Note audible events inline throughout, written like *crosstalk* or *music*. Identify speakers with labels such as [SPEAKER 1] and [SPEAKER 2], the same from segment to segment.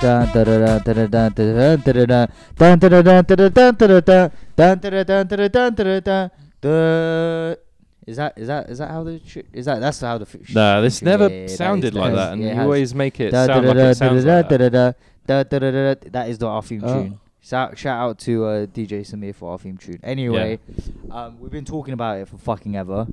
[SPEAKER 1] Dun, da-da-da, da-da-da, da-da-da, dun, da-da-da, da-da-da, da-da-da, dun, da-da-da, da-da-da, da-da-da, duh. Is that is that is that how the tr- is that that's how the f-
[SPEAKER 2] Nah, this
[SPEAKER 1] sh-
[SPEAKER 2] never
[SPEAKER 1] yeah, that
[SPEAKER 2] sounded
[SPEAKER 1] is-
[SPEAKER 2] like
[SPEAKER 1] is-
[SPEAKER 2] that, and
[SPEAKER 1] yeah, it
[SPEAKER 2] you
[SPEAKER 1] has.
[SPEAKER 2] always make it
[SPEAKER 1] Da-
[SPEAKER 2] sound like
[SPEAKER 1] da-da-da,
[SPEAKER 2] it sounds
[SPEAKER 1] da-da-da,
[SPEAKER 2] like that.
[SPEAKER 1] da-da-da, da-da-da, da- That is not our theme
[SPEAKER 2] Oh.
[SPEAKER 1] tune. Shout shout out to uh, DJ Samir for our theme tune. Anyway, um, we've been talking about it for fucking ever.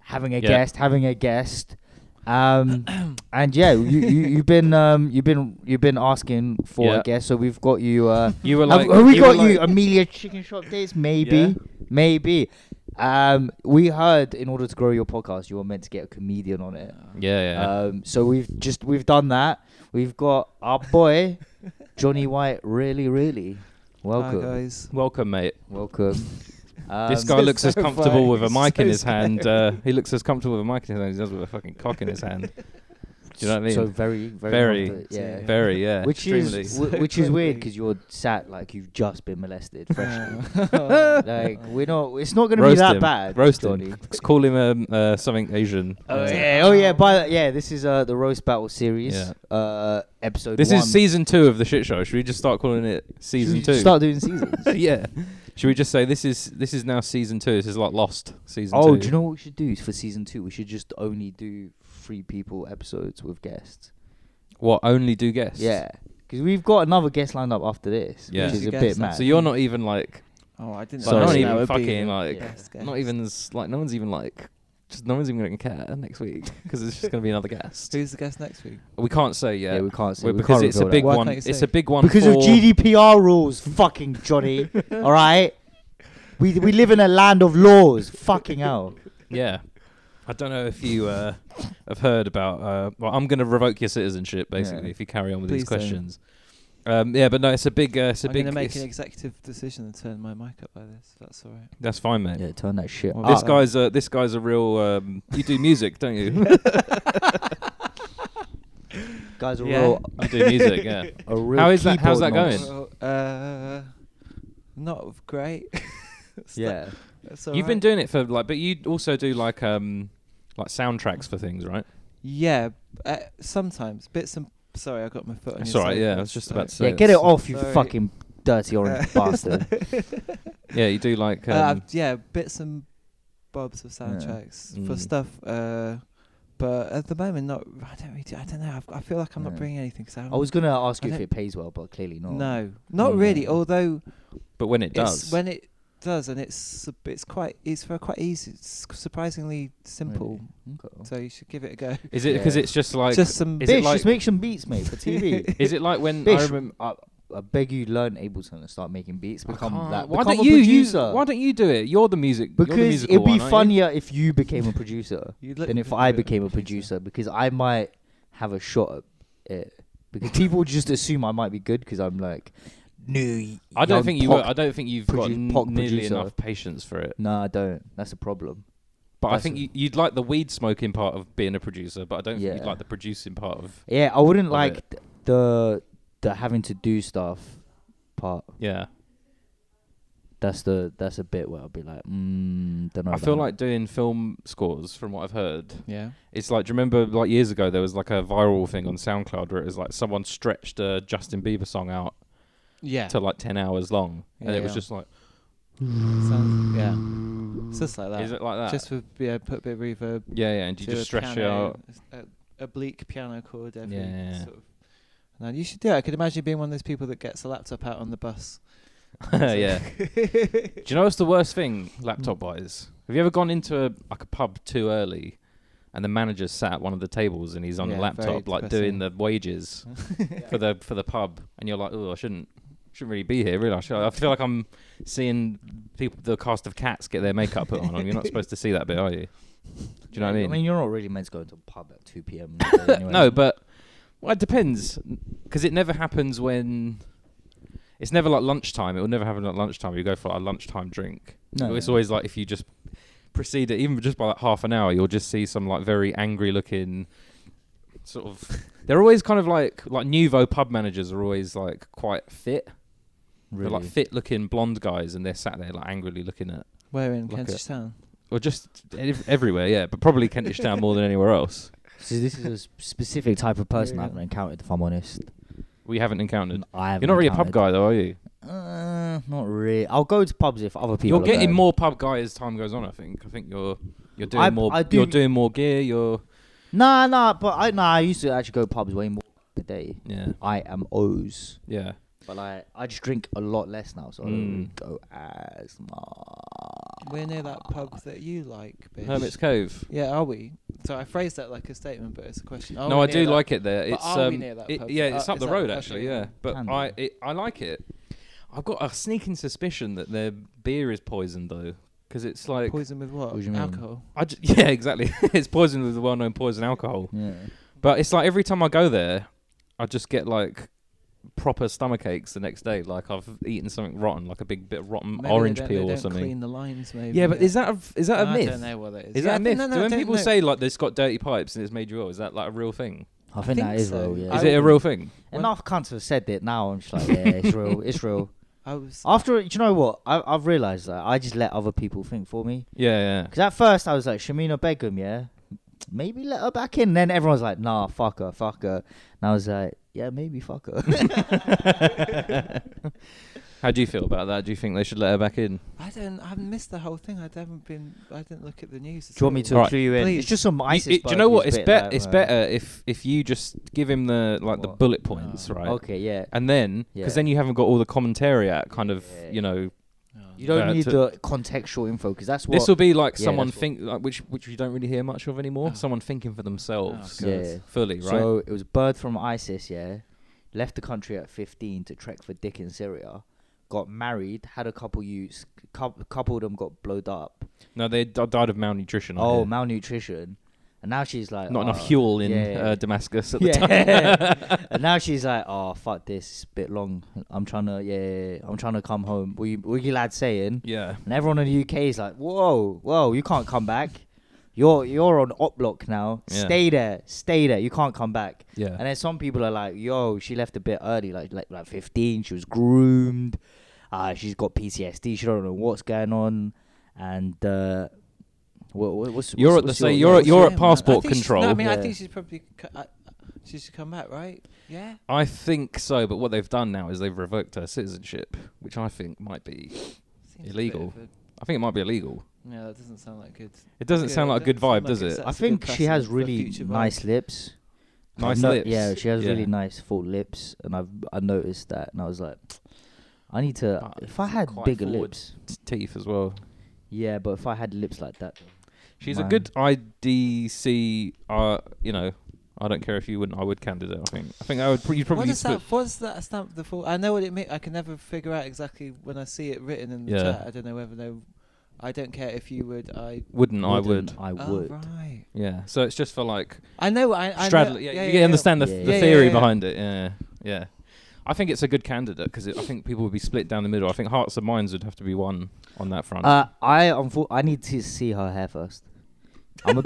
[SPEAKER 1] Having a
[SPEAKER 2] Yeah.
[SPEAKER 1] guest, having a guest.
[SPEAKER 2] *coughs*
[SPEAKER 1] Um, and yeah, you, you you've been um you've been you've been asking for
[SPEAKER 2] Yeah.
[SPEAKER 1] a guest, so we've got you. Uh,
[SPEAKER 2] *laughs* You were
[SPEAKER 1] have-
[SPEAKER 2] like,
[SPEAKER 1] have, we
[SPEAKER 2] you
[SPEAKER 1] got
[SPEAKER 2] were
[SPEAKER 1] you
[SPEAKER 2] like-
[SPEAKER 1] Amelia Chicken Shop days? Maybe,
[SPEAKER 2] Yeah.
[SPEAKER 1] maybe. Um, we heard in order to grow your podcast, you were meant to get a comedian on it.
[SPEAKER 2] Yeah, yeah.
[SPEAKER 1] Um, so we've just we've done that. We've got our boy Johnny White. Really, really welcome,
[SPEAKER 3] Hi guys.
[SPEAKER 2] *laughs* Welcome, mate.
[SPEAKER 1] welcome. Um,
[SPEAKER 2] *laughs* this guy
[SPEAKER 1] *laughs*
[SPEAKER 3] so-
[SPEAKER 2] looks as
[SPEAKER 3] so
[SPEAKER 2] comfortable
[SPEAKER 3] funny.
[SPEAKER 2] with a
[SPEAKER 3] It's
[SPEAKER 2] mic in
[SPEAKER 3] so
[SPEAKER 2] his hand. Uh,
[SPEAKER 3] scary.
[SPEAKER 2] he looks as comfortable with a mic in his hand as he does with a fucking cock in
[SPEAKER 1] *laughs*
[SPEAKER 2] his *laughs* hand. Do you know what I mean?
[SPEAKER 1] so very, very,
[SPEAKER 2] Very,
[SPEAKER 1] confident, yeah,
[SPEAKER 2] Very,
[SPEAKER 1] *laughs*
[SPEAKER 2] yeah.
[SPEAKER 1] Which
[SPEAKER 2] extremely.
[SPEAKER 1] is
[SPEAKER 3] So
[SPEAKER 1] wh- which is weird
[SPEAKER 3] friendly.
[SPEAKER 1] because you're sat like you've just been
[SPEAKER 2] *laughs*
[SPEAKER 1] molested freshly. *laughs*
[SPEAKER 3] Oh.
[SPEAKER 1] like we're not. It's not going to be
[SPEAKER 2] Roast
[SPEAKER 1] that
[SPEAKER 2] him.
[SPEAKER 1] bad.
[SPEAKER 2] Roast him.
[SPEAKER 1] Johnny.
[SPEAKER 2] Let's call him um, uh, something Asian.
[SPEAKER 1] Oh
[SPEAKER 2] Uh,
[SPEAKER 1] yeah. Oh yeah. By the, yeah, this is uh the roast battle series.
[SPEAKER 2] Yeah.
[SPEAKER 1] Uh, episode.
[SPEAKER 2] This
[SPEAKER 1] one.
[SPEAKER 2] is season two of the shit show. Should we just start calling it
[SPEAKER 1] Should
[SPEAKER 2] season
[SPEAKER 1] we *laughs*
[SPEAKER 2] two? *laughs*
[SPEAKER 1] Start doing seasons.
[SPEAKER 2] yeah. Should we just say this is this is now season two? This is like Lost season two.
[SPEAKER 1] Oh, do you know what we should do for season two? We should just only do three people episodes with guests.
[SPEAKER 2] what? Only do guests.
[SPEAKER 1] Yeah, because we've got another guest lined up after this,
[SPEAKER 2] Yeah.
[SPEAKER 1] which is
[SPEAKER 3] Two
[SPEAKER 1] a bit
[SPEAKER 3] guests,
[SPEAKER 1] mad.
[SPEAKER 2] So you're not even like,
[SPEAKER 3] oh, I didn't.
[SPEAKER 2] like
[SPEAKER 1] Sorry.
[SPEAKER 2] no one
[SPEAKER 1] That
[SPEAKER 2] even
[SPEAKER 3] would be
[SPEAKER 2] fucking
[SPEAKER 3] the
[SPEAKER 2] like,
[SPEAKER 3] best guess.
[SPEAKER 2] not even s- like no one's even like, just no one's even gonna care next week because it's just gonna be another guest.
[SPEAKER 3] Who's the guest next week?
[SPEAKER 2] We can't say yet.
[SPEAKER 1] Yeah, we can't say-
[SPEAKER 2] Well,
[SPEAKER 1] we
[SPEAKER 2] because
[SPEAKER 1] can't
[SPEAKER 2] it's a
[SPEAKER 1] reveal
[SPEAKER 2] big
[SPEAKER 1] that.
[SPEAKER 3] Why
[SPEAKER 2] one.
[SPEAKER 3] can't you
[SPEAKER 2] It's
[SPEAKER 3] say?
[SPEAKER 2] a big one
[SPEAKER 1] because of
[SPEAKER 2] for-
[SPEAKER 1] GDPR rules, fucking
[SPEAKER 2] *laughs*
[SPEAKER 1] Johnny. all right, we we live in a land of laws. Fucking hell.
[SPEAKER 2] Yeah, I don't know if you uh, have heard about. Uh, well, I'm going to revoke your citizenship basically
[SPEAKER 1] Yeah.
[SPEAKER 2] if you carry on with these
[SPEAKER 3] Please don't.
[SPEAKER 2] questions. Um, yeah, but no, it's a big. Uh, it's a
[SPEAKER 3] I'm
[SPEAKER 2] big.
[SPEAKER 3] gonna make an
[SPEAKER 2] it's-
[SPEAKER 3] executive decision and turn my mic up by this. That's all
[SPEAKER 2] *laughs*
[SPEAKER 3] right.
[SPEAKER 2] that's fine, mate.
[SPEAKER 1] Yeah, turn that shit.
[SPEAKER 3] Well,
[SPEAKER 1] up.
[SPEAKER 2] This guy's a this guy's a real. Um, you do music, don't
[SPEAKER 3] *laughs*
[SPEAKER 2] you?
[SPEAKER 1] guys are
[SPEAKER 3] Yeah.
[SPEAKER 1] real.
[SPEAKER 2] you do music, yeah.
[SPEAKER 1] A real
[SPEAKER 2] How is that- how's
[SPEAKER 1] keyboard
[SPEAKER 2] that going?
[SPEAKER 1] knobs.
[SPEAKER 3] *laughs* Well, uh, not great. *laughs* It's like-
[SPEAKER 1] Yeah.
[SPEAKER 3] that's all
[SPEAKER 2] You've been
[SPEAKER 3] right.
[SPEAKER 2] doing it for like, but you also do like um, like soundtracks for things, right?
[SPEAKER 3] Yeah, uh, sometimes bits and. Sorry, I got my foot on.
[SPEAKER 2] That's
[SPEAKER 3] your
[SPEAKER 2] all right,
[SPEAKER 3] side.
[SPEAKER 2] yeah, I was just about to
[SPEAKER 1] yeah,
[SPEAKER 2] So
[SPEAKER 1] get it
[SPEAKER 2] it's-
[SPEAKER 1] off, you
[SPEAKER 3] Sorry.
[SPEAKER 1] fucking dirty
[SPEAKER 2] *laughs*
[SPEAKER 1] orange
[SPEAKER 3] Uh, *laughs*
[SPEAKER 1] bastard.
[SPEAKER 2] Yeah, you do like. Um,
[SPEAKER 3] Uh, I've- yeah, bits and bobs of soundtracks for
[SPEAKER 2] Mm.
[SPEAKER 3] stuff. Uh, but at the moment, not. I don't really. do- I don't know. I've, I feel like I'm
[SPEAKER 1] Yeah.
[SPEAKER 3] not bringing anything. 'cause
[SPEAKER 1] I was gonna ask you
[SPEAKER 3] I
[SPEAKER 1] if
[SPEAKER 3] don't-
[SPEAKER 1] it pays well, but clearly not.
[SPEAKER 3] No, not
[SPEAKER 2] Mm.
[SPEAKER 3] really. Although
[SPEAKER 2] but when it
[SPEAKER 3] it's
[SPEAKER 2] does,
[SPEAKER 3] when it does, and it's a- it's quite it's for quite easy, it's surprisingly simple.
[SPEAKER 1] Okay.
[SPEAKER 3] So you should give it a go.
[SPEAKER 2] is it because
[SPEAKER 1] Yeah.
[SPEAKER 2] it's just like?
[SPEAKER 3] just some.
[SPEAKER 2] is it
[SPEAKER 1] Bish,
[SPEAKER 2] like-
[SPEAKER 1] just make some beats, mate, for
[SPEAKER 2] *laughs*
[SPEAKER 1] TV.
[SPEAKER 2] is it like when I
[SPEAKER 1] Bish,
[SPEAKER 2] remember?
[SPEAKER 1] I, I beg you, learn Ableton and start making beats.
[SPEAKER 2] I
[SPEAKER 1] Become
[SPEAKER 2] can't-
[SPEAKER 1] that.
[SPEAKER 2] Why
[SPEAKER 1] become
[SPEAKER 2] don't
[SPEAKER 1] a
[SPEAKER 2] you use?
[SPEAKER 1] producer.
[SPEAKER 2] Why don't you do it? You're the music. you're the
[SPEAKER 1] because
[SPEAKER 2] musical
[SPEAKER 1] it'd be
[SPEAKER 2] one, aren't you?
[SPEAKER 1] funnier if you became a producer
[SPEAKER 3] you look
[SPEAKER 1] than if
[SPEAKER 3] like
[SPEAKER 1] I
[SPEAKER 3] a
[SPEAKER 1] became a producer, because I might have a shot at it. Because people just assume I might be good because I'm like new.
[SPEAKER 2] I don't
[SPEAKER 1] young
[SPEAKER 2] think you.
[SPEAKER 1] poc-
[SPEAKER 2] Were, I don't think you've
[SPEAKER 1] produ-
[SPEAKER 2] got n-
[SPEAKER 1] poc
[SPEAKER 2] nearly
[SPEAKER 1] producer.
[SPEAKER 2] enough patience for it.
[SPEAKER 1] No, I don't. That's a problem.
[SPEAKER 2] But I
[SPEAKER 1] That's
[SPEAKER 2] think
[SPEAKER 1] a-
[SPEAKER 2] you, you'd like the weed smoking part of being a producer, but I don't think
[SPEAKER 1] Yeah.
[SPEAKER 2] you'd like the producing part of.
[SPEAKER 1] Yeah, I wouldn't
[SPEAKER 2] Love
[SPEAKER 1] like
[SPEAKER 2] it.
[SPEAKER 1] th- the the having to do stuff part.
[SPEAKER 2] Yeah,
[SPEAKER 1] That's the that's a bit where I'll be like, mm, don't know.
[SPEAKER 2] I feel
[SPEAKER 1] about
[SPEAKER 2] like doing film scores, from what I've heard,
[SPEAKER 3] Yeah.
[SPEAKER 2] it's like. Do you remember like years ago there was like a viral thing on SoundCloud where it was like someone stretched a Justin Bieber song out
[SPEAKER 3] Yeah.
[SPEAKER 2] to like ten hours long, and
[SPEAKER 3] Yeah,
[SPEAKER 2] it was
[SPEAKER 3] yeah.
[SPEAKER 2] just like,
[SPEAKER 3] Sounds, yeah. It's just like that.
[SPEAKER 2] is it like that?
[SPEAKER 3] Just with yeah, put a bit of reverb.
[SPEAKER 2] yeah, yeah, and you
[SPEAKER 3] to
[SPEAKER 2] just
[SPEAKER 3] a
[SPEAKER 2] stretch it
[SPEAKER 3] piano,
[SPEAKER 2] out.
[SPEAKER 3] s- A oblique piano chord every
[SPEAKER 2] Yeah.
[SPEAKER 3] sort of. Now you should do it. I could imagine being one of those people that gets a laptop out on the bus. *laughs*
[SPEAKER 2] yeah. Do you know what's the worst thing laptop wise? Have you ever gone into a, like a pub too early and the manager's sat at one of the tables and he's on a
[SPEAKER 3] Yeah, very
[SPEAKER 2] laptop like doing
[SPEAKER 3] depressing.
[SPEAKER 2] the
[SPEAKER 3] *laughs*
[SPEAKER 2] wages for the for the pub and you're like, "Oh, I shouldn't shouldn't really be here, really. I, should, I feel like I'm seeing people the cast of cats get their makeup put on and you're not supposed to see that bit, are you? Do you know what I mean?
[SPEAKER 1] I mean, you're not really meant to go into a pub at two p.m. in
[SPEAKER 2] *laughs*
[SPEAKER 1] the day anyway.
[SPEAKER 2] No, but well, it depends because it never happens when it's never like lunchtime. It will never happen at lunchtime. You go for like, a lunchtime drink.
[SPEAKER 1] No,
[SPEAKER 2] it's
[SPEAKER 1] no.
[SPEAKER 2] always like if you just proceed it, even just by like half an hour, you'll just see some like very angry looking
[SPEAKER 1] *laughs*
[SPEAKER 2] sort of. They're always kind of like like nouveau pub managers are always like quite fit.
[SPEAKER 1] really.
[SPEAKER 2] They're like fit looking blonde guys, and they're sat there like angrily looking at
[SPEAKER 3] Where in
[SPEAKER 2] Like
[SPEAKER 3] Kentish Town?
[SPEAKER 2] or just ev- everywhere. Yeah, but probably Kentish Town more than anywhere else.
[SPEAKER 1] so this is a s- specific type of person
[SPEAKER 3] Yeah.
[SPEAKER 1] I haven't encountered, if I'm honest.
[SPEAKER 2] we haven't encountered.
[SPEAKER 1] I haven't
[SPEAKER 2] You're not really a pub
[SPEAKER 1] encountered.
[SPEAKER 2] guy though, are you?
[SPEAKER 1] Uh, not really. I'll go to pubs if other people.
[SPEAKER 2] you're
[SPEAKER 1] are
[SPEAKER 2] getting
[SPEAKER 1] going.
[SPEAKER 2] more pub guy as time goes on. I think. I think you're you're doing
[SPEAKER 1] I-
[SPEAKER 2] more.
[SPEAKER 1] I do-
[SPEAKER 2] You're doing more gear. You're
[SPEAKER 1] Nah, nah, but I nah, I used to actually go to pubs way more a day.
[SPEAKER 2] yeah
[SPEAKER 1] I am O's,
[SPEAKER 2] yeah.
[SPEAKER 1] but like I just drink a lot less now, so I don't really
[SPEAKER 2] Mm.
[SPEAKER 1] go as much.
[SPEAKER 3] We're near that pub that you like, bitch.
[SPEAKER 2] Hermit's Cove.
[SPEAKER 3] Yeah, are we? So I phrased that like a statement, but it's a question. Are
[SPEAKER 2] no,
[SPEAKER 3] we
[SPEAKER 2] I
[SPEAKER 3] near
[SPEAKER 2] do
[SPEAKER 3] that-
[SPEAKER 2] like it there.
[SPEAKER 3] but
[SPEAKER 2] It's
[SPEAKER 3] are we
[SPEAKER 2] um,
[SPEAKER 3] near that
[SPEAKER 2] it-
[SPEAKER 3] pub?
[SPEAKER 2] yeah,
[SPEAKER 3] Uh,
[SPEAKER 2] it's up
[SPEAKER 3] is
[SPEAKER 2] the
[SPEAKER 3] that
[SPEAKER 2] road
[SPEAKER 3] the
[SPEAKER 2] actually.
[SPEAKER 3] question?
[SPEAKER 2] Yeah, but
[SPEAKER 1] Can
[SPEAKER 2] I
[SPEAKER 1] be.
[SPEAKER 2] it, I like it. I've got a sneaking suspicion that their beer is poisoned though, because it's like
[SPEAKER 3] poison with what?
[SPEAKER 1] What do you mean?
[SPEAKER 3] Alcohol.
[SPEAKER 2] I ju- *laughs* yeah exactly. it's poisoned with the well-known poison alcohol.
[SPEAKER 1] Yeah.
[SPEAKER 2] But it's like every time I go there, I just get like proper stomach aches the next day. Like I've eaten something rotten, like a big bit of rotten
[SPEAKER 3] Maybe they
[SPEAKER 2] orange
[SPEAKER 3] don't- they
[SPEAKER 2] peel or
[SPEAKER 3] don't
[SPEAKER 2] something.
[SPEAKER 3] Clean the lines, maybe.
[SPEAKER 2] Yeah, but is that a, is that a
[SPEAKER 3] No,
[SPEAKER 2] myth?
[SPEAKER 3] I don't know what that is.
[SPEAKER 2] Is
[SPEAKER 3] Yeah, I
[SPEAKER 2] that a myth?
[SPEAKER 3] think- no, no,
[SPEAKER 2] Do
[SPEAKER 3] I
[SPEAKER 2] when
[SPEAKER 3] don't
[SPEAKER 2] people
[SPEAKER 3] know.
[SPEAKER 2] say like they've got dirty pipes and it's made you ill, is that like a real thing?
[SPEAKER 1] I think, that
[SPEAKER 3] think
[SPEAKER 1] is
[SPEAKER 3] so.
[SPEAKER 1] real. Yeah.
[SPEAKER 3] I
[SPEAKER 2] Is it a
[SPEAKER 3] would-
[SPEAKER 2] real thing?
[SPEAKER 3] Well-
[SPEAKER 1] Enough cunts have said it. Now I'm just like, yeah, it's real. It's
[SPEAKER 2] *laughs*
[SPEAKER 1] real.
[SPEAKER 3] I was
[SPEAKER 1] After do you know what? I, I've realized that I just let other people think for me.
[SPEAKER 2] Yeah, yeah.
[SPEAKER 1] Because at first I was like, Shamina Begum, yeah, maybe let her back in. Then everyone's like, nah, fuck her, fuck her. And I was like, yeah, maybe fuck
[SPEAKER 2] *laughs*
[SPEAKER 3] *laughs*
[SPEAKER 1] her.
[SPEAKER 2] How do you feel about that? Do you think they should let her back in?
[SPEAKER 3] I don't. I've missed the whole thing. I haven't been. I didn't look at the news.
[SPEAKER 1] Do you want me to
[SPEAKER 2] Alright.
[SPEAKER 1] clue you in?
[SPEAKER 3] Please.
[SPEAKER 1] It's just some ISIS.
[SPEAKER 2] You- it- do you know what? It's better. It's better if if you just give him the like the
[SPEAKER 1] What?
[SPEAKER 2] bullet points,
[SPEAKER 3] Oh.
[SPEAKER 2] right?
[SPEAKER 1] Okay, yeah.
[SPEAKER 2] And then,
[SPEAKER 1] Yeah.
[SPEAKER 2] because then you haven't got all the commentary at kind of,
[SPEAKER 1] Yeah.
[SPEAKER 2] you know,
[SPEAKER 1] You don't
[SPEAKER 2] Uh,
[SPEAKER 1] need
[SPEAKER 2] to-
[SPEAKER 1] the contextual info because that's what.
[SPEAKER 2] this will be like
[SPEAKER 1] Yeah,
[SPEAKER 2] someone
[SPEAKER 1] that's what-
[SPEAKER 2] think, like, which which you don't really hear much of anymore.
[SPEAKER 3] Oh.
[SPEAKER 2] Someone thinking for themselves,
[SPEAKER 3] Ah,
[SPEAKER 1] God. Yeah.
[SPEAKER 2] fully, right?
[SPEAKER 1] So it was Bird from ISIS, yeah. Left the country at 15 to trek for dick in Syria. Got married, had a couple youths, cou- couple of them got blowed up.
[SPEAKER 2] no, they d- died of malnutrition. I
[SPEAKER 1] Oh,
[SPEAKER 2] hear.
[SPEAKER 1] malnutrition. And now she's like,
[SPEAKER 2] not
[SPEAKER 1] "Oh,
[SPEAKER 2] enough fuel in
[SPEAKER 1] yeah.
[SPEAKER 2] Uh, Damascus at the time.
[SPEAKER 1] *laughs*
[SPEAKER 2] *laughs*
[SPEAKER 1] yeah. *laughs* and now she's like, oh fuck this, it's a bit long. I'm trying to, yeah, I'm trying to come home. What you, what you lad saying?
[SPEAKER 2] Yeah.
[SPEAKER 1] And everyone in the UK is like, whoa, whoa, you can't come back. You're you're on op block now.
[SPEAKER 2] Yeah.
[SPEAKER 1] Stay there, stay there. You can't come back.
[SPEAKER 2] Yeah.
[SPEAKER 1] And then some people are like, yo, she left a bit early, like like like 15. She was groomed. Uh, she's got PTSD. She don't know what's going on. And uh, what, what- what's,
[SPEAKER 2] You're
[SPEAKER 1] what's-
[SPEAKER 2] at the
[SPEAKER 1] what's
[SPEAKER 2] say-
[SPEAKER 1] your-
[SPEAKER 2] you're at-
[SPEAKER 1] what's
[SPEAKER 2] you're
[SPEAKER 1] your-
[SPEAKER 2] at passport control.
[SPEAKER 3] No, I mean, I
[SPEAKER 1] Yeah.
[SPEAKER 3] think she's probably. co- I, she should come back, right? Yeah.
[SPEAKER 2] I think so, but what they've done now is they've revoked her citizenship, which I think might be.
[SPEAKER 3] Seems a bit
[SPEAKER 2] Illegal.
[SPEAKER 3] of a-
[SPEAKER 2] I think it might be illegal.
[SPEAKER 3] No, that doesn't sound like good.
[SPEAKER 2] It doesn't
[SPEAKER 3] Yeah,
[SPEAKER 2] sound
[SPEAKER 3] it
[SPEAKER 2] like a good
[SPEAKER 3] doesn't
[SPEAKER 2] vibe,
[SPEAKER 3] sound
[SPEAKER 2] does
[SPEAKER 3] like
[SPEAKER 2] it?
[SPEAKER 3] it's-
[SPEAKER 1] I
[SPEAKER 3] That's a
[SPEAKER 1] think
[SPEAKER 3] good
[SPEAKER 1] she has
[SPEAKER 3] precedent for
[SPEAKER 1] really
[SPEAKER 3] future
[SPEAKER 1] nice
[SPEAKER 3] violence.
[SPEAKER 1] lips. I've
[SPEAKER 2] Nice
[SPEAKER 1] no-
[SPEAKER 2] lips.
[SPEAKER 1] Yeah, she has
[SPEAKER 2] Yeah.
[SPEAKER 1] really nice full lips, and I've I noticed that, and I was like, I need to.
[SPEAKER 2] But
[SPEAKER 1] if I
[SPEAKER 2] it's
[SPEAKER 1] had
[SPEAKER 2] quite
[SPEAKER 1] bigger
[SPEAKER 2] forward.
[SPEAKER 1] lips,
[SPEAKER 2] T- Teeth as well.
[SPEAKER 1] yeah, but if I had lips like that,
[SPEAKER 2] She's a
[SPEAKER 1] Man.
[SPEAKER 2] good IDC. Uh, you know, I don't care if you wouldn't. I would candidate. I think. I think I would. Pr- you'd probably
[SPEAKER 3] what is
[SPEAKER 2] split.
[SPEAKER 3] that? What's that stamp? The full. I know what it means. I can never figure out exactly when I see it written in the
[SPEAKER 2] Yeah.
[SPEAKER 3] chat. I don't know whether they. I don't care if you would. I.
[SPEAKER 2] Wouldn't I would?
[SPEAKER 1] wouldn't I
[SPEAKER 3] Oh,
[SPEAKER 1] would.
[SPEAKER 3] right.
[SPEAKER 2] Yeah. So it's just for like
[SPEAKER 3] I know. I. I
[SPEAKER 2] straddle.
[SPEAKER 3] Know,
[SPEAKER 2] yeah, you understand the,
[SPEAKER 1] Yeah,
[SPEAKER 2] the
[SPEAKER 1] yeah,
[SPEAKER 2] theory
[SPEAKER 3] yeah.
[SPEAKER 2] behind it. Yeah, yeah. I think it's a good candidate because I think people would be split down the middle. I think hearts and minds would have to be one on that front.
[SPEAKER 1] Uh, I unfor- I need to see her hair first.
[SPEAKER 2] *laughs*
[SPEAKER 1] I'm a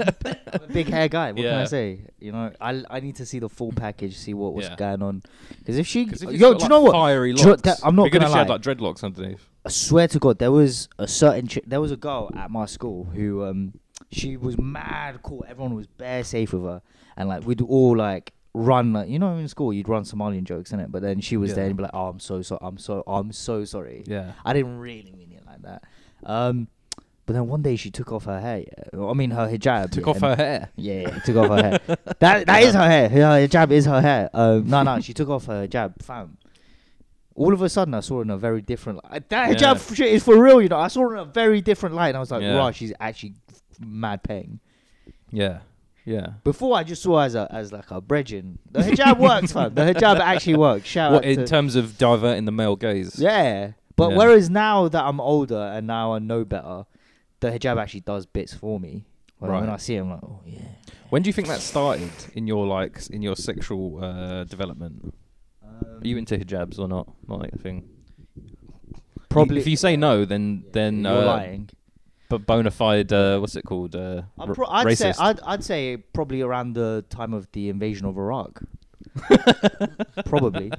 [SPEAKER 1] big hair guy. What can
[SPEAKER 2] Yeah.
[SPEAKER 1] I say? You know, I I need to see the full package, see what what's
[SPEAKER 2] Yeah.
[SPEAKER 1] going on. Because if she,
[SPEAKER 2] 'Cause if you've
[SPEAKER 1] yo,
[SPEAKER 2] got,
[SPEAKER 1] do you
[SPEAKER 2] like,
[SPEAKER 1] know what?
[SPEAKER 2] Fiery
[SPEAKER 1] Do you know-
[SPEAKER 2] locks.
[SPEAKER 1] that- I'm not
[SPEAKER 2] You're gonna,
[SPEAKER 1] gonna
[SPEAKER 2] she had,
[SPEAKER 1] lie.
[SPEAKER 2] like dreadlocks underneath.
[SPEAKER 1] I swear to God, there was a certain chick, there was a girl at my school who um she was mad cool. Everyone was bare safe with her, and like we'd all like run like you know in school you'd run Somalian jokes in it, but then she was
[SPEAKER 2] Yeah.
[SPEAKER 1] there and be like, oh I'm so sorry, I'm so I'm so sorry.
[SPEAKER 2] Yeah.
[SPEAKER 1] I didn't really mean it like that. Um, but then one day she took off her hair. Yeah. I mean her hijab.
[SPEAKER 2] Took
[SPEAKER 1] yeah,
[SPEAKER 2] off
[SPEAKER 1] and-
[SPEAKER 2] her hair.
[SPEAKER 1] yeah, yeah, took off her hair.
[SPEAKER 2] *laughs*
[SPEAKER 1] That that is her hair. Her hijab is her hair. Um, no, no, she took off her hijab, fam. All of a sudden, I saw her in a very different. Light. That
[SPEAKER 2] Yeah.
[SPEAKER 1] hijab shit is for real, you know. I saw her in a very different light, and I was like,
[SPEAKER 2] Yeah.
[SPEAKER 1] "Wow, she's actually mad paying."
[SPEAKER 2] Yeah. Yeah.
[SPEAKER 1] Before, I just saw her as a, as like a bridging. The
[SPEAKER 2] *laughs*
[SPEAKER 1] hijab works, fam. The hijab actually works. Shout
[SPEAKER 2] What
[SPEAKER 1] out
[SPEAKER 2] in
[SPEAKER 1] to,
[SPEAKER 2] terms of diverting the male gaze?
[SPEAKER 1] yeah. But
[SPEAKER 2] Yeah.
[SPEAKER 1] whereas now that I'm older and now I know better, the hijab actually does bits for me. When, when
[SPEAKER 2] Right.
[SPEAKER 1] I see it, I'm like, oh yeah.
[SPEAKER 2] When do you think that started in your like s- in your sexual uh, development?
[SPEAKER 1] Um,
[SPEAKER 2] Are you into hijabs or not? Not like a thing.
[SPEAKER 1] Probably-
[SPEAKER 2] If you say no, then then
[SPEAKER 1] You're
[SPEAKER 2] uh,
[SPEAKER 1] lying.
[SPEAKER 2] But bona fide, uh, what's it called? Uh,
[SPEAKER 1] I'd,
[SPEAKER 2] r-
[SPEAKER 1] pro- I'd
[SPEAKER 2] racist.
[SPEAKER 1] say I'd, I'd say probably around the time of the invasion of
[SPEAKER 2] *laughs*
[SPEAKER 1] Iraq. probably.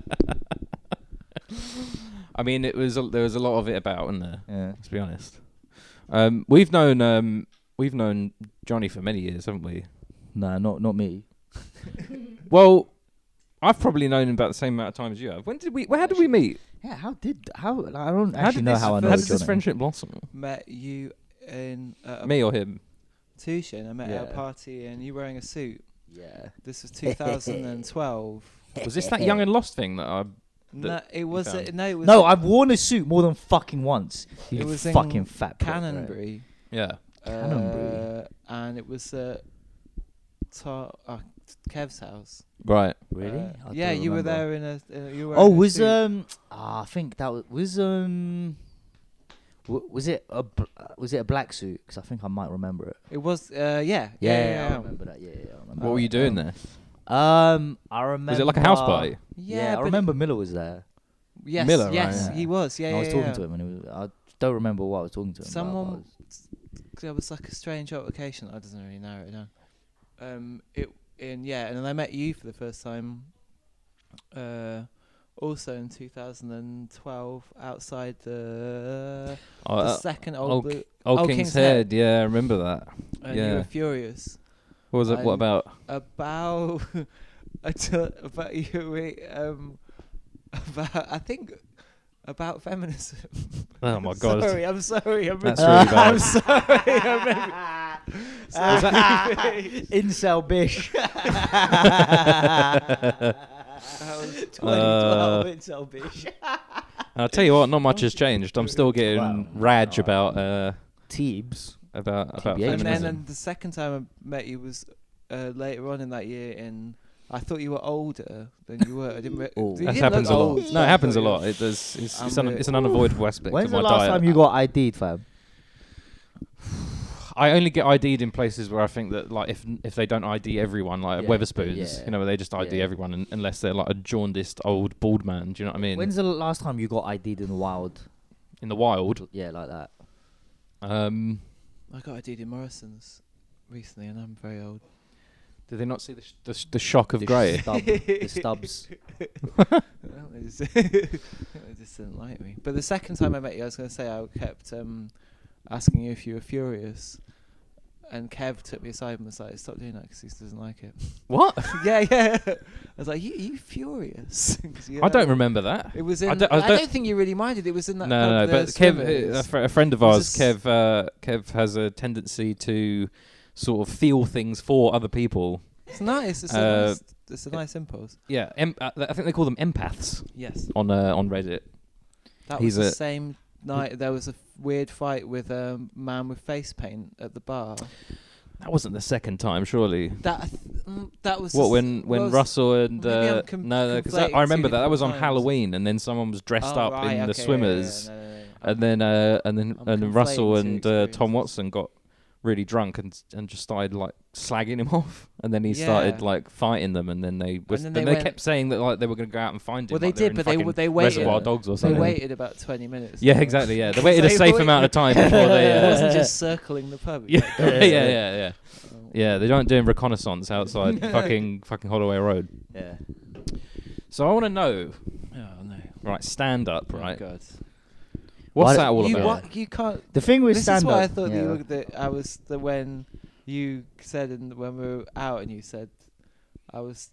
[SPEAKER 2] I mean, it was a, there was a lot of it about, wasn't there?
[SPEAKER 1] Yeah.
[SPEAKER 2] Let's be honest. Um, we've known um, we've known Johnny for many years, haven't we?
[SPEAKER 1] No, not not me.
[SPEAKER 2] Well, I've probably known him about the same amount of time as you have. When did we? Where, how did we meet?
[SPEAKER 1] Yeah, how did how? like, I don't
[SPEAKER 2] How
[SPEAKER 1] actually
[SPEAKER 2] did
[SPEAKER 1] know
[SPEAKER 2] this,
[SPEAKER 1] how I know
[SPEAKER 2] how
[SPEAKER 1] John
[SPEAKER 2] did this
[SPEAKER 1] Owen.
[SPEAKER 2] friendship blossom?
[SPEAKER 3] Met you in uh, a
[SPEAKER 2] Me or him?
[SPEAKER 3] tuition. I met at
[SPEAKER 1] Yeah.
[SPEAKER 3] a party and you were wearing a suit.
[SPEAKER 1] *laughs* Yeah,
[SPEAKER 3] This was 2012.
[SPEAKER 2] Was this
[SPEAKER 1] *laughs*
[SPEAKER 2] that young and lost thing that I?
[SPEAKER 3] no, it was
[SPEAKER 2] found.
[SPEAKER 3] a, no, it was
[SPEAKER 1] no,
[SPEAKER 3] a *laughs*
[SPEAKER 1] I've worn a suit more than fucking once. You
[SPEAKER 3] It was in
[SPEAKER 1] fucking fat prick, right.
[SPEAKER 3] Cannonbury,
[SPEAKER 1] *laughs*
[SPEAKER 2] Yeah.
[SPEAKER 1] Cannonbury.
[SPEAKER 3] uh, and it was uh, to, uh, Kev's house.
[SPEAKER 2] Right.
[SPEAKER 1] Really?
[SPEAKER 3] Uh,
[SPEAKER 1] I
[SPEAKER 3] yeah,
[SPEAKER 1] don't
[SPEAKER 3] you were
[SPEAKER 1] remember.
[SPEAKER 3] there in a. Uh, you were
[SPEAKER 1] Oh,
[SPEAKER 3] in a
[SPEAKER 1] was
[SPEAKER 3] suit.
[SPEAKER 1] um, ah, I think that was, was um, w- was it a bl- uh, was it a black suit? Because I think I might remember it.
[SPEAKER 3] It was. Uh, yeah.
[SPEAKER 1] Yeah, yeah,
[SPEAKER 3] Yeah.
[SPEAKER 1] I remember that. Yeah, yeah, I remember
[SPEAKER 2] What were
[SPEAKER 1] that.
[SPEAKER 2] you doing
[SPEAKER 1] Um,
[SPEAKER 2] there?
[SPEAKER 1] Um, I remember.
[SPEAKER 2] Was it like a house party?
[SPEAKER 1] Yeah, I
[SPEAKER 3] but-
[SPEAKER 1] remember Miller was there.
[SPEAKER 3] Yes,
[SPEAKER 2] Miller, right?
[SPEAKER 3] yes,
[SPEAKER 1] Yeah.
[SPEAKER 3] he was. Yeah,
[SPEAKER 1] and
[SPEAKER 3] yeah.
[SPEAKER 1] I was talking
[SPEAKER 3] yeah.
[SPEAKER 1] to him, and it was, I don't remember what I was talking to him. about, but I
[SPEAKER 3] Someone-
[SPEAKER 1] was-
[SPEAKER 3] There was like a strange altercation. I doesn't really narrow it down. Um, it and yeah, and then I met you for the first time. Uh, also in 2012, outside the,
[SPEAKER 2] Oh,
[SPEAKER 3] the
[SPEAKER 2] uh,
[SPEAKER 3] second old,
[SPEAKER 2] old,
[SPEAKER 3] blue,
[SPEAKER 2] old
[SPEAKER 3] Old
[SPEAKER 2] King's,
[SPEAKER 3] King's
[SPEAKER 2] Head.
[SPEAKER 3] Head.
[SPEAKER 2] Yeah, I remember that.
[SPEAKER 3] and you
[SPEAKER 2] yeah.
[SPEAKER 3] were furious
[SPEAKER 2] What was it? what
[SPEAKER 3] I'm-
[SPEAKER 2] about?
[SPEAKER 3] about *laughs* until about you. Wait, um, about I think about feminism.
[SPEAKER 2] Oh
[SPEAKER 3] *laughs*
[SPEAKER 2] my god.
[SPEAKER 3] Sorry, I'm sorry. I'm
[SPEAKER 2] That's
[SPEAKER 3] really-
[SPEAKER 2] really
[SPEAKER 1] *laughs*
[SPEAKER 2] bad.
[SPEAKER 3] I'm sorry.
[SPEAKER 2] *laughs*
[SPEAKER 3] I'm really-
[SPEAKER 2] was
[SPEAKER 1] *laughs*
[SPEAKER 3] *laughs*
[SPEAKER 1] Incel *laughs* bish.
[SPEAKER 2] Uh,
[SPEAKER 1] incel bish.
[SPEAKER 2] I'll tell you what, not much has changed. I'm still getting
[SPEAKER 1] Wow.
[SPEAKER 2] rage
[SPEAKER 1] Alright.
[SPEAKER 2] about uh,
[SPEAKER 1] Teebs.
[SPEAKER 2] about about
[SPEAKER 1] TBH.
[SPEAKER 3] and then
[SPEAKER 2] feminism.
[SPEAKER 3] and the second time I met you was uh, later on in that year, and I thought you were older than you were. I
[SPEAKER 2] *laughs*
[SPEAKER 3] didn't. Re-
[SPEAKER 1] Oh.
[SPEAKER 3] you
[SPEAKER 1] That
[SPEAKER 2] That
[SPEAKER 3] didn't
[SPEAKER 2] happens a
[SPEAKER 3] look
[SPEAKER 2] lot.
[SPEAKER 3] old,
[SPEAKER 2] No,
[SPEAKER 3] I
[SPEAKER 2] it happens
[SPEAKER 3] thought
[SPEAKER 2] a
[SPEAKER 3] you were-
[SPEAKER 2] lot. It does. It's, it's,
[SPEAKER 3] I'm
[SPEAKER 2] an,
[SPEAKER 3] a-
[SPEAKER 2] it's an unavoidable aspect
[SPEAKER 1] When's
[SPEAKER 2] of
[SPEAKER 1] the
[SPEAKER 2] my
[SPEAKER 1] last
[SPEAKER 2] diet.
[SPEAKER 1] time you got ID'd, fam?
[SPEAKER 2] I only get ID'd in places where I think that like if if they don't ID everyone, like
[SPEAKER 1] Yeah,
[SPEAKER 2] at Weatherspoons,
[SPEAKER 1] yeah,
[SPEAKER 2] you know, where they just ID
[SPEAKER 1] yeah.
[SPEAKER 2] everyone un- unless they're like a jaundiced old bald man. Do you know what I mean?
[SPEAKER 1] When's the last time you got ID'd in the wild?
[SPEAKER 2] in the wild.
[SPEAKER 1] Yeah, like that.
[SPEAKER 2] Um,
[SPEAKER 3] I got a DD Morrison's recently, and I'm very old.
[SPEAKER 2] did they not see the sh- the, sh- the shock of
[SPEAKER 1] The
[SPEAKER 2] grey?
[SPEAKER 1] stub- *laughs* the stubs.
[SPEAKER 3] Well, they *laughs* just, they just didn't like me. But the second time I met you, I was going to say I kept um, asking you if you were furious. And Kev took me aside and was like, "Stop doing that because he doesn't like it."
[SPEAKER 2] *laughs*
[SPEAKER 3] *laughs*
[SPEAKER 2] *laughs* what?
[SPEAKER 3] yeah, yeah. I was like, "You, you furious?" *laughs* 'Cause you
[SPEAKER 2] I don't
[SPEAKER 3] know,
[SPEAKER 2] remember that.
[SPEAKER 3] It was in.
[SPEAKER 2] I
[SPEAKER 3] I
[SPEAKER 2] don't-
[SPEAKER 3] don't,
[SPEAKER 2] I don't-
[SPEAKER 3] think you really minded. It was in
[SPEAKER 2] No,
[SPEAKER 3] that.
[SPEAKER 2] no,
[SPEAKER 3] pub,
[SPEAKER 2] no,
[SPEAKER 3] the
[SPEAKER 2] but Kev, uh,
[SPEAKER 3] Swimmers.
[SPEAKER 2] a, fr- a friend of
[SPEAKER 3] It was
[SPEAKER 2] ours,
[SPEAKER 3] a s-
[SPEAKER 2] Kev, uh, Kev has a tendency to sort of feel things for other people.
[SPEAKER 3] it's nice. It's,
[SPEAKER 2] uh,
[SPEAKER 3] a nice it's a nice impulse.
[SPEAKER 2] Yeah, em- uh, I think they call them empaths
[SPEAKER 3] Yes,
[SPEAKER 2] on uh, on Reddit.
[SPEAKER 3] that
[SPEAKER 2] he's
[SPEAKER 3] was
[SPEAKER 2] a-
[SPEAKER 3] the same night. There was a f- weird fight with a man with face paint at the bar.
[SPEAKER 2] That wasn't the second time, surely.
[SPEAKER 3] That I th- mm, that was
[SPEAKER 2] What
[SPEAKER 3] the s-
[SPEAKER 2] when when
[SPEAKER 3] was-
[SPEAKER 2] Russell and
[SPEAKER 3] maybe I'm
[SPEAKER 2] uh,
[SPEAKER 3] com-
[SPEAKER 2] no because I,
[SPEAKER 3] conflating
[SPEAKER 2] I
[SPEAKER 3] two
[SPEAKER 2] remember that that
[SPEAKER 3] different
[SPEAKER 2] was on
[SPEAKER 3] times.
[SPEAKER 2] Halloween and then someone was dressed
[SPEAKER 3] Oh,
[SPEAKER 2] up
[SPEAKER 3] right,
[SPEAKER 2] in the
[SPEAKER 3] okay, yeah,
[SPEAKER 2] swimmers
[SPEAKER 3] yeah, yeah, no, no, no.
[SPEAKER 2] and then uh, and then
[SPEAKER 3] I'm
[SPEAKER 2] and then Russell
[SPEAKER 3] conflating
[SPEAKER 2] and
[SPEAKER 3] two
[SPEAKER 2] uh, Tom
[SPEAKER 3] experiences.
[SPEAKER 2] Watson got really drunk and and just started like slagging him *laughs* off and then he
[SPEAKER 3] Yeah.
[SPEAKER 2] started like fighting them and then they was,
[SPEAKER 3] then
[SPEAKER 2] then
[SPEAKER 3] they
[SPEAKER 2] they
[SPEAKER 3] went-
[SPEAKER 2] kept saying that like they were going to go out and find him
[SPEAKER 3] Well, they
[SPEAKER 2] like were
[SPEAKER 3] did,
[SPEAKER 2] in
[SPEAKER 3] but they w-
[SPEAKER 2] fucking
[SPEAKER 3] they waited.
[SPEAKER 2] Reservoir Dogs or
[SPEAKER 3] they
[SPEAKER 2] something
[SPEAKER 3] waited about twenty minutes.
[SPEAKER 2] yeah exactly
[SPEAKER 3] *laughs*
[SPEAKER 2] yeah they
[SPEAKER 3] Because
[SPEAKER 2] waited a
[SPEAKER 3] they
[SPEAKER 2] safe
[SPEAKER 3] waited-
[SPEAKER 2] amount of time before they
[SPEAKER 3] *laughs* it
[SPEAKER 2] uh,
[SPEAKER 3] wasn't just circling the pub.
[SPEAKER 2] *laughs* yeah, *laughs* yeah, yeah, yeah, yeah.
[SPEAKER 3] Oh.
[SPEAKER 2] Yeah, they aren't doing reconnaissance
[SPEAKER 3] *laughs*
[SPEAKER 2] outside fucking fucking Holloway Road.
[SPEAKER 1] Yeah.
[SPEAKER 2] So I want to know,
[SPEAKER 3] Oh no.
[SPEAKER 2] right? Stand up, right?
[SPEAKER 3] Oh, God.
[SPEAKER 2] What's
[SPEAKER 1] Why-
[SPEAKER 2] that all
[SPEAKER 3] you,
[SPEAKER 2] about?
[SPEAKER 3] what, you can't.
[SPEAKER 1] The thing with
[SPEAKER 3] This
[SPEAKER 1] stand
[SPEAKER 3] is
[SPEAKER 1] up.
[SPEAKER 3] why I thought that, you
[SPEAKER 1] yeah.
[SPEAKER 3] were, that I was the when you said and when we were out and you said I was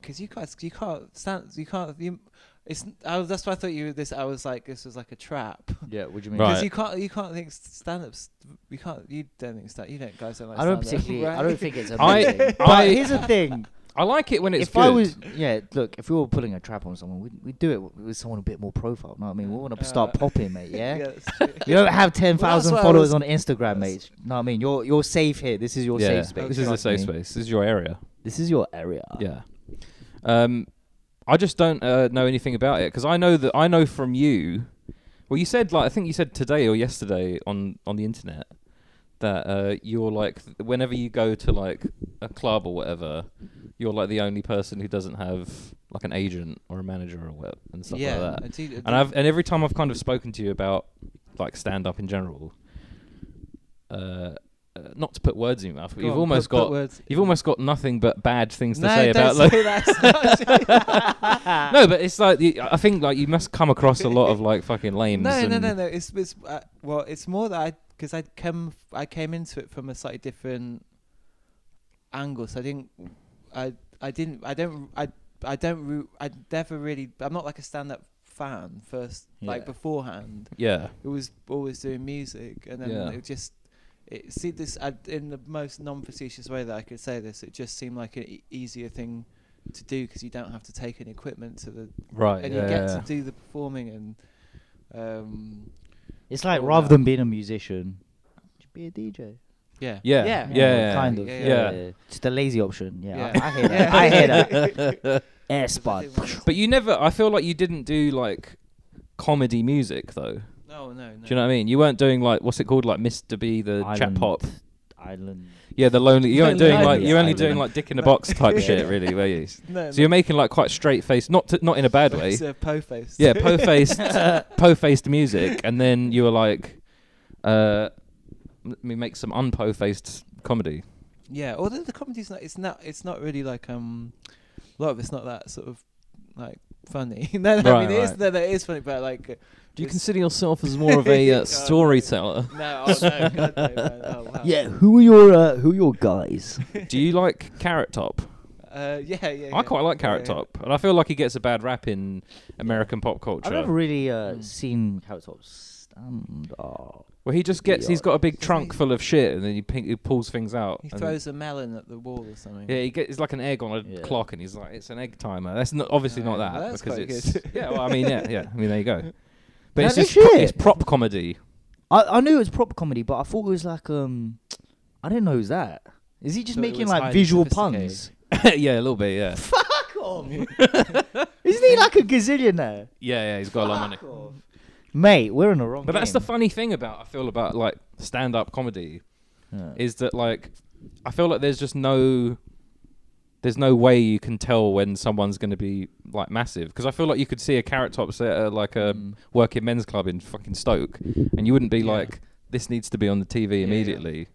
[SPEAKER 3] because you guys you can't stand you can't you it's I was, that's why I thought you were this I was like this was like a trap.
[SPEAKER 1] Yeah, what do you mean?
[SPEAKER 2] mean? Right.
[SPEAKER 3] Because you can't, you can't think stand-ups. You can't, you don't think stand. You don't guys don't like.
[SPEAKER 1] I don't
[SPEAKER 3] stand-up,
[SPEAKER 1] particularly.
[SPEAKER 3] right?
[SPEAKER 1] I don't
[SPEAKER 3] *laughs*
[SPEAKER 1] think it's
[SPEAKER 2] I-
[SPEAKER 1] amazing. but
[SPEAKER 2] I-
[SPEAKER 1] here's the thing:
[SPEAKER 2] I like it when it's
[SPEAKER 1] if
[SPEAKER 2] good.
[SPEAKER 1] I was, yeah, look, if we were pulling a trap on someone, we'd, we'd do it with- with someone a bit more profile. You know what I mean? We want
[SPEAKER 3] Uh,
[SPEAKER 1] to start popping, mate.
[SPEAKER 3] *laughs*
[SPEAKER 1] Yeah. *laughs*
[SPEAKER 3] that's true.
[SPEAKER 1] You don't have ten thousand
[SPEAKER 3] why I
[SPEAKER 1] followers
[SPEAKER 3] was-
[SPEAKER 1] on Instagram, mate. You know what I mean? You're you're safe here. This is your
[SPEAKER 2] yeah,
[SPEAKER 1] safe space.
[SPEAKER 2] this is a
[SPEAKER 1] trust
[SPEAKER 2] safe
[SPEAKER 1] me.
[SPEAKER 2] space. This is your area.
[SPEAKER 1] This is your area.
[SPEAKER 2] Yeah. Um, I just don't uh, know anything about it because I know that I know from you. Well, you said like I think you said today or yesterday on on the internet that uh, you're like whenever you go to like a club or whatever, you're like the only person who doesn't have like an agent or a manager or what and stuff
[SPEAKER 3] *laughs* yeah,
[SPEAKER 2] like that.
[SPEAKER 3] I do, I do.
[SPEAKER 2] and I've and every time I've kind of spoken to you about like stand up in general, uh, uh, not to put words in your mouth, but
[SPEAKER 3] Go
[SPEAKER 2] you've
[SPEAKER 3] on,
[SPEAKER 2] almost
[SPEAKER 3] put- put
[SPEAKER 2] got
[SPEAKER 3] words.
[SPEAKER 2] you've almost got nothing but bad things to
[SPEAKER 3] No,
[SPEAKER 2] say
[SPEAKER 3] don't
[SPEAKER 2] about.
[SPEAKER 3] say *laughs*
[SPEAKER 2] *laughs*
[SPEAKER 3] that.
[SPEAKER 2] no, but it's like you, I think like you must come across a lot of like fucking lames.
[SPEAKER 3] No, no,
[SPEAKER 2] and-
[SPEAKER 3] no, no. It's it's uh, well, it's more that I because I come I came into it from a slightly different angle. So I didn't I I didn't I don't I but I don't. Re- I never really. I'm not like a stand-up fan. First, like
[SPEAKER 1] Yeah.
[SPEAKER 3] beforehand,
[SPEAKER 2] Yeah.
[SPEAKER 3] it was always doing music, and then
[SPEAKER 2] Yeah.
[SPEAKER 3] it just. It see this I, in the most non-facetious way that I could say this. It just seemed like an e- easier thing to do because you don't have to take any equipment to the
[SPEAKER 2] Right.
[SPEAKER 3] and
[SPEAKER 2] yeah,
[SPEAKER 3] you get
[SPEAKER 2] yeah.
[SPEAKER 3] to do the performing and um
[SPEAKER 1] It's like
[SPEAKER 3] All
[SPEAKER 1] rather
[SPEAKER 3] that.
[SPEAKER 1] than being a musician, just be a DJ.
[SPEAKER 3] yeah
[SPEAKER 2] Yeah,
[SPEAKER 3] yeah
[SPEAKER 2] yeah,
[SPEAKER 1] kind of.
[SPEAKER 3] yeah,
[SPEAKER 1] Yeah,
[SPEAKER 2] yeah.
[SPEAKER 1] It's the lazy option. Yeah,
[SPEAKER 3] Yeah.
[SPEAKER 1] I, I hear that.
[SPEAKER 3] Yeah.
[SPEAKER 1] I hear that. Air spot.
[SPEAKER 2] But you never. I feel like you didn't do like comedy music though.
[SPEAKER 3] no no no
[SPEAKER 2] Do you know what I mean? You weren't doing like what's it called, like Mr. B, the *laughs* chat
[SPEAKER 1] Island.
[SPEAKER 2] pop.
[SPEAKER 1] Island.
[SPEAKER 2] Yeah, the lonely. You weren't
[SPEAKER 3] Lonely
[SPEAKER 2] doing like
[SPEAKER 1] Island.
[SPEAKER 2] you're only
[SPEAKER 1] Island.
[SPEAKER 2] doing like Dick in a Box type
[SPEAKER 1] Yeah.
[SPEAKER 2] shit, really, were you?
[SPEAKER 3] *laughs* no,
[SPEAKER 2] So you're making like quite straight face, not to, not in a bad way.
[SPEAKER 3] it's a po face
[SPEAKER 2] Yeah, po faced, po faced music, and then you were like, uh, let me make some unpo faced comedy.
[SPEAKER 3] *laughs* yeah although the comedy's not it's not it's not really like um a lot of it's not that sort of like funny *laughs* no, no I
[SPEAKER 2] Right,
[SPEAKER 3] mean it is
[SPEAKER 2] right.
[SPEAKER 3] no, no, it is funny but like uh,
[SPEAKER 2] Do you
[SPEAKER 3] It's-
[SPEAKER 2] consider yourself as more of a uh, *laughs*
[SPEAKER 3] God.
[SPEAKER 2] storyteller?
[SPEAKER 3] *laughs* no oh no god no, man, oh,
[SPEAKER 2] *laughs*
[SPEAKER 3] wow.
[SPEAKER 1] Yeah, who are your uh, who are your guys?
[SPEAKER 2] Do you like Carrot Top?
[SPEAKER 3] uh, yeah yeah
[SPEAKER 2] I quite like Carrot Top, and I feel like he gets a bad rap in American pop
[SPEAKER 1] I've
[SPEAKER 2] culture.
[SPEAKER 1] never really uh,
[SPEAKER 3] Mm.
[SPEAKER 1] seen how it's all stand up.
[SPEAKER 2] Where he just gets, he's got a big trunk
[SPEAKER 3] he-
[SPEAKER 2] full of shit, and then he, pink, he pulls things out.
[SPEAKER 3] he
[SPEAKER 2] and-
[SPEAKER 3] throws a melon at the wall or something
[SPEAKER 2] Yeah, he gets, it's like an egg on a
[SPEAKER 1] Yeah.
[SPEAKER 2] clock, and he's like, "It's an egg timer." That's not obviously not
[SPEAKER 3] Oh,
[SPEAKER 2] that
[SPEAKER 3] well, that's
[SPEAKER 2] because
[SPEAKER 3] quite
[SPEAKER 2] it's
[SPEAKER 3] good.
[SPEAKER 2] yeah. Well, I mean, yeah, yeah. I mean, there you go. But
[SPEAKER 1] No,
[SPEAKER 2] it's
[SPEAKER 1] no
[SPEAKER 2] just pro-
[SPEAKER 1] shit.
[SPEAKER 2] it's prop comedy. *laughs*
[SPEAKER 1] I, I knew it was prop comedy, but I thought it was like um, I didn't know it was that. Is he just
[SPEAKER 3] Thought it
[SPEAKER 1] making
[SPEAKER 3] was
[SPEAKER 1] like
[SPEAKER 3] highly
[SPEAKER 1] visual
[SPEAKER 3] sophisticated.
[SPEAKER 1] puns? *laughs*
[SPEAKER 2] yeah, a little bit. Yeah,
[SPEAKER 1] Fuck off! *laughs* Isn't he like a gazillionaire?
[SPEAKER 2] yeah, yeah. He's got a lot of money.
[SPEAKER 1] Fuck off. Mate, we're in the wrong.
[SPEAKER 2] But that's the
[SPEAKER 1] game.
[SPEAKER 2] funny thing about I feel about like stand up comedy
[SPEAKER 1] Yeah.
[SPEAKER 2] is that like I feel like there's just no there's no way you can tell when someone's going to be like massive because I feel like you could see a carrot top set at like a
[SPEAKER 1] Mm.
[SPEAKER 2] working men's club in fucking Stoke and you wouldn't be
[SPEAKER 3] Yeah.
[SPEAKER 2] like this needs to be on the TV
[SPEAKER 3] yeah.
[SPEAKER 2] immediately.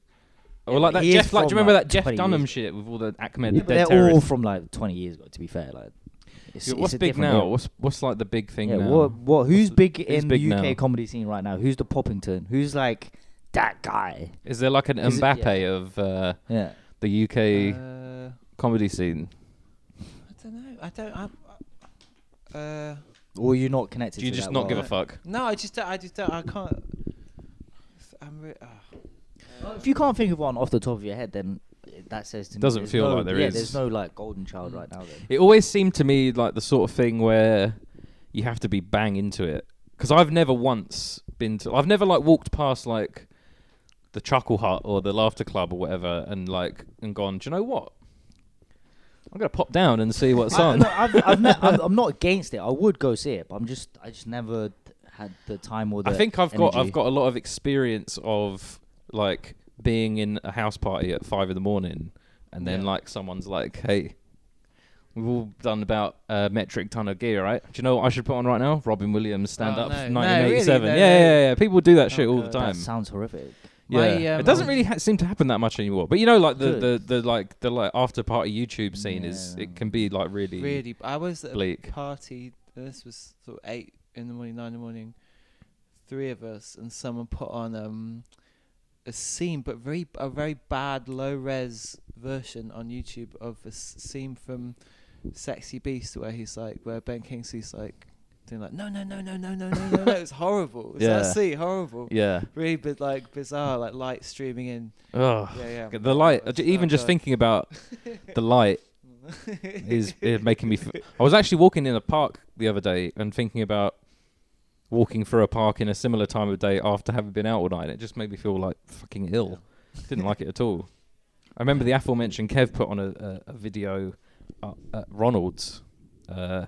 [SPEAKER 2] Or
[SPEAKER 1] Yeah,
[SPEAKER 2] like
[SPEAKER 1] but
[SPEAKER 2] that
[SPEAKER 1] he is
[SPEAKER 2] Jeff, like, do
[SPEAKER 1] from,
[SPEAKER 2] you remember
[SPEAKER 1] like,
[SPEAKER 2] that Jeff
[SPEAKER 1] 20 years
[SPEAKER 2] Dunham
[SPEAKER 1] ago.
[SPEAKER 2] shit with all the Ahmed
[SPEAKER 1] Yeah,
[SPEAKER 2] the
[SPEAKER 1] but
[SPEAKER 2] dead
[SPEAKER 1] they're all
[SPEAKER 2] terrorists?
[SPEAKER 1] from like 20 years ago. To be fair, like it's, it's
[SPEAKER 2] Yeah, What's
[SPEAKER 1] a
[SPEAKER 2] big
[SPEAKER 1] different
[SPEAKER 2] now?
[SPEAKER 1] era.
[SPEAKER 2] What's what's like the big thing
[SPEAKER 1] yeah,
[SPEAKER 2] now?
[SPEAKER 1] what what? Who's
[SPEAKER 2] What's-
[SPEAKER 1] big
[SPEAKER 2] who's
[SPEAKER 1] in
[SPEAKER 2] big
[SPEAKER 1] the UK
[SPEAKER 2] now?
[SPEAKER 1] comedy scene right now? Who's the Poppington? Who's like that guy?
[SPEAKER 2] Is there like an
[SPEAKER 1] Is it-
[SPEAKER 2] Mbappe
[SPEAKER 1] yeah.
[SPEAKER 2] of uh,
[SPEAKER 1] Yeah,
[SPEAKER 2] the UK
[SPEAKER 3] uh,
[SPEAKER 2] comedy scene?
[SPEAKER 3] I don't know. I don't. I, I- uh,
[SPEAKER 1] or you're not connected.
[SPEAKER 2] Do you
[SPEAKER 1] to
[SPEAKER 2] just
[SPEAKER 1] that
[SPEAKER 2] not give a
[SPEAKER 1] world.
[SPEAKER 2] fuck?
[SPEAKER 3] no, I just. Don't, I just don't. I can't. I'm. Re- ah. Uh,
[SPEAKER 1] If you can't think of one off the top of your head, then that says to me
[SPEAKER 2] Doesn't
[SPEAKER 1] there's
[SPEAKER 2] feel
[SPEAKER 1] no-
[SPEAKER 2] like there
[SPEAKER 1] yeah,
[SPEAKER 2] is.
[SPEAKER 1] There's no like golden
[SPEAKER 3] Mm.
[SPEAKER 1] child right now. Then.
[SPEAKER 2] It always seemed to me like the sort of thing where you have to be bang into it. Because I've never once been to. I've never like walked past like the Chuckle Hut or the Laughter Club or whatever, and like and gone. Do you know what? I'm gonna pop down and see what's
[SPEAKER 1] I,
[SPEAKER 2] on.
[SPEAKER 1] no, I've, I've ne- I'm, I'm not against it. I would go see it, but I'm just I just never t- had the time or the.
[SPEAKER 2] I think I've got I've
[SPEAKER 1] energy.
[SPEAKER 2] got a lot of experience of like being in a house party at five in the morning, and then
[SPEAKER 3] Yeah.
[SPEAKER 2] like someone's like, "Hey, we've all done about a metric ton of gear, right? Do you know what I should put on right now? Robin Williams stand
[SPEAKER 3] Oh,
[SPEAKER 2] up,
[SPEAKER 3] no. No,
[SPEAKER 2] 1987.
[SPEAKER 3] really, no, Oh,
[SPEAKER 2] yeah,
[SPEAKER 3] no.
[SPEAKER 2] yeah, yeah. People do that shit all the
[SPEAKER 3] God.
[SPEAKER 2] time.
[SPEAKER 1] That sounds horrific.
[SPEAKER 2] yeah,
[SPEAKER 3] My, um,
[SPEAKER 2] it doesn't really ha- seem to happen that much anymore. But you know, like the, the,
[SPEAKER 1] Good.
[SPEAKER 2] the like the like after party YouTube scene is
[SPEAKER 1] Yeah.
[SPEAKER 2] it can be like really,
[SPEAKER 3] really. I was at
[SPEAKER 2] bleak.
[SPEAKER 3] a party. and This was sort of eight in the morning, nine in the morning. Three of us, and someone put on um a scene, but very a very bad low res version on YouTube of a s- scene from Sexy Beast, where he's like, where Ben Kingsley's like doing like, no, no, no, no, no, no, no, no, no. It's horrible. It's
[SPEAKER 2] Yeah.
[SPEAKER 3] absolutely horrible.
[SPEAKER 2] yeah.
[SPEAKER 3] really bit like bizarre, like light streaming in.
[SPEAKER 2] Ugh.
[SPEAKER 3] Yeah, yeah.
[SPEAKER 2] *sighs* The light, uh,
[SPEAKER 3] That's-
[SPEAKER 2] even
[SPEAKER 3] oh,
[SPEAKER 2] just
[SPEAKER 3] God.
[SPEAKER 2] thinking about the light is, is making me. F- I was actually walking in a park the other day and thinking about walking through a park in a similar time of day after having been out all night. It just made me feel like fucking ill. Didn't like it at all. I remember the aforementioned Kev put on a, a, a video uh, at Ronald's. Uh,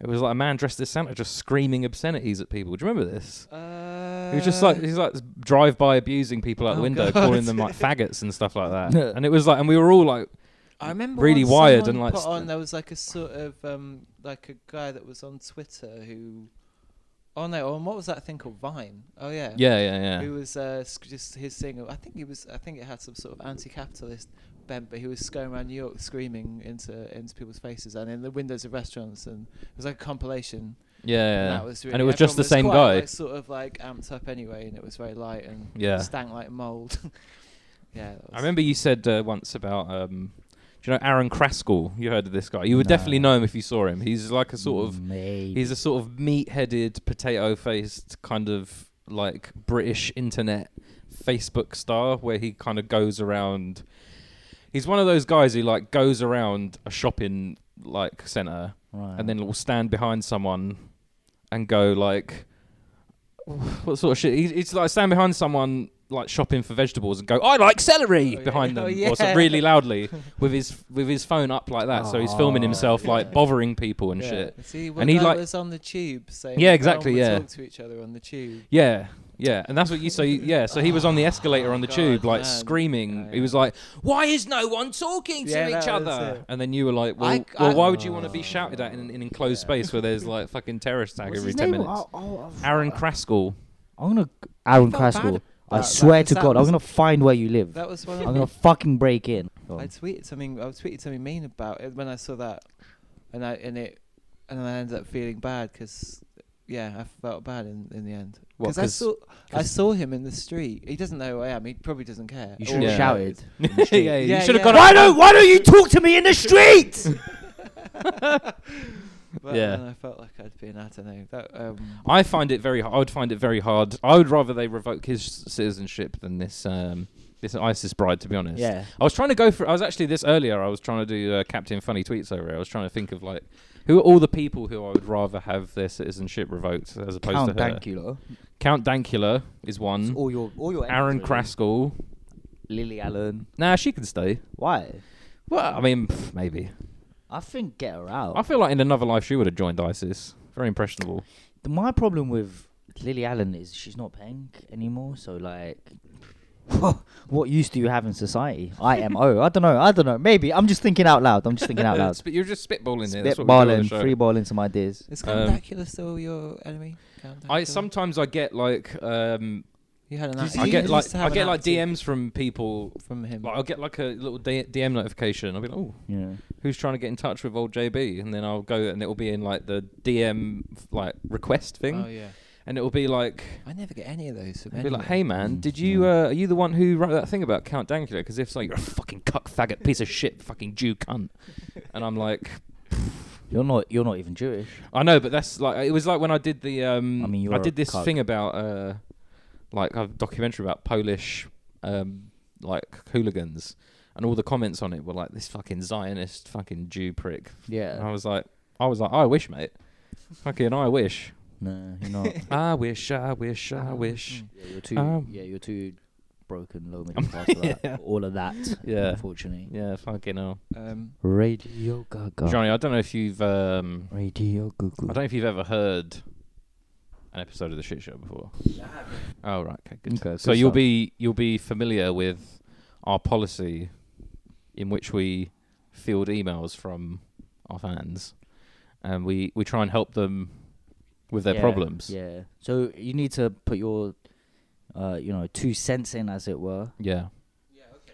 [SPEAKER 2] it was like a man dressed as Santa just screaming obscenities at people. Do you remember this?
[SPEAKER 3] Uh,
[SPEAKER 2] He was just like he's like drive by abusing people out the
[SPEAKER 3] Oh,
[SPEAKER 2] window,
[SPEAKER 3] God.
[SPEAKER 2] calling them
[SPEAKER 3] *laughs*
[SPEAKER 2] like faggots and stuff like that. and it was like, and we were all like,
[SPEAKER 3] I remember
[SPEAKER 2] really
[SPEAKER 3] once
[SPEAKER 2] wired
[SPEAKER 3] someone
[SPEAKER 2] and, like,
[SPEAKER 3] put
[SPEAKER 2] st-
[SPEAKER 3] on there was like a sort of um like a guy that was on Twitter who, oh no, on what was that thing called Vine? Oh yeah,
[SPEAKER 2] yeah, yeah, yeah.
[SPEAKER 3] Who was uh, sc- just his singer? I think he was. I think it had some sort of anti-capitalist bent, but he was going around New York screaming into into people's faces and in the windows of restaurants, and it was like a compilation.
[SPEAKER 2] Yeah,
[SPEAKER 3] And
[SPEAKER 2] yeah.
[SPEAKER 3] that was really,
[SPEAKER 2] and it was just the
[SPEAKER 3] everyone
[SPEAKER 2] same
[SPEAKER 3] was
[SPEAKER 2] guy.
[SPEAKER 3] quite, like, sort of like amped up anyway, and it was very light and
[SPEAKER 2] Yeah.
[SPEAKER 3] stank like mold. *laughs* yeah, that
[SPEAKER 2] I
[SPEAKER 3] was-
[SPEAKER 2] remember you said uh, once about um, Do you know Aaron Kraskell? You heard of this guy? You would
[SPEAKER 1] No. Mm.
[SPEAKER 2] definitely know him if you saw him. He's like a sort of
[SPEAKER 1] Maybe.
[SPEAKER 2] he's a sort of meat-headed, potato-faced kind of like British internet Facebook star where he kind of goes around. He's one of those guys who like goes around a shopping like center
[SPEAKER 1] right.
[SPEAKER 2] and then will stand behind someone and go like, *sighs* what sort of shit? He- He's like stand behind someone like shopping for vegetables and go, I like celery
[SPEAKER 3] Oh, yeah.
[SPEAKER 2] behind
[SPEAKER 3] Oh,
[SPEAKER 2] them,
[SPEAKER 3] yeah.
[SPEAKER 2] or so really
[SPEAKER 3] *laughs*
[SPEAKER 2] loudly with his with his phone up like that. so he's filming
[SPEAKER 1] Oh,
[SPEAKER 2] himself like
[SPEAKER 3] yeah.
[SPEAKER 2] bothering people and
[SPEAKER 3] yeah.
[SPEAKER 2] shit.
[SPEAKER 3] See,
[SPEAKER 2] And he,
[SPEAKER 3] he
[SPEAKER 2] like-
[SPEAKER 3] was on the tube saying
[SPEAKER 2] Yeah,
[SPEAKER 3] that no
[SPEAKER 2] exactly,
[SPEAKER 3] one would
[SPEAKER 2] yeah.
[SPEAKER 3] talk to each other on the tube.
[SPEAKER 2] Yeah. Yeah, and that's what you so you- yeah. So he was on the escalator on the
[SPEAKER 3] Oh, God,
[SPEAKER 2] tube, like
[SPEAKER 3] man.
[SPEAKER 2] screaming.
[SPEAKER 3] Yeah,
[SPEAKER 2] He was like, "Why is no one talking to
[SPEAKER 3] Yeah,
[SPEAKER 2] each
[SPEAKER 3] that was
[SPEAKER 2] other?"
[SPEAKER 3] it.
[SPEAKER 2] And then you were like, "Well,
[SPEAKER 3] I-
[SPEAKER 2] well
[SPEAKER 3] I-
[SPEAKER 2] why would you want to be shouted at in an in enclosed space where there's like fucking terrorist attack
[SPEAKER 1] What's
[SPEAKER 2] every
[SPEAKER 1] his
[SPEAKER 2] ten
[SPEAKER 1] name?
[SPEAKER 2] minutes?"
[SPEAKER 1] Oh, oh, oh, *laughs*
[SPEAKER 2] Aaron Kraskell.
[SPEAKER 1] I'm gonna Aaron
[SPEAKER 3] felt bad
[SPEAKER 1] Kraskell. I
[SPEAKER 3] about
[SPEAKER 1] swear
[SPEAKER 3] that, 'cause
[SPEAKER 1] to
[SPEAKER 3] that
[SPEAKER 1] God, I'm
[SPEAKER 3] was-
[SPEAKER 1] gonna find where you live.
[SPEAKER 3] That was one
[SPEAKER 1] I'm
[SPEAKER 2] *laughs*
[SPEAKER 3] of
[SPEAKER 1] gonna
[SPEAKER 3] *laughs*
[SPEAKER 1] fucking break in. Go
[SPEAKER 3] I
[SPEAKER 1] on.
[SPEAKER 3] tweeted something. I tweeted something mean about it when I saw that, and I and it, and I ended up feeling bad because, yeah, I felt bad in, in the end.
[SPEAKER 2] What,
[SPEAKER 3] Because I
[SPEAKER 2] 'cause-
[SPEAKER 3] saw I
[SPEAKER 2] 'cause-
[SPEAKER 3] saw him in the street. He doesn't know who I am. He probably doesn't care.
[SPEAKER 1] You
[SPEAKER 3] Or
[SPEAKER 1] should have
[SPEAKER 3] he
[SPEAKER 2] Yeah.
[SPEAKER 1] shouted.
[SPEAKER 2] *laughs*
[SPEAKER 3] knows.
[SPEAKER 2] yeah, you
[SPEAKER 3] Yeah,
[SPEAKER 2] should have
[SPEAKER 3] yeah.
[SPEAKER 2] gone.
[SPEAKER 1] Why don't Why don't you talk to me in the street?
[SPEAKER 3] But
[SPEAKER 2] Yeah.
[SPEAKER 3] then I felt like I'd been. I don't know. That, um,
[SPEAKER 2] I find it very. h- I would find it very hard. I would rather they revoke his citizenship than this. Um, this ISIS bride, to be honest.
[SPEAKER 1] yeah.
[SPEAKER 2] I was trying to go for. I was actually this earlier. I was trying to do uh, Captain Funny tweets over. Here. I was trying to think of like who are all the people who I would rather have their citizenship revoked as opposed
[SPEAKER 1] Count
[SPEAKER 2] to her.
[SPEAKER 1] Dankula.
[SPEAKER 2] Count Dankula is
[SPEAKER 1] It's
[SPEAKER 2] one.
[SPEAKER 1] All your all your
[SPEAKER 2] Aaron
[SPEAKER 1] enemies, really.
[SPEAKER 2] Kraskell.
[SPEAKER 1] Lily Allen.
[SPEAKER 2] Nah, she can stay.
[SPEAKER 1] Why?
[SPEAKER 2] Well, I mean, pff, maybe.
[SPEAKER 1] I think get her out.
[SPEAKER 2] I feel like in another life she would have joined ISIS. Very impressionable.
[SPEAKER 1] The- My problem with Lily Allen is she's not paying anymore. So like, *laughs* what use do you have in society? IMO. I don't know. I don't know. Maybe I'm just thinking out loud. I'm just thinking
[SPEAKER 2] *laughs*
[SPEAKER 1] out loud.
[SPEAKER 2] But you're just spitballing here. That's what we do on the
[SPEAKER 1] Spitballing,
[SPEAKER 2] show.
[SPEAKER 1] free balling some ideas.
[SPEAKER 3] is
[SPEAKER 2] Um,
[SPEAKER 3] Condacula still your enemy?
[SPEAKER 2] I
[SPEAKER 3] Condacula?
[SPEAKER 2] sometimes I get like um,
[SPEAKER 3] You had
[SPEAKER 1] Did
[SPEAKER 3] an. act-
[SPEAKER 1] you
[SPEAKER 2] I
[SPEAKER 3] you
[SPEAKER 2] get
[SPEAKER 3] used
[SPEAKER 2] like
[SPEAKER 3] to
[SPEAKER 2] I
[SPEAKER 3] have an
[SPEAKER 2] get like
[SPEAKER 3] active
[SPEAKER 2] DMs from people.
[SPEAKER 3] from him.
[SPEAKER 2] Like I'll get like a little D- DM notification. I'll be like, oh,
[SPEAKER 1] Yeah.
[SPEAKER 2] who's trying to get in touch with old JB? And then I'll go and it'll be in like the DM like request thing,
[SPEAKER 3] Oh yeah.
[SPEAKER 2] and it'll be like.
[SPEAKER 3] I never get any of those. From
[SPEAKER 2] It'll be like,
[SPEAKER 3] anyone.
[SPEAKER 2] hey man,
[SPEAKER 1] Mm,
[SPEAKER 2] did you
[SPEAKER 1] yeah.
[SPEAKER 2] uh, are you the one who wrote that thing about Count Dankula? Because if so, you're a fucking cuck faggot, piece of shit, fucking Jew cunt. And I'm like,
[SPEAKER 1] You're not. You're not even Jewish.
[SPEAKER 2] I know, but that's like it was like when I did the um
[SPEAKER 1] I mean, you're
[SPEAKER 2] I
[SPEAKER 1] a
[SPEAKER 2] did this
[SPEAKER 1] cuck.
[SPEAKER 2] thing about uh like a documentary about Polish um like hooligans and all the comments on it were like this fucking Zionist fucking Jew prick. And I
[SPEAKER 1] Yeah.
[SPEAKER 2] was like I was like I wish mate. Fucking I wish.
[SPEAKER 1] No, you're
[SPEAKER 2] *laughs*
[SPEAKER 1] not.
[SPEAKER 2] I wish, I
[SPEAKER 1] *laughs*
[SPEAKER 2] wish, I wish.
[SPEAKER 1] yeah, you're too.
[SPEAKER 2] Um,
[SPEAKER 1] yeah, you're too broken, low middle
[SPEAKER 2] *laughs*
[SPEAKER 1] class for that. All of that.
[SPEAKER 2] Yeah.
[SPEAKER 1] Unfortunately.
[SPEAKER 2] Yeah, fucking hell.
[SPEAKER 3] Um,
[SPEAKER 1] Radio Gaga.
[SPEAKER 2] Johnny, I don't know if you've um
[SPEAKER 1] Radio
[SPEAKER 2] I
[SPEAKER 1] Gaga.
[SPEAKER 2] don't know if you've ever heard an episode of the shit show before. Oh right, okay, good.
[SPEAKER 1] Okay,
[SPEAKER 2] so
[SPEAKER 1] good
[SPEAKER 2] you'll
[SPEAKER 1] stuff.
[SPEAKER 2] be you'll be familiar with our policy in which we field emails from our fans, and we we try and help them with their
[SPEAKER 1] Yeah,
[SPEAKER 2] problems.
[SPEAKER 1] Yeah. So you need to put your, uh, you know, two cents in, as it were.
[SPEAKER 2] Yeah.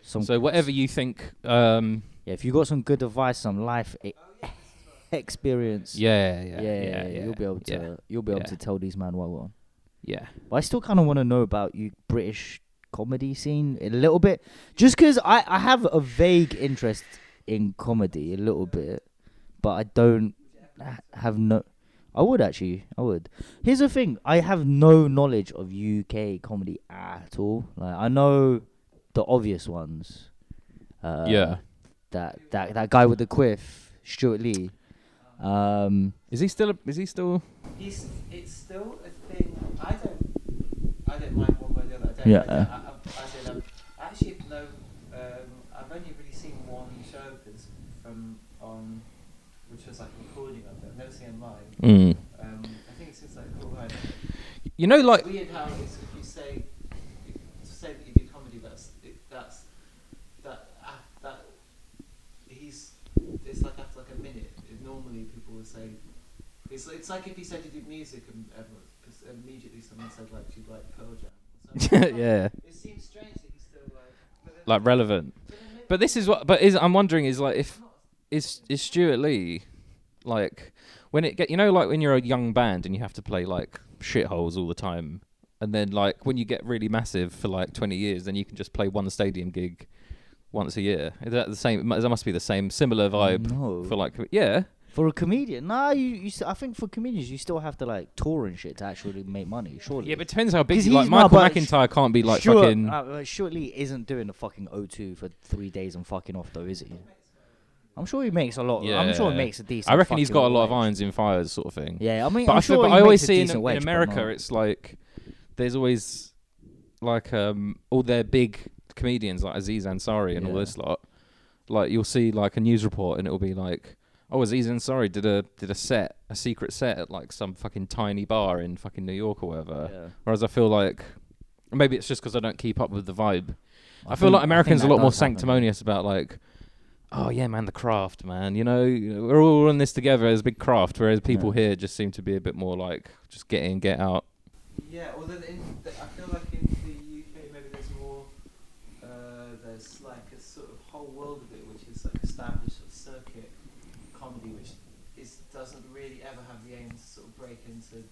[SPEAKER 1] Some,
[SPEAKER 2] So whatever you think, um,
[SPEAKER 1] Yeah, if you got some good advice, some life e- *laughs* experience.
[SPEAKER 2] yeah, yeah,
[SPEAKER 1] Yeah, yeah, yeah, You'll be able to.
[SPEAKER 2] yeah,
[SPEAKER 1] you'll be able
[SPEAKER 2] yeah.
[SPEAKER 1] to tell these man well on.
[SPEAKER 2] yeah.
[SPEAKER 1] But I still kind of want to know about you British comedy scene a little bit, just because I I have a vague interest in comedy a little bit, but I don't ha- have no. I would actually, I would. Here's the thing: I have no knowledge of UK comedy at all. Like I know the obvious ones. Uh,
[SPEAKER 2] Yeah.
[SPEAKER 1] That that that guy with the quiff, Stuart Lee. Um.
[SPEAKER 2] Is he still? A, is he still?
[SPEAKER 3] It's, it's still a thing. I don't. I don't mind one way or the other. I don't.
[SPEAKER 1] Yeah.
[SPEAKER 3] I,
[SPEAKER 2] uh.
[SPEAKER 3] don't, I, I, I, don't know. I actually know. Um, I've only really seen one show of his from on, which was like a recording of it. I've never seen him live.
[SPEAKER 1] *laughs*
[SPEAKER 3] Um, I think it's just like cool. Hide.
[SPEAKER 2] You know, like
[SPEAKER 3] It's
[SPEAKER 2] *laughs*
[SPEAKER 1] *laughs*
[SPEAKER 3] weird how it's if you say, if you say that you do comedy. That's it, that's that uh, that he's. It's like after like a minute. It, normally people would say. It's it's like if you said you did music and everyone, 'cause immediately someone said like you like Pearl Jam. Or something.
[SPEAKER 2] yeah,
[SPEAKER 3] It seems strange that he's still like. But then,
[SPEAKER 2] like relevant.
[SPEAKER 3] but then maybe
[SPEAKER 2] But this is what. But is I'm wondering is like if is is Stuart Lee like when it get you know like when you're a young band and you have to play like shitholes all the time, and then like when you get really massive for like 20 years, then you can just play one stadium gig once a year. Is that the same? That must be the same similar vibe
[SPEAKER 1] No.
[SPEAKER 2] for like yeah.
[SPEAKER 1] For a comedian, nah, you, you st- I think for comedians you still have to like tour and shit to actually make money. Surely.
[SPEAKER 2] Yeah, but it depends how big.
[SPEAKER 1] 'Cause
[SPEAKER 2] Like
[SPEAKER 1] he's not-
[SPEAKER 2] Michael
[SPEAKER 1] but sh-
[SPEAKER 2] McIntyre can't be like
[SPEAKER 1] Sure-
[SPEAKER 2] fucking.
[SPEAKER 1] uh, uh, surely isn't doing a fucking O2 for three days and fucking off though, is he? I'm sure he makes a lot. I'm sure he
[SPEAKER 2] Yeah.
[SPEAKER 1] makes a decent.
[SPEAKER 2] I reckon he's
[SPEAKER 1] fucking
[SPEAKER 2] got a lot of
[SPEAKER 1] wage.
[SPEAKER 2] irons in fires, sort of thing.
[SPEAKER 1] Yeah, I mean,
[SPEAKER 2] but
[SPEAKER 1] I'm
[SPEAKER 2] I
[SPEAKER 1] sure
[SPEAKER 2] feel, but
[SPEAKER 1] he
[SPEAKER 2] I
[SPEAKER 1] makes
[SPEAKER 2] always
[SPEAKER 1] a
[SPEAKER 2] see in,
[SPEAKER 1] decent
[SPEAKER 2] in
[SPEAKER 1] wage, but
[SPEAKER 2] America,
[SPEAKER 1] not-
[SPEAKER 2] it's like there's always like um all their big comedians like Aziz Ansari and all
[SPEAKER 1] Yeah.
[SPEAKER 2] this lot. Like you'll see like a news report and it'll be like, oh Aziz Ansari did a did a set a secret set at like some fucking tiny bar in fucking New York or whatever.
[SPEAKER 1] Yeah.
[SPEAKER 2] Whereas I feel like maybe it's just because I don't keep up with the vibe. I, feel
[SPEAKER 1] think-
[SPEAKER 2] like
[SPEAKER 1] I
[SPEAKER 2] Americans are
[SPEAKER 1] think
[SPEAKER 2] a lot
[SPEAKER 1] that
[SPEAKER 2] more
[SPEAKER 1] does happen.
[SPEAKER 2] sanctimonious about like, oh yeah, man, the craft, man. You know, you know, we're all in this together as a big craft. Whereas people
[SPEAKER 1] Yeah.
[SPEAKER 2] here just seem to be a bit more like just get in, get out.
[SPEAKER 3] Yeah, although the, in, the, I feel like in the UK maybe there's more. Uh, there's like a sort of whole world of it, which is like established sort of circuit comedy, which is doesn't really ever have the aim to sort of break into.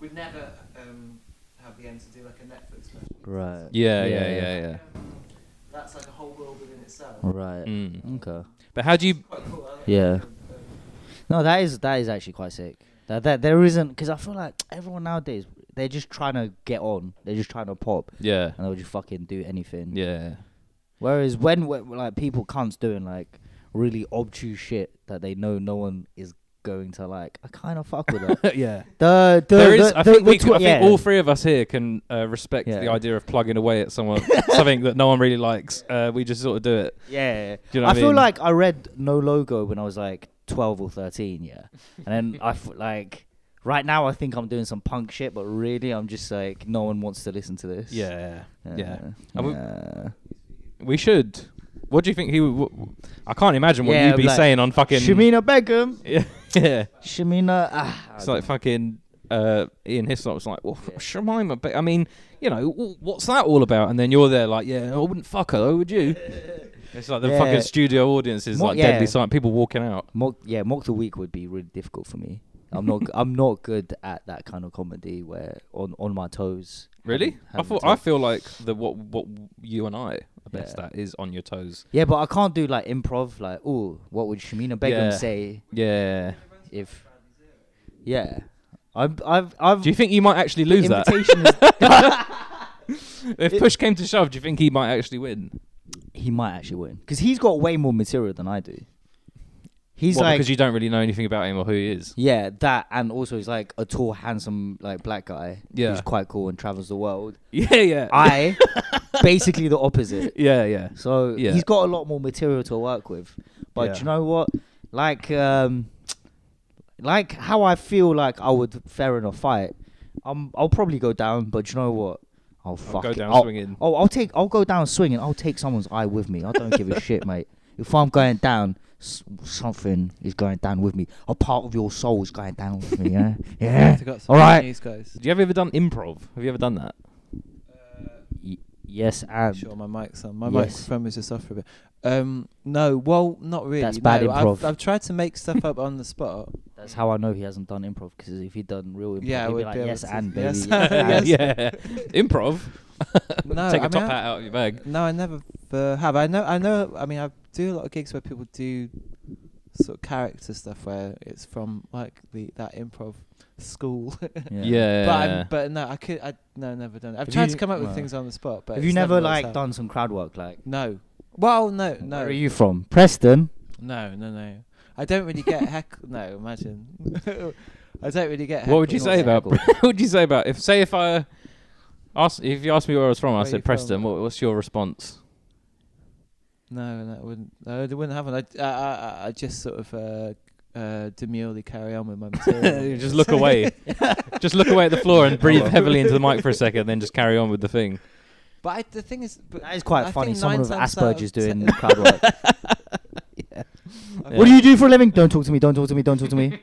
[SPEAKER 3] Would never um, have the aim to do like a Netflix special.
[SPEAKER 1] Right.
[SPEAKER 2] Yeah,
[SPEAKER 1] Yeah,
[SPEAKER 2] yeah, yeah, yeah.
[SPEAKER 3] That's like a whole world within itself.
[SPEAKER 1] Right.
[SPEAKER 2] Mm.
[SPEAKER 1] Okay.
[SPEAKER 2] But how do you?
[SPEAKER 3] Quite cool. I like
[SPEAKER 1] Yeah.
[SPEAKER 3] that. Um,
[SPEAKER 1] No, that is that is actually quite sick. That that there isn't because I feel like everyone nowadays they're just trying to get on. They're just trying to pop,
[SPEAKER 2] Yeah,
[SPEAKER 1] and they'll just fucking do anything. *laughs*
[SPEAKER 2] yeah,
[SPEAKER 1] Whereas when we- like people cunts doing like really obtuse shit that they know no one is going to like, I kind of fuck with
[SPEAKER 2] *laughs*
[SPEAKER 1] that.
[SPEAKER 2] yeah.
[SPEAKER 1] the, the,
[SPEAKER 2] there is.
[SPEAKER 1] the-
[SPEAKER 2] I
[SPEAKER 1] the-
[SPEAKER 2] think,
[SPEAKER 1] the
[SPEAKER 2] we,
[SPEAKER 1] tw-
[SPEAKER 2] I think
[SPEAKER 1] yeah.
[SPEAKER 2] all three of us here can uh, respect
[SPEAKER 1] Yeah.
[SPEAKER 2] the idea of plugging away
[SPEAKER 1] *laughs*
[SPEAKER 2] at someone, something that no one really likes. Uh, we just sort of do it.
[SPEAKER 1] Yeah, yeah.
[SPEAKER 2] Do you know
[SPEAKER 1] I
[SPEAKER 2] what I
[SPEAKER 1] feel
[SPEAKER 2] mean?
[SPEAKER 1] like I read No Logo when I was like 12 or 13, yeah. And then I f- *laughs* like right now I think I'm doing some punk shit, but really I'm just like no one wants to listen to this. Uh,
[SPEAKER 2] Yeah, yeah.
[SPEAKER 1] Yeah.
[SPEAKER 2] And we- We should. What do you think he? would- W- I can't imagine what
[SPEAKER 1] Yeah,
[SPEAKER 2] you'd be
[SPEAKER 1] like,
[SPEAKER 2] saying on fucking.
[SPEAKER 1] Shamina Beckham.
[SPEAKER 2] Yeah, *laughs* yeah.
[SPEAKER 1] Shamina ah,
[SPEAKER 2] It's like fucking uh, Ian Hyslop's like, well, *laughs*
[SPEAKER 1] Yeah.
[SPEAKER 2] Shamima, but I mean, you know, w- what's that all about? And then you're there like, yeah, I wouldn't fuck her, would you? It's like the
[SPEAKER 1] Yeah.
[SPEAKER 2] fucking studio audience is
[SPEAKER 1] Mo-
[SPEAKER 2] like
[SPEAKER 1] yeah.
[SPEAKER 2] deadly silent. People walking out.
[SPEAKER 1] mock yeah, mock the week would be really difficult for me. I'm
[SPEAKER 2] *laughs*
[SPEAKER 1] not g- I'm not good at that kind of comedy where on on my toes.
[SPEAKER 2] Really?
[SPEAKER 1] having-
[SPEAKER 2] I
[SPEAKER 1] having
[SPEAKER 2] thought
[SPEAKER 1] to-
[SPEAKER 2] I feel like the what what you and I are best
[SPEAKER 1] Yeah.
[SPEAKER 2] at is on your toes.
[SPEAKER 1] Yeah, but I can't do like improv like, oh, what would Shamina Begum
[SPEAKER 2] Yeah.
[SPEAKER 1] say
[SPEAKER 2] Yeah.
[SPEAKER 1] if yeah i've i've i've
[SPEAKER 2] Do you think you might actually lose that?
[SPEAKER 1] invitation is,
[SPEAKER 2] *laughs* if push came to shove, do you think he might actually win?
[SPEAKER 1] he might actually win because he's got way more material than i do he's
[SPEAKER 2] What,
[SPEAKER 1] like
[SPEAKER 2] because you don't really know anything about him or who
[SPEAKER 1] *laughs*
[SPEAKER 2] he is.
[SPEAKER 1] yeah that and also he's like a tall handsome like black guy
[SPEAKER 2] Yeah.
[SPEAKER 1] who's quite cool and travels the world
[SPEAKER 2] Yeah, yeah.
[SPEAKER 1] i basically the opposite
[SPEAKER 2] yeah, yeah.
[SPEAKER 1] so
[SPEAKER 2] Yeah.
[SPEAKER 1] he's got a lot more material to work with but
[SPEAKER 2] Yeah.
[SPEAKER 1] do you know what like um like how i feel like i would fare in a fight um, i'll probably go down but do you know what I'll fuck
[SPEAKER 2] go
[SPEAKER 1] it.
[SPEAKER 2] down
[SPEAKER 1] I'll-
[SPEAKER 2] swinging.
[SPEAKER 1] Oh, I'll take. I'll go down swinging. I'll take someone's eye with me. I don't give a shit,
[SPEAKER 3] *laughs*
[SPEAKER 1] mate. If I'm going down, s- something is going down with me. A part of your soul is going down with me.
[SPEAKER 3] *laughs*
[SPEAKER 1] Yeah, yeah.
[SPEAKER 3] I've got some
[SPEAKER 1] All right.
[SPEAKER 3] News, guys.
[SPEAKER 2] Do you have ever done improv? Have you ever done that?
[SPEAKER 3] Uh,
[SPEAKER 1] Y- yes, and
[SPEAKER 3] Sure, my mic's on. My
[SPEAKER 1] Yes.
[SPEAKER 3] microphone was just off for a bit. Um, no, well, not really.
[SPEAKER 1] That's bad
[SPEAKER 3] no.
[SPEAKER 1] improv.
[SPEAKER 3] I've, I've tried to make stuff up on the spot.
[SPEAKER 1] that's how I know he hasn't done improv. Because if he'd done real improv,
[SPEAKER 3] Yeah, I
[SPEAKER 1] he'd be
[SPEAKER 3] would
[SPEAKER 1] like,
[SPEAKER 3] be able
[SPEAKER 1] yes,
[SPEAKER 3] to-
[SPEAKER 1] and baby.
[SPEAKER 3] yes,
[SPEAKER 1] and."
[SPEAKER 3] *laughs* yes.
[SPEAKER 2] yeah. improv.
[SPEAKER 3] *laughs* No,
[SPEAKER 2] Take a
[SPEAKER 3] I mean,
[SPEAKER 2] top
[SPEAKER 3] I-
[SPEAKER 2] hat out of your bag.
[SPEAKER 3] No, I never uh, have. I know. I know. I mean, I do a lot of gigs where people do sort of character stuff where it's from like the that improv school. *laughs*
[SPEAKER 2] Yeah.
[SPEAKER 3] but I'm, but no, I could. I no, never done. It. I've
[SPEAKER 1] Have
[SPEAKER 3] tried
[SPEAKER 1] you-
[SPEAKER 3] to come up with
[SPEAKER 1] no.
[SPEAKER 3] things on the spot. But
[SPEAKER 1] Have you
[SPEAKER 3] it's
[SPEAKER 1] never
[SPEAKER 3] works
[SPEAKER 1] like
[SPEAKER 3] out.
[SPEAKER 1] done some crowd work? Like,
[SPEAKER 3] No. Well, no,
[SPEAKER 1] where
[SPEAKER 3] no,
[SPEAKER 1] are you from? Preston.
[SPEAKER 3] no, no, no. I don't really get heck. *laughs* No, imagine. I don't really get.
[SPEAKER 2] what would you
[SPEAKER 3] heckled.
[SPEAKER 2] say about?
[SPEAKER 1] Heckled.
[SPEAKER 2] *laughs* what would you say about if say if I asked if you asked me where I was from,
[SPEAKER 3] Where
[SPEAKER 2] I
[SPEAKER 3] are you
[SPEAKER 2] said Preston.
[SPEAKER 3] from?
[SPEAKER 2] What, what's your
[SPEAKER 3] *laughs*
[SPEAKER 2] response?
[SPEAKER 3] No, that wouldn't. No, they wouldn't happen. I, I, I, I just sort of uh, uh, demurely carry on
[SPEAKER 2] *laughs*
[SPEAKER 3] with my material.
[SPEAKER 2] just look
[SPEAKER 3] *laughs*
[SPEAKER 2] away. just look away at the floor and breathe heavily into the mic for a second, then just carry on with the thing.
[SPEAKER 3] But I, the thing is, but
[SPEAKER 1] That is quite
[SPEAKER 3] I
[SPEAKER 1] funny.
[SPEAKER 3] think
[SPEAKER 1] Someone
[SPEAKER 3] nine
[SPEAKER 1] with
[SPEAKER 3] times out of
[SPEAKER 1] Asperger's
[SPEAKER 3] ten-
[SPEAKER 1] doing
[SPEAKER 3] *laughs*
[SPEAKER 1] crowd *laughs* work.
[SPEAKER 3] I
[SPEAKER 2] Yeah.
[SPEAKER 1] What do you do for a living? Don't talk to me. Don't talk to me. Don't talk to *laughs* me.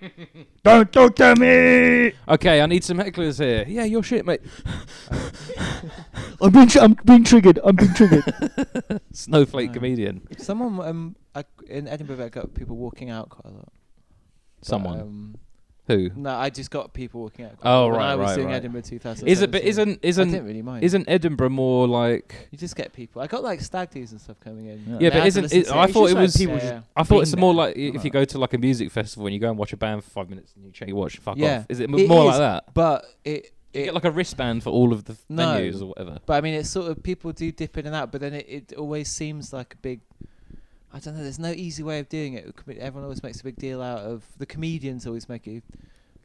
[SPEAKER 1] don't talk to me.
[SPEAKER 2] Okay, I need some hecklers here. Yeah, your shit, mate.
[SPEAKER 1] I'm being, tr- I'm being triggered. I'm being triggered. *laughs*
[SPEAKER 2] Snowflake
[SPEAKER 3] No.
[SPEAKER 2] comedian.
[SPEAKER 3] think Someone um, I, in Edinburgh, I got people walking out quite a lot. But,
[SPEAKER 2] Someone.
[SPEAKER 3] Um,
[SPEAKER 2] Who?
[SPEAKER 3] No, I just got people walking out. of
[SPEAKER 2] Oh,
[SPEAKER 3] Cornwall. when
[SPEAKER 2] right,
[SPEAKER 3] I was
[SPEAKER 2] right,
[SPEAKER 3] doing
[SPEAKER 2] right.
[SPEAKER 3] Edinburgh 2000.
[SPEAKER 2] Is it? But isn't
[SPEAKER 3] I didn't
[SPEAKER 2] isn't
[SPEAKER 3] really mind.
[SPEAKER 2] isn't Edinburgh more like?
[SPEAKER 3] you just get people? I got like stag do's and stuff coming in.
[SPEAKER 1] Yeah,
[SPEAKER 3] and
[SPEAKER 2] Yeah,
[SPEAKER 3] I
[SPEAKER 2] but
[SPEAKER 3] had to
[SPEAKER 2] isn't?
[SPEAKER 3] listen
[SPEAKER 2] It,
[SPEAKER 3] to
[SPEAKER 2] I
[SPEAKER 1] it's
[SPEAKER 2] thought
[SPEAKER 1] just
[SPEAKER 2] it
[SPEAKER 1] like
[SPEAKER 2] was.
[SPEAKER 1] people
[SPEAKER 3] Yeah,
[SPEAKER 1] just-
[SPEAKER 3] yeah.
[SPEAKER 2] I thought
[SPEAKER 1] being
[SPEAKER 2] it's more
[SPEAKER 1] there,
[SPEAKER 2] like i- if you
[SPEAKER 1] alright.
[SPEAKER 2] go to like a music festival and you go and watch a band for five minutes and you check your watch, fuck
[SPEAKER 3] Yeah.
[SPEAKER 2] off. Is it, m
[SPEAKER 3] It
[SPEAKER 2] more
[SPEAKER 3] is,
[SPEAKER 2] like that?
[SPEAKER 3] But it,
[SPEAKER 2] Do you
[SPEAKER 3] it
[SPEAKER 2] get like a wristband for all of the f-
[SPEAKER 3] No.
[SPEAKER 2] venues or whatever.
[SPEAKER 3] But I mean, it's sort of people do dip in and out, but then it, it always seems like a big. I don't know. There's no easy way of doing it. Com- Everyone always makes a big deal out of the comedians. Always make a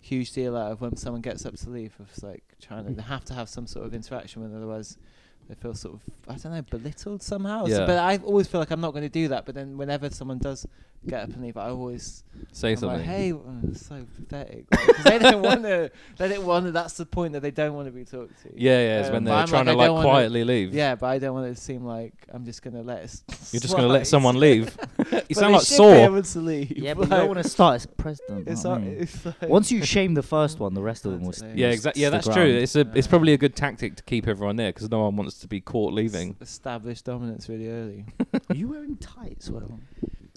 [SPEAKER 3] huge deal out of when someone gets up to leave. Of it's like trying to, they have to have some sort of interaction with, them, otherwise they feel sort of I don't know belittled somehow. So-
[SPEAKER 2] Yeah.
[SPEAKER 3] but I always feel like I'm not going to do that. But then whenever someone does get up and leave, I always
[SPEAKER 2] Say
[SPEAKER 3] I'm
[SPEAKER 2] something.
[SPEAKER 3] Like, hey, oh, it's so pathetic. Like, 'cause they don't *laughs* want to. They don't want to. That's the point that they don't want to be talked to.
[SPEAKER 2] Yeah, yeah. It's when
[SPEAKER 3] Um,
[SPEAKER 2] they're
[SPEAKER 3] but I'm
[SPEAKER 2] trying
[SPEAKER 3] like, I
[SPEAKER 2] to
[SPEAKER 3] don't
[SPEAKER 2] like
[SPEAKER 3] wanna-
[SPEAKER 2] quietly leave.
[SPEAKER 3] yeah, but I don't want it to seem like I'm just gonna let. *laughs* Us
[SPEAKER 2] You're just gonna let
[SPEAKER 3] slide. *laughs*
[SPEAKER 2] someone leave. *laughs* you
[SPEAKER 3] But
[SPEAKER 2] sound
[SPEAKER 3] they
[SPEAKER 2] like
[SPEAKER 3] should be
[SPEAKER 2] Saw.
[SPEAKER 3] able to leave.
[SPEAKER 1] Yeah, but you don't
[SPEAKER 3] like,
[SPEAKER 1] want to start as president.
[SPEAKER 3] *laughs* It's,
[SPEAKER 1] know what I
[SPEAKER 3] like,
[SPEAKER 1] mean?
[SPEAKER 3] it's like
[SPEAKER 1] Once you shame the first one, the rest of them will. s-
[SPEAKER 2] Yeah,
[SPEAKER 1] will
[SPEAKER 2] exactly.
[SPEAKER 1] s-
[SPEAKER 2] Yeah,
[SPEAKER 1] the
[SPEAKER 2] that's
[SPEAKER 1] ground.
[SPEAKER 2] true. It's a, it's
[SPEAKER 3] Uh,
[SPEAKER 2] probably a good tactic to keep everyone there because no one wants to be caught *laughs*
[SPEAKER 3] *laughs*
[SPEAKER 2] leaving. *laughs*
[SPEAKER 3] s- establish dominance really early.
[SPEAKER 1] Are *laughs* you wearing tights? Well,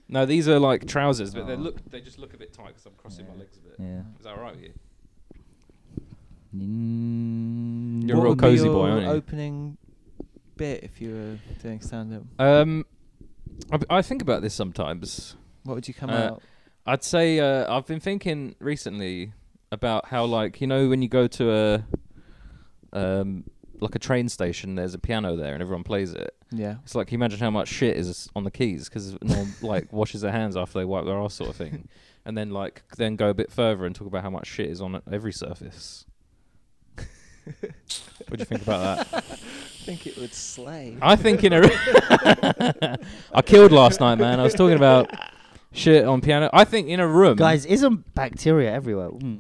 [SPEAKER 2] No, these are like trousers, but they
[SPEAKER 1] Oh.
[SPEAKER 2] look they just look a bit tight because I'm crossing my
[SPEAKER 1] Yeah.
[SPEAKER 2] legs a bit.
[SPEAKER 1] yeah.
[SPEAKER 2] Is that all right with you?
[SPEAKER 1] Mm,
[SPEAKER 2] You're a
[SPEAKER 3] what
[SPEAKER 2] real
[SPEAKER 3] would be
[SPEAKER 2] cosy boy,
[SPEAKER 3] your
[SPEAKER 2] aren't you?
[SPEAKER 3] Opening bit if you were doing stand up,
[SPEAKER 2] Um, I, I think about this sometimes.
[SPEAKER 3] what would you come
[SPEAKER 2] Uh,
[SPEAKER 3] out?
[SPEAKER 2] I'd say uh, I've been thinking recently about how, like, you know, when you go to a um, like a train station, there's a piano there and everyone plays it.
[SPEAKER 3] Yeah.
[SPEAKER 2] It's like, can you imagine how much shit is on the keys because no one like washes their hands after they wipe their ass, sort of thing. And then like then go a bit further and talk about how much shit is on every surface. what do you think about that?
[SPEAKER 3] I *laughs* think it would slay.
[SPEAKER 2] I think
[SPEAKER 3] *laughs*
[SPEAKER 2] in a. r- *laughs* I killed last night, man. I was talking about shit on piano. I think in a room,
[SPEAKER 1] Guys, isn't bacteria everywhere? Mm.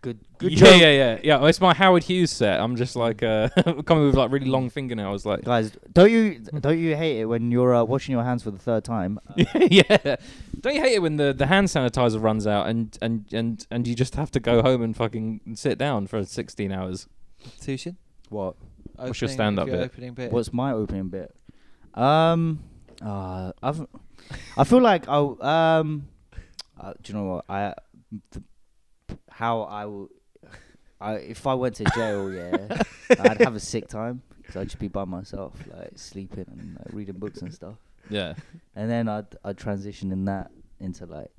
[SPEAKER 1] Good, good
[SPEAKER 2] yeah,
[SPEAKER 1] joke.
[SPEAKER 2] yeah, yeah, yeah. It's my Howard Hughes set. I'm just like uh, *laughs* coming with like really long fingernails, like
[SPEAKER 1] Guys, don't you don't you hate it when you're uh, washing your hands for the third time? Uh,
[SPEAKER 2] *laughs* yeah. Don't you hate it when the, the hand sanitizer runs out and, and, and, and you just have to go home and fucking sit down for 16 hours?
[SPEAKER 3] Tushin.
[SPEAKER 1] what?
[SPEAKER 2] What's your
[SPEAKER 3] Opening-
[SPEAKER 2] stand-up
[SPEAKER 3] your
[SPEAKER 2] bit?
[SPEAKER 3] Opening bit.
[SPEAKER 1] What's my opening bit? Um, uh, I've, I feel like I w- um, uh, do you know what I, the, how I will, I if I went to jail, yeah, I'd have a sick time because I'd just be by myself, like sleeping and like, reading books and stuff,
[SPEAKER 2] Yeah.
[SPEAKER 1] and then I'd I'd transition in that into like.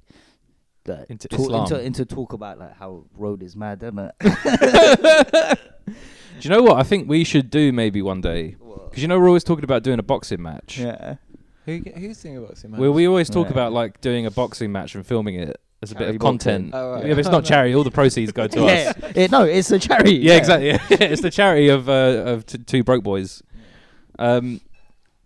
[SPEAKER 1] Like
[SPEAKER 2] Into
[SPEAKER 1] talk,
[SPEAKER 2] Islam.
[SPEAKER 1] into into talk about like how road is mad, doesn't
[SPEAKER 2] *laughs*
[SPEAKER 1] it?
[SPEAKER 2] Do you know what I think we should do maybe one day? Because you know we're always talking about doing a boxing match.
[SPEAKER 1] *laughs* yeah,
[SPEAKER 3] Who, g- who's doing a boxing match?
[SPEAKER 2] We, we always talk
[SPEAKER 1] Yeah.
[SPEAKER 2] about like doing a boxing match and filming it as a bit
[SPEAKER 1] Charity
[SPEAKER 2] of
[SPEAKER 1] boxing.
[SPEAKER 2] content.
[SPEAKER 3] Oh, right.
[SPEAKER 2] Yeah, but it's not charity. All the
[SPEAKER 1] *laughs*
[SPEAKER 2] proceeds go to us.
[SPEAKER 1] yeah. yeah. No, it's a charity.
[SPEAKER 2] yeah, exactly. *laughs* it's the charity of uh, of t- two broke boys. Um,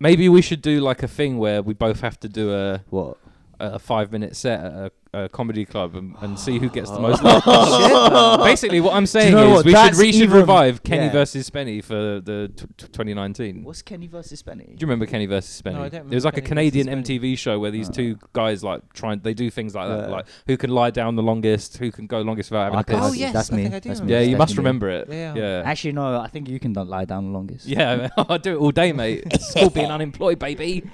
[SPEAKER 2] maybe we should do like a thing where we both have to do a
[SPEAKER 1] What?
[SPEAKER 2] a five minute set at a, a comedy club and, and see
[SPEAKER 1] *laughs*
[SPEAKER 2] who gets the most. laughs. Basically, what I'm saying
[SPEAKER 1] know
[SPEAKER 2] is
[SPEAKER 1] what?
[SPEAKER 2] we should
[SPEAKER 1] That's
[SPEAKER 2] we should
[SPEAKER 1] even-
[SPEAKER 2] revive Kenny
[SPEAKER 1] yeah.
[SPEAKER 2] versus Spenny for the t- t- 2019.
[SPEAKER 1] What's Kenny versus Penny?
[SPEAKER 2] Do you remember Kenny versus Spenny?
[SPEAKER 3] No, I don't
[SPEAKER 2] it was
[SPEAKER 3] remember
[SPEAKER 2] like a
[SPEAKER 3] Kenny versus
[SPEAKER 2] Canadian
[SPEAKER 3] Spenny.
[SPEAKER 2] MTV show where these
[SPEAKER 1] Oh.
[SPEAKER 2] two guys like try and they do things like that,
[SPEAKER 1] Yeah.
[SPEAKER 2] like who can lie down the longest, who can go longest without having
[SPEAKER 1] I
[SPEAKER 2] a
[SPEAKER 1] can't
[SPEAKER 2] piss.
[SPEAKER 3] Oh,
[SPEAKER 1] see.
[SPEAKER 3] yes,
[SPEAKER 1] that's
[SPEAKER 3] I
[SPEAKER 1] me.
[SPEAKER 3] think I do
[SPEAKER 1] That's me.
[SPEAKER 2] Yeah,
[SPEAKER 3] remember
[SPEAKER 2] you
[SPEAKER 3] that.
[SPEAKER 2] must remember it.
[SPEAKER 3] Yeah.
[SPEAKER 2] yeah.
[SPEAKER 1] Actually, no. I think you can don't lie down the longest.
[SPEAKER 2] Yeah, *laughs* man, I'll do it all
[SPEAKER 1] *laughs*
[SPEAKER 2] day, mate. it's called being unemployed, baby.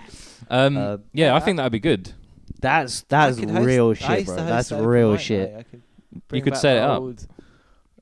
[SPEAKER 2] Um,
[SPEAKER 1] Uh,
[SPEAKER 2] yeah, I think that'd be good.
[SPEAKER 1] That's that's
[SPEAKER 3] I could host-
[SPEAKER 1] real
[SPEAKER 3] I
[SPEAKER 1] shit,
[SPEAKER 3] used to
[SPEAKER 1] bro.
[SPEAKER 3] host
[SPEAKER 1] That's
[SPEAKER 3] an open
[SPEAKER 1] real
[SPEAKER 3] mic
[SPEAKER 1] shit.
[SPEAKER 3] night. I could
[SPEAKER 2] You
[SPEAKER 3] bring
[SPEAKER 2] could
[SPEAKER 3] back
[SPEAKER 2] set it
[SPEAKER 3] the
[SPEAKER 2] up.
[SPEAKER 3] old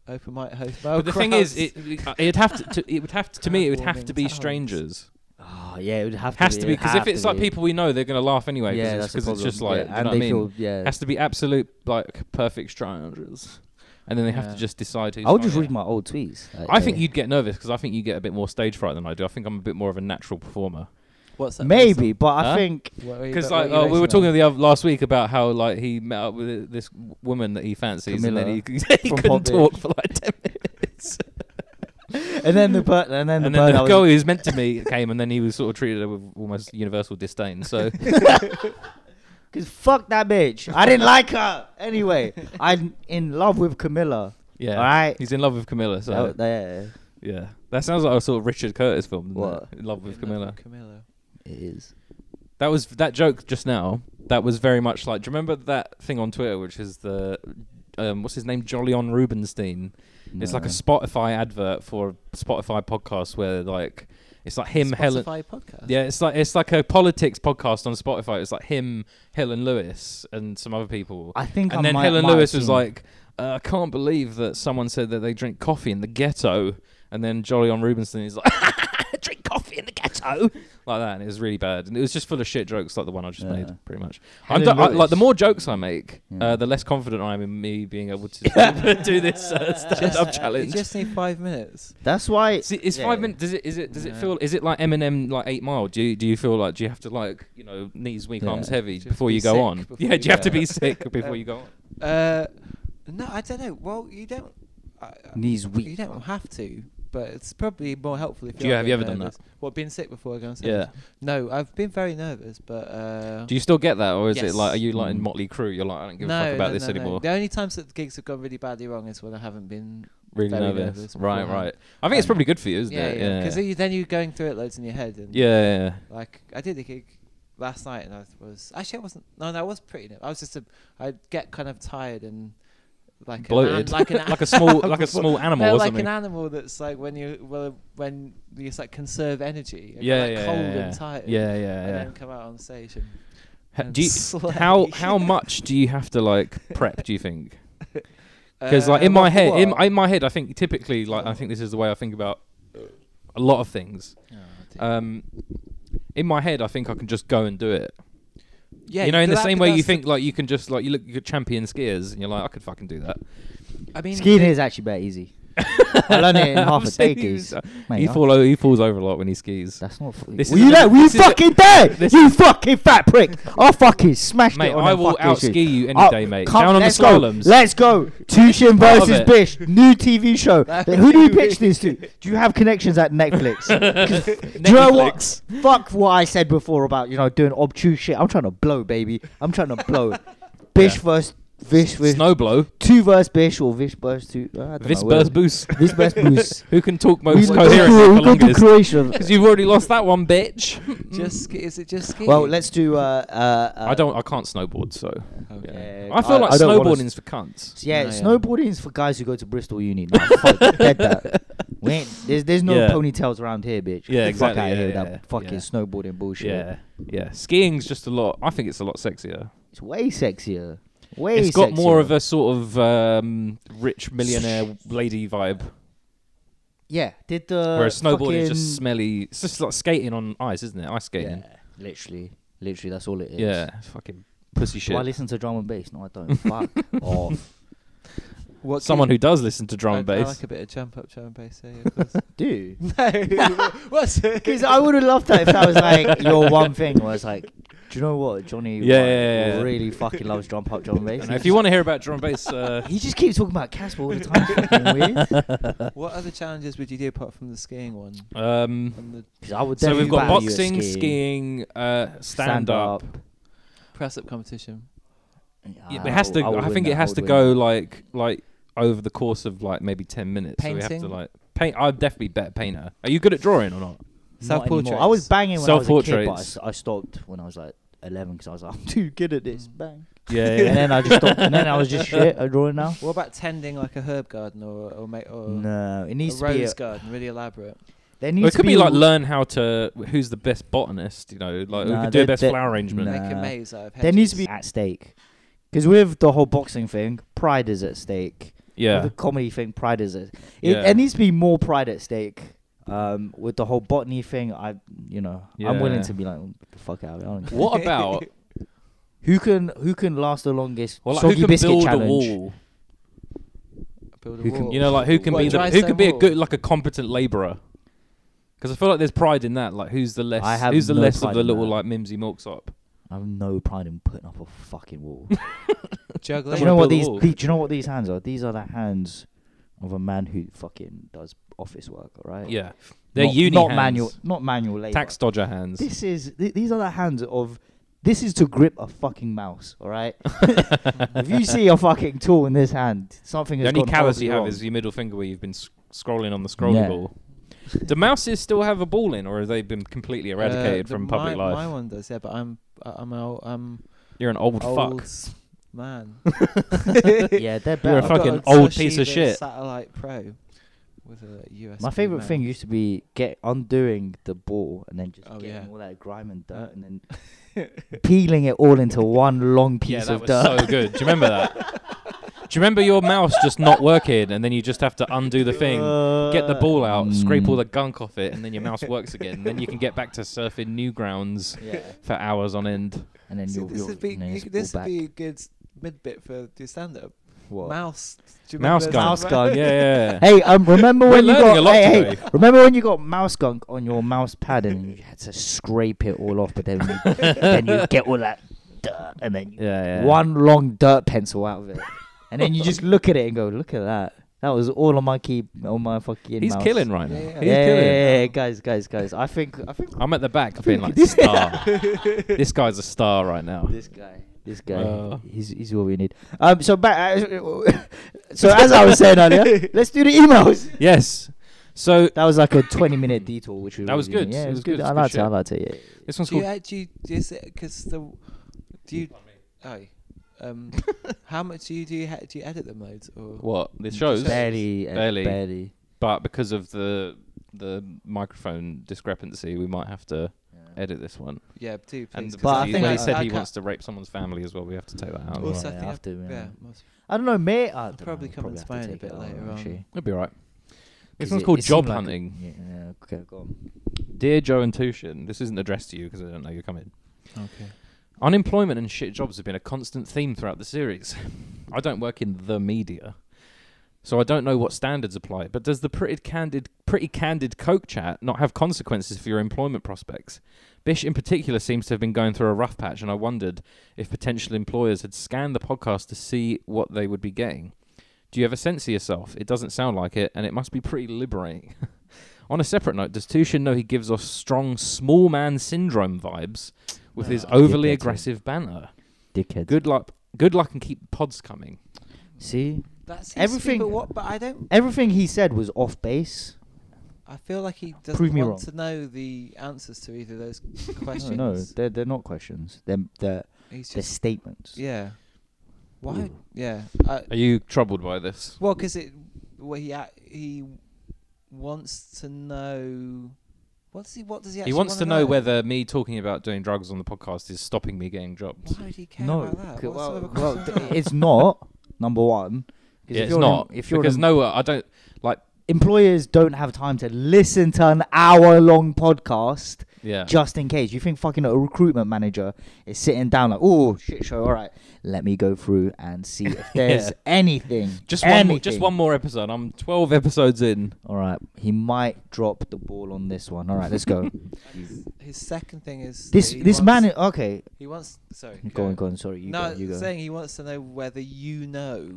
[SPEAKER 3] Open mic host.
[SPEAKER 2] But the thing is, it, it'd have to, to. It would have to. To me, it would have to be
[SPEAKER 3] Crowdwarming sounds.
[SPEAKER 2] strangers.
[SPEAKER 1] Oh yeah, it would have to
[SPEAKER 2] Has
[SPEAKER 1] be.
[SPEAKER 2] to be
[SPEAKER 1] it'd
[SPEAKER 2] because
[SPEAKER 1] have
[SPEAKER 2] if it's
[SPEAKER 1] to
[SPEAKER 2] like
[SPEAKER 1] be.
[SPEAKER 2] people we know, they're gonna laugh anyway.
[SPEAKER 1] yeah,
[SPEAKER 2] because
[SPEAKER 1] that's
[SPEAKER 2] it's,
[SPEAKER 1] the
[SPEAKER 2] 'cause it's just
[SPEAKER 1] problem.
[SPEAKER 2] like.
[SPEAKER 1] Yeah,
[SPEAKER 2] do you know
[SPEAKER 1] and
[SPEAKER 2] what I
[SPEAKER 1] they
[SPEAKER 2] mean?
[SPEAKER 1] feel yeah.
[SPEAKER 2] Has to be absolute like perfect strangers, and then they have
[SPEAKER 3] Yeah.
[SPEAKER 2] to just decide who's.
[SPEAKER 1] I'll just
[SPEAKER 2] funny.
[SPEAKER 1] read my old tweets. like,
[SPEAKER 2] I think
[SPEAKER 1] uh,
[SPEAKER 2] you'd get nervous because I think you get a bit more stage fright than I do. I think I'm a bit more of a natural performer.
[SPEAKER 3] What's that?
[SPEAKER 1] maybe, but I
[SPEAKER 2] Huh?
[SPEAKER 1] think
[SPEAKER 2] Because like oh, we were talking the other, last week about how like he met up with this woman that he fancies, and then he, *laughs* he
[SPEAKER 1] from
[SPEAKER 2] couldn't
[SPEAKER 1] Palm
[SPEAKER 2] talk
[SPEAKER 1] Beach.
[SPEAKER 2] for like ten
[SPEAKER 1] and then the bird and then
[SPEAKER 2] And,
[SPEAKER 1] the
[SPEAKER 2] then
[SPEAKER 1] bird I
[SPEAKER 2] the
[SPEAKER 1] was-
[SPEAKER 2] girl he was meant to meet came, and then he was sort of treated her with almost universal
[SPEAKER 1] *laughs*
[SPEAKER 2] disdain. So
[SPEAKER 1] Cause fuck that bitch. I didn't like her. Anyway, I'm in love with Camilla.
[SPEAKER 2] yeah,
[SPEAKER 1] All right.
[SPEAKER 2] he's in love with Camilla. So
[SPEAKER 1] Oh, yeah,
[SPEAKER 2] yeah, that sounds like a sort of Richard Curtis film. doesn't it?
[SPEAKER 1] What?
[SPEAKER 2] In love with Camilla.
[SPEAKER 3] Camilla.
[SPEAKER 1] it is.
[SPEAKER 2] That was that joke just now. That was very much like. Do you remember that thing on Twitter, which is the um, what's his name, Jolyon Rubinstein? It's like a
[SPEAKER 1] No.
[SPEAKER 2] Spotify advert for a Spotify podcast where like it's like him, Helen.
[SPEAKER 3] Spotify podcast.
[SPEAKER 2] Yeah, it's like it's like a politics podcast on Spotify. It's like him, Helen Lewis, and some other people.
[SPEAKER 1] I think I
[SPEAKER 2] and then
[SPEAKER 1] might-
[SPEAKER 2] Helen
[SPEAKER 1] might have
[SPEAKER 2] Lewis was
[SPEAKER 1] seen it.
[SPEAKER 2] like, *laughs* uh, I can't believe that someone said that they drink coffee in the ghetto, and then Jolly on Rubenstein is like, *laughs* drink coffee in the ghetto, like that, and it was really bad, and it was just full of shit jokes, like the one I just
[SPEAKER 1] Yeah.
[SPEAKER 2] made, pretty much. I'm
[SPEAKER 1] Helen
[SPEAKER 2] do- I, like the
[SPEAKER 1] Lewis.
[SPEAKER 2] more jokes I make,
[SPEAKER 1] Yeah.
[SPEAKER 2] uh, the less confident I am in me being
[SPEAKER 1] *laughs*
[SPEAKER 2] able to *laughs* do this uh, stand-up
[SPEAKER 3] You
[SPEAKER 2] challenge.
[SPEAKER 3] just need five minutes.
[SPEAKER 1] That's why.
[SPEAKER 2] See, it's
[SPEAKER 1] yeah,
[SPEAKER 2] five
[SPEAKER 1] yeah.
[SPEAKER 2] minutes. Does it? Is it? Does it
[SPEAKER 3] Yeah.
[SPEAKER 2] feel? Is it like Eminem, like Eight Mile? Do you? Do you feel like? Do you have to like? You know, knees weak,
[SPEAKER 1] Yeah.
[SPEAKER 2] arms heavy
[SPEAKER 3] Just
[SPEAKER 2] before
[SPEAKER 3] be
[SPEAKER 2] you go
[SPEAKER 3] sick
[SPEAKER 2] on. *laughs*
[SPEAKER 3] before
[SPEAKER 2] Yeah.
[SPEAKER 3] you
[SPEAKER 2] Do you have to
[SPEAKER 3] go.
[SPEAKER 2] be sick before
[SPEAKER 3] Um,
[SPEAKER 2] you go on?
[SPEAKER 3] *laughs* Uh, no, I don't know. Well, you don't. I, I-
[SPEAKER 1] Knees
[SPEAKER 3] You
[SPEAKER 1] weak.
[SPEAKER 3] don't have to, but it's probably more helpful if
[SPEAKER 2] Do
[SPEAKER 3] you.
[SPEAKER 2] you-
[SPEAKER 3] are
[SPEAKER 2] have you
[SPEAKER 3] being
[SPEAKER 2] ever done
[SPEAKER 3] nervous.
[SPEAKER 2] that?
[SPEAKER 3] What, being sick before going? Yeah. No, I've been very nervous, but. Uh,
[SPEAKER 2] Do you still get that, or is it
[SPEAKER 3] Yes.
[SPEAKER 2] like? Are you like in
[SPEAKER 1] Mm.
[SPEAKER 2] Motley Crue? You're like, I don't give
[SPEAKER 3] no,
[SPEAKER 2] a fuck about
[SPEAKER 3] no,
[SPEAKER 2] this
[SPEAKER 3] no, no.
[SPEAKER 2] anymore.
[SPEAKER 3] The only times that the gigs have gone really badly wrong is when I haven't been.
[SPEAKER 2] Really
[SPEAKER 3] very
[SPEAKER 2] nervous.
[SPEAKER 3] nervous
[SPEAKER 2] Right.
[SPEAKER 3] beforehand.
[SPEAKER 2] Right. I think
[SPEAKER 1] Um,
[SPEAKER 2] it's probably good for you, isn't
[SPEAKER 3] yeah,
[SPEAKER 2] it?
[SPEAKER 3] yeah. Because
[SPEAKER 2] Yeah.
[SPEAKER 3] then you're going through it loads in your head. And
[SPEAKER 2] Yeah, yeah.
[SPEAKER 3] Like I did a gig last night, and I was actually I wasn't. No, no, I was pretty. Nervous. I was just a. I'd get kind of tired and like an-
[SPEAKER 2] Bloated.
[SPEAKER 3] like an
[SPEAKER 2] *laughs* Like a
[SPEAKER 3] *laughs*
[SPEAKER 2] small, like a small animal
[SPEAKER 3] No,
[SPEAKER 2] or
[SPEAKER 3] like
[SPEAKER 2] something.
[SPEAKER 3] an animal that's like when you well when you just like conserve energy. and
[SPEAKER 2] yeah,
[SPEAKER 3] like
[SPEAKER 2] yeah,
[SPEAKER 3] cold
[SPEAKER 2] yeah, yeah.
[SPEAKER 3] and tired.
[SPEAKER 2] Yeah, yeah,
[SPEAKER 3] And
[SPEAKER 2] yeah.
[SPEAKER 3] then come out on stage and
[SPEAKER 2] Ha-
[SPEAKER 3] and
[SPEAKER 2] do
[SPEAKER 3] *laughs*
[SPEAKER 2] you,
[SPEAKER 3] slay.
[SPEAKER 2] how how much do you have to like prep? Do you think?
[SPEAKER 3] *laughs*
[SPEAKER 2] because
[SPEAKER 3] Uh,
[SPEAKER 2] like in my
[SPEAKER 3] what for
[SPEAKER 2] head in,
[SPEAKER 3] what?
[SPEAKER 2] in my head i think typically like i think this is the way i think about a lot of things
[SPEAKER 3] Oh, dear.
[SPEAKER 2] um in my head i think i can just go and do it
[SPEAKER 3] yeah,
[SPEAKER 2] you know in the
[SPEAKER 3] that-
[SPEAKER 2] same way you
[SPEAKER 3] that's the-
[SPEAKER 2] think like you can just like you look at champion skiers and you're like i could
[SPEAKER 1] *laughs*
[SPEAKER 2] fucking do that
[SPEAKER 3] I mean,
[SPEAKER 1] Skiing
[SPEAKER 3] the-
[SPEAKER 1] is actually better easy. I learned
[SPEAKER 2] *laughs*
[SPEAKER 1] it in half a day, geez. Mate,
[SPEAKER 2] he,
[SPEAKER 1] I-
[SPEAKER 2] fall o- he falls over a lot when he skis
[SPEAKER 1] That's not. Funny.
[SPEAKER 2] This
[SPEAKER 1] Were
[SPEAKER 2] is
[SPEAKER 1] you
[SPEAKER 2] a-
[SPEAKER 1] there? Were you
[SPEAKER 2] this is a-
[SPEAKER 1] fucking there?
[SPEAKER 2] this
[SPEAKER 1] You fucking fat prick! I fucking smashed
[SPEAKER 2] Mate,
[SPEAKER 1] it on
[SPEAKER 2] I
[SPEAKER 1] them
[SPEAKER 2] will
[SPEAKER 1] fucking
[SPEAKER 2] out-ski
[SPEAKER 1] shoes.
[SPEAKER 2] you any
[SPEAKER 1] Oh,
[SPEAKER 2] day, mate.
[SPEAKER 1] come-
[SPEAKER 2] Down on the
[SPEAKER 1] let's go.
[SPEAKER 2] slaloms.
[SPEAKER 1] Let's go. Tushin
[SPEAKER 2] Part of
[SPEAKER 1] versus
[SPEAKER 2] it.
[SPEAKER 1] Bish. New TV show.
[SPEAKER 3] That
[SPEAKER 1] Who do you
[SPEAKER 3] would be-
[SPEAKER 1] pitch this to? Do you have connections at
[SPEAKER 2] *laughs*
[SPEAKER 1] Netflix? 'Cause Do you know
[SPEAKER 2] Netflix.
[SPEAKER 1] what? Fuck what I said before about you know doing obtuse shit. I'm trying to blow, baby. I'm trying to
[SPEAKER 2] *laughs*
[SPEAKER 1] blow. Bish
[SPEAKER 2] Yeah.
[SPEAKER 1] versus Vish versus
[SPEAKER 2] snowblow
[SPEAKER 1] two versus Bish or Vish versus two. I don't
[SPEAKER 2] this
[SPEAKER 1] know, whatever.
[SPEAKER 2] burst boost
[SPEAKER 1] *laughs* This
[SPEAKER 2] *laughs*
[SPEAKER 1] versus Boos.
[SPEAKER 2] who can talk
[SPEAKER 1] We
[SPEAKER 2] most
[SPEAKER 1] go to- we go
[SPEAKER 2] coherently
[SPEAKER 1] to
[SPEAKER 2] for *laughs*
[SPEAKER 1] Croatia.
[SPEAKER 2] because you've already lost that one bitch
[SPEAKER 3] *laughs* just ski- is it just skiing?
[SPEAKER 1] Well, let's do. Uh, uh, uh,
[SPEAKER 2] i don't i can't snowboard so
[SPEAKER 3] Okay.
[SPEAKER 2] i feel like
[SPEAKER 1] I don't wanna s-
[SPEAKER 2] snowboarding's for cunts
[SPEAKER 1] Yeah,
[SPEAKER 3] No, yeah.
[SPEAKER 1] snowboarding is for guys who go to Bristol Uni. No, fuck, *laughs* dead that. We ain't, there's there's no
[SPEAKER 2] Yeah.
[SPEAKER 1] ponytails around here, bitch. Get
[SPEAKER 2] Yeah,
[SPEAKER 1] the
[SPEAKER 2] exactly,
[SPEAKER 1] Fuck out
[SPEAKER 2] yeah,
[SPEAKER 1] here,
[SPEAKER 2] yeah,
[SPEAKER 1] with
[SPEAKER 2] yeah.
[SPEAKER 1] that fucking
[SPEAKER 2] Yeah.
[SPEAKER 1] snowboarding bullshit.
[SPEAKER 2] Yeah, yeah. Skiing's just a lot. I think it's a lot sexier.
[SPEAKER 1] it's way sexier. Way.
[SPEAKER 2] It's got more of
[SPEAKER 1] sexier.
[SPEAKER 2] a sort of um, rich millionaire lady vibe,
[SPEAKER 1] Yeah, did the
[SPEAKER 2] whereas snowboarding is just
[SPEAKER 1] fucking-
[SPEAKER 2] smelly. Uh, It's just like skating on ice, isn't it? Ice skating.
[SPEAKER 1] Yeah, literally, literally, that's all it is.
[SPEAKER 2] Yeah, it's fucking pussy
[SPEAKER 1] Do I
[SPEAKER 2] shit.
[SPEAKER 1] listen to drum and bass? No, I
[SPEAKER 2] *laughs*
[SPEAKER 1] don't. fuck off,
[SPEAKER 3] What
[SPEAKER 2] Someone
[SPEAKER 3] gig-
[SPEAKER 2] who does listen to drum
[SPEAKER 3] I,
[SPEAKER 2] and
[SPEAKER 3] I
[SPEAKER 2] bass.
[SPEAKER 3] like a bit of jump up, drum and bass. Yeah, yeah, of course.
[SPEAKER 1] dude.
[SPEAKER 3] *laughs* no, *laughs* what's it?
[SPEAKER 1] Because I would have loved that if that was like
[SPEAKER 2] *laughs*
[SPEAKER 1] your one thing. Where it's like, do you know what Johnny?
[SPEAKER 2] Yeah,
[SPEAKER 1] like,
[SPEAKER 2] yeah, yeah, yeah.
[SPEAKER 1] really fucking loves drum pop drum and bass.
[SPEAKER 2] *laughs* And if you want to hear about drum and *laughs* bass, uh,
[SPEAKER 1] He just keeps talking about Casper all the time. It's fucking weird.
[SPEAKER 2] *laughs*
[SPEAKER 3] *laughs* What other challenges would you do apart from the skiing one?
[SPEAKER 2] um,
[SPEAKER 3] And the
[SPEAKER 1] 'Cause I would
[SPEAKER 2] so we've
[SPEAKER 1] definitely
[SPEAKER 2] got
[SPEAKER 1] battle you at
[SPEAKER 2] boxing, skiing, uh, stand up.
[SPEAKER 3] press up competition.
[SPEAKER 2] Yeah, it has to.
[SPEAKER 1] would
[SPEAKER 2] Oh, I
[SPEAKER 1] win
[SPEAKER 2] think
[SPEAKER 1] that,
[SPEAKER 2] it has
[SPEAKER 1] would
[SPEAKER 2] to
[SPEAKER 1] win
[SPEAKER 2] go
[SPEAKER 1] that.
[SPEAKER 2] like like over the course of like maybe ten minutes. So we have to
[SPEAKER 3] Painting?
[SPEAKER 2] like paint. I'm definitely better painter. Are you good at drawing or not?
[SPEAKER 1] Not anymore.
[SPEAKER 3] Self-portraits.
[SPEAKER 1] I was banging when I was a kid, but I
[SPEAKER 2] Self-portraits.
[SPEAKER 1] s- I stopped when I was like 11 because I was like, *laughs* I'm too good at this. Bang.
[SPEAKER 2] Mm. Yeah. *laughs*
[SPEAKER 1] And then I just stopped. And then I was just shit at drawing now.
[SPEAKER 3] What about tending like a herb garden or or, make,
[SPEAKER 2] Uh,
[SPEAKER 3] or
[SPEAKER 1] No, it
[SPEAKER 3] a
[SPEAKER 1] needs to be.
[SPEAKER 3] rose
[SPEAKER 1] A,
[SPEAKER 3] garden, really elaborate?
[SPEAKER 1] there
[SPEAKER 2] Well,
[SPEAKER 1] needs
[SPEAKER 2] it
[SPEAKER 1] to
[SPEAKER 2] could be,
[SPEAKER 1] be
[SPEAKER 2] like learn how to who's the best botanist. You know, like
[SPEAKER 1] Nah,
[SPEAKER 2] who could do the
[SPEAKER 1] that-
[SPEAKER 2] best
[SPEAKER 1] that-
[SPEAKER 2] flower arrangement.
[SPEAKER 1] nah.
[SPEAKER 3] Make a maze out of hedges.
[SPEAKER 1] There needs to be at stake. Because with the whole boxing thing, pride is at stake. With
[SPEAKER 2] Yeah,
[SPEAKER 1] the comedy thing, pride is at it.
[SPEAKER 2] Yeah.
[SPEAKER 1] There needs to be more pride at stake. Um, with the whole botany thing, I, you know, I'm
[SPEAKER 2] Yeah.
[SPEAKER 1] willing to be like, "Get the fuck out of it. I don't care."
[SPEAKER 2] *laughs* what about
[SPEAKER 1] Who can who can last the longest?
[SPEAKER 2] well, like,
[SPEAKER 1] soggy
[SPEAKER 2] who can
[SPEAKER 1] biscuit
[SPEAKER 2] build
[SPEAKER 1] challenge.
[SPEAKER 2] a wall?
[SPEAKER 3] Build a
[SPEAKER 1] Who can-
[SPEAKER 3] wall.
[SPEAKER 2] You know, like who can
[SPEAKER 3] What,
[SPEAKER 2] be the,
[SPEAKER 3] dry
[SPEAKER 2] who can
[SPEAKER 3] stone
[SPEAKER 2] be a
[SPEAKER 3] wall?
[SPEAKER 2] good like a competent labourer? Because I feel like there's pride in that. Like who's the less
[SPEAKER 1] I have
[SPEAKER 2] who's the
[SPEAKER 1] no
[SPEAKER 2] less of
[SPEAKER 1] pride
[SPEAKER 2] the
[SPEAKER 1] in
[SPEAKER 2] little
[SPEAKER 1] that.
[SPEAKER 2] like mimsy milksop?
[SPEAKER 1] I have no pride in putting up a fucking
[SPEAKER 2] *laughs*
[SPEAKER 1] wall. do
[SPEAKER 3] juggling.
[SPEAKER 1] you know what
[SPEAKER 2] build a
[SPEAKER 1] these,
[SPEAKER 2] wall.
[SPEAKER 1] the- Do you know what these hands are? These are the hands of a man who fucking does office work. All right.
[SPEAKER 2] Yeah, they're
[SPEAKER 1] not,
[SPEAKER 2] uni
[SPEAKER 1] not
[SPEAKER 2] hands.
[SPEAKER 1] manual, not manual labor.
[SPEAKER 2] tax dodger hands.
[SPEAKER 1] This is th- these are the hands of. This is to grip a fucking mouse. All right. *laughs* if you see a fucking tool in this hand, something
[SPEAKER 2] The
[SPEAKER 1] has
[SPEAKER 2] only
[SPEAKER 1] gone
[SPEAKER 2] callus
[SPEAKER 1] horribly
[SPEAKER 2] you have
[SPEAKER 1] wrong.
[SPEAKER 2] is your middle finger where you've been s- scrolling on the scrolling
[SPEAKER 1] Yeah.
[SPEAKER 2] ball. Do mouses still have a ball in, or have they been completely
[SPEAKER 3] Uh,
[SPEAKER 2] eradicated
[SPEAKER 3] the-
[SPEAKER 2] from public
[SPEAKER 3] my,
[SPEAKER 2] life?
[SPEAKER 3] My one does, yeah, but I'm I- I'm old, I'm
[SPEAKER 2] You're an old,
[SPEAKER 3] old
[SPEAKER 2] fuck.
[SPEAKER 3] s-
[SPEAKER 2] *laughs*
[SPEAKER 3] man.
[SPEAKER 1] yeah, they're
[SPEAKER 2] You're a
[SPEAKER 1] better.
[SPEAKER 3] I've got
[SPEAKER 2] fucking
[SPEAKER 3] a
[SPEAKER 2] old piece of
[SPEAKER 3] Toshiba
[SPEAKER 2] shit.
[SPEAKER 3] Satellite Pro with a USB.
[SPEAKER 1] My favorite thing
[SPEAKER 3] mouse. *laughs*
[SPEAKER 1] used to be get undoing the ball and then just
[SPEAKER 3] Oh,
[SPEAKER 1] getting
[SPEAKER 3] yeah.
[SPEAKER 1] all that grime and
[SPEAKER 3] Uh,
[SPEAKER 1] dirt and
[SPEAKER 2] *laughs*
[SPEAKER 1] then peeling it all into one long piece
[SPEAKER 2] Yeah, that
[SPEAKER 1] of
[SPEAKER 2] was
[SPEAKER 1] dirt.
[SPEAKER 2] so good. Do you remember that? you remember your mouse just not working, and then you just have to undo the thing,
[SPEAKER 1] Uh,
[SPEAKER 2] get the ball out, scrape all the gunk off it, and then your mouse works again. And then you can get back to surfing new grounds
[SPEAKER 1] *laughs* Yeah.
[SPEAKER 2] for hours on end.
[SPEAKER 1] And then
[SPEAKER 3] See,
[SPEAKER 1] you'll,
[SPEAKER 3] this
[SPEAKER 1] you'll
[SPEAKER 3] would be
[SPEAKER 1] you know,
[SPEAKER 3] you
[SPEAKER 1] it's
[SPEAKER 3] could-
[SPEAKER 1] all
[SPEAKER 3] this would
[SPEAKER 1] back.
[SPEAKER 3] be a good s- mid bit for your stand up.
[SPEAKER 1] What?
[SPEAKER 3] Mouse. Do you
[SPEAKER 2] Mouse
[SPEAKER 3] remember
[SPEAKER 2] gun.
[SPEAKER 1] Mouse
[SPEAKER 3] that?
[SPEAKER 1] gun,
[SPEAKER 2] Yeah, yeah.
[SPEAKER 1] *laughs* Hey, um, remember
[SPEAKER 2] *laughs*
[SPEAKER 3] *laughs*
[SPEAKER 2] We're
[SPEAKER 1] when you
[SPEAKER 2] learning
[SPEAKER 1] got
[SPEAKER 2] a lot
[SPEAKER 1] hey, hey,
[SPEAKER 2] today.
[SPEAKER 1] remember when you got mouse gunk on your mouse pad and you had to scrape it all off, but then
[SPEAKER 2] *laughs*
[SPEAKER 1] you, then you get all that dirt and then you,
[SPEAKER 2] yeah, yeah.
[SPEAKER 1] one long dirt pencil out of it, and then you just look at it and go, look at that. That was all on my key, on my fucking.
[SPEAKER 2] He's
[SPEAKER 1] mouse.
[SPEAKER 2] killing right now.
[SPEAKER 3] Yeah, yeah.
[SPEAKER 2] He's
[SPEAKER 1] yeah,
[SPEAKER 2] killing.
[SPEAKER 1] yeah, yeah, guys, guys, guys. I think I think
[SPEAKER 2] I'm at
[SPEAKER 1] *laughs*
[SPEAKER 2] the back being like star. this guy's a star right now.
[SPEAKER 1] this guy, this guy,
[SPEAKER 2] Wow.
[SPEAKER 1] he's he's what we need. Um, so back. uh, *laughs* so as I was saying
[SPEAKER 2] *laughs*
[SPEAKER 1] earlier, let's do the emails.
[SPEAKER 2] Yes. So
[SPEAKER 1] That was like a 20 minute detour, which was
[SPEAKER 2] That was
[SPEAKER 1] really-
[SPEAKER 2] good.
[SPEAKER 1] Yeah, it was good.
[SPEAKER 2] It
[SPEAKER 1] I
[SPEAKER 2] was good
[SPEAKER 1] liked it.
[SPEAKER 2] shit.
[SPEAKER 1] I liked it. Yeah.
[SPEAKER 2] this one's
[SPEAKER 3] Do you,
[SPEAKER 2] called.
[SPEAKER 3] uh, do you is it because the do you oh
[SPEAKER 1] *laughs*
[SPEAKER 3] um how much do you do you, ha- do you edit them loads or
[SPEAKER 2] What this shows,
[SPEAKER 1] barely, uh, barely,
[SPEAKER 2] Barely.
[SPEAKER 1] barely.
[SPEAKER 2] but because of the the microphone discrepancy, we might have to edit this one.
[SPEAKER 3] yeah do please
[SPEAKER 2] And
[SPEAKER 3] 'cause
[SPEAKER 1] But
[SPEAKER 2] but
[SPEAKER 1] I
[SPEAKER 2] he,
[SPEAKER 1] think
[SPEAKER 2] when
[SPEAKER 1] I-
[SPEAKER 2] he said
[SPEAKER 1] I
[SPEAKER 2] he
[SPEAKER 3] can't-
[SPEAKER 2] wants to rape someone's family as well, we have to take that out.
[SPEAKER 1] Yeah,
[SPEAKER 3] Also, I think
[SPEAKER 1] I
[SPEAKER 3] I-
[SPEAKER 1] have to, yeah.
[SPEAKER 3] yeah must-
[SPEAKER 1] I don't know, mate. I don't
[SPEAKER 3] probably
[SPEAKER 1] know.
[SPEAKER 3] come and
[SPEAKER 1] have to
[SPEAKER 3] explain it a
[SPEAKER 1] take
[SPEAKER 3] bit
[SPEAKER 1] out,
[SPEAKER 3] later on.
[SPEAKER 1] actually.
[SPEAKER 2] It'll be right. This
[SPEAKER 1] Is
[SPEAKER 2] one's
[SPEAKER 1] it-
[SPEAKER 2] called
[SPEAKER 1] it seemed
[SPEAKER 2] job
[SPEAKER 1] like a-
[SPEAKER 2] hunting.
[SPEAKER 1] yeah, yeah, okay, go on.
[SPEAKER 2] Dear Joe and Tushin, this isn't addressed to you because I don't know you're coming.
[SPEAKER 3] okay
[SPEAKER 2] Unemployment and shit jobs have been a constant theme throughout the series. I don't work in the media, so I don't know what standards apply. But does the pretty candid, pretty candid Coke chat not have consequences for your employment prospects? Bish in particular seems to have been going through a rough patch, and I wondered if potential employers had scanned the podcast to see what they would be getting. Do you ever censor yourself? It doesn't sound like it, and it must be pretty liberating. *laughs* On a separate note, does Tushin know he gives us strong small man syndrome vibes with his
[SPEAKER 1] Oh,
[SPEAKER 2] overly
[SPEAKER 1] dickhead.
[SPEAKER 2] aggressive banter?
[SPEAKER 1] Dickheads.
[SPEAKER 2] Good luck. Good luck and keep the pods coming.
[SPEAKER 1] See,
[SPEAKER 3] that's
[SPEAKER 1] Everything-
[SPEAKER 3] everything but what but I don't
[SPEAKER 1] everything he said was off base.
[SPEAKER 3] I feel like he doesn't
[SPEAKER 1] Prove me
[SPEAKER 3] want
[SPEAKER 1] wrong.
[SPEAKER 3] to know the answers to either of those
[SPEAKER 1] *laughs*
[SPEAKER 3] questions
[SPEAKER 1] No, no, they're they're not questions. They're they're,
[SPEAKER 3] he's
[SPEAKER 1] they're
[SPEAKER 3] just
[SPEAKER 1] statements.
[SPEAKER 3] yeah why
[SPEAKER 1] Ooh.
[SPEAKER 3] yeah I,
[SPEAKER 2] Are you troubled by this?
[SPEAKER 3] Well, because it, well, he ac- he wants to know. What does he? What does he?
[SPEAKER 2] He
[SPEAKER 3] actually
[SPEAKER 2] wants to
[SPEAKER 3] wanna
[SPEAKER 2] know whether me talking about doing drugs on the podcast is stopping me getting jobs.
[SPEAKER 3] Why would he care
[SPEAKER 1] No,
[SPEAKER 3] about that?
[SPEAKER 1] c-
[SPEAKER 3] What sort
[SPEAKER 1] well,
[SPEAKER 3] of a
[SPEAKER 1] well,
[SPEAKER 3] question is
[SPEAKER 1] th-
[SPEAKER 3] that?
[SPEAKER 1] it's not number one. 'cause
[SPEAKER 2] Yeah, it's
[SPEAKER 1] you're an em-
[SPEAKER 2] not.
[SPEAKER 1] if you're an
[SPEAKER 2] because
[SPEAKER 1] em-
[SPEAKER 2] no, uh, I don't.
[SPEAKER 1] employers don't have time to listen to an hour-long podcast
[SPEAKER 2] Yeah.
[SPEAKER 1] just in case. You think fucking a recruitment manager is sitting down like, oh shit show, all right, let me go through and see
[SPEAKER 2] *laughs*
[SPEAKER 1] if there's
[SPEAKER 2] Yeah.
[SPEAKER 1] anything.
[SPEAKER 2] just one. More, just
[SPEAKER 1] anything."
[SPEAKER 2] one more episode. I'm 12 episodes in.
[SPEAKER 1] All right, he might drop the ball on this one. All right, let's
[SPEAKER 2] *laughs*
[SPEAKER 1] go.
[SPEAKER 3] His second thing is
[SPEAKER 1] this
[SPEAKER 3] that he
[SPEAKER 1] this man.
[SPEAKER 3] wants-
[SPEAKER 1] Is, okay,
[SPEAKER 3] he wants. Sorry,
[SPEAKER 1] go on, go on. Sorry, you
[SPEAKER 3] no,
[SPEAKER 1] go. You go.
[SPEAKER 3] saying he wants to know whether you know.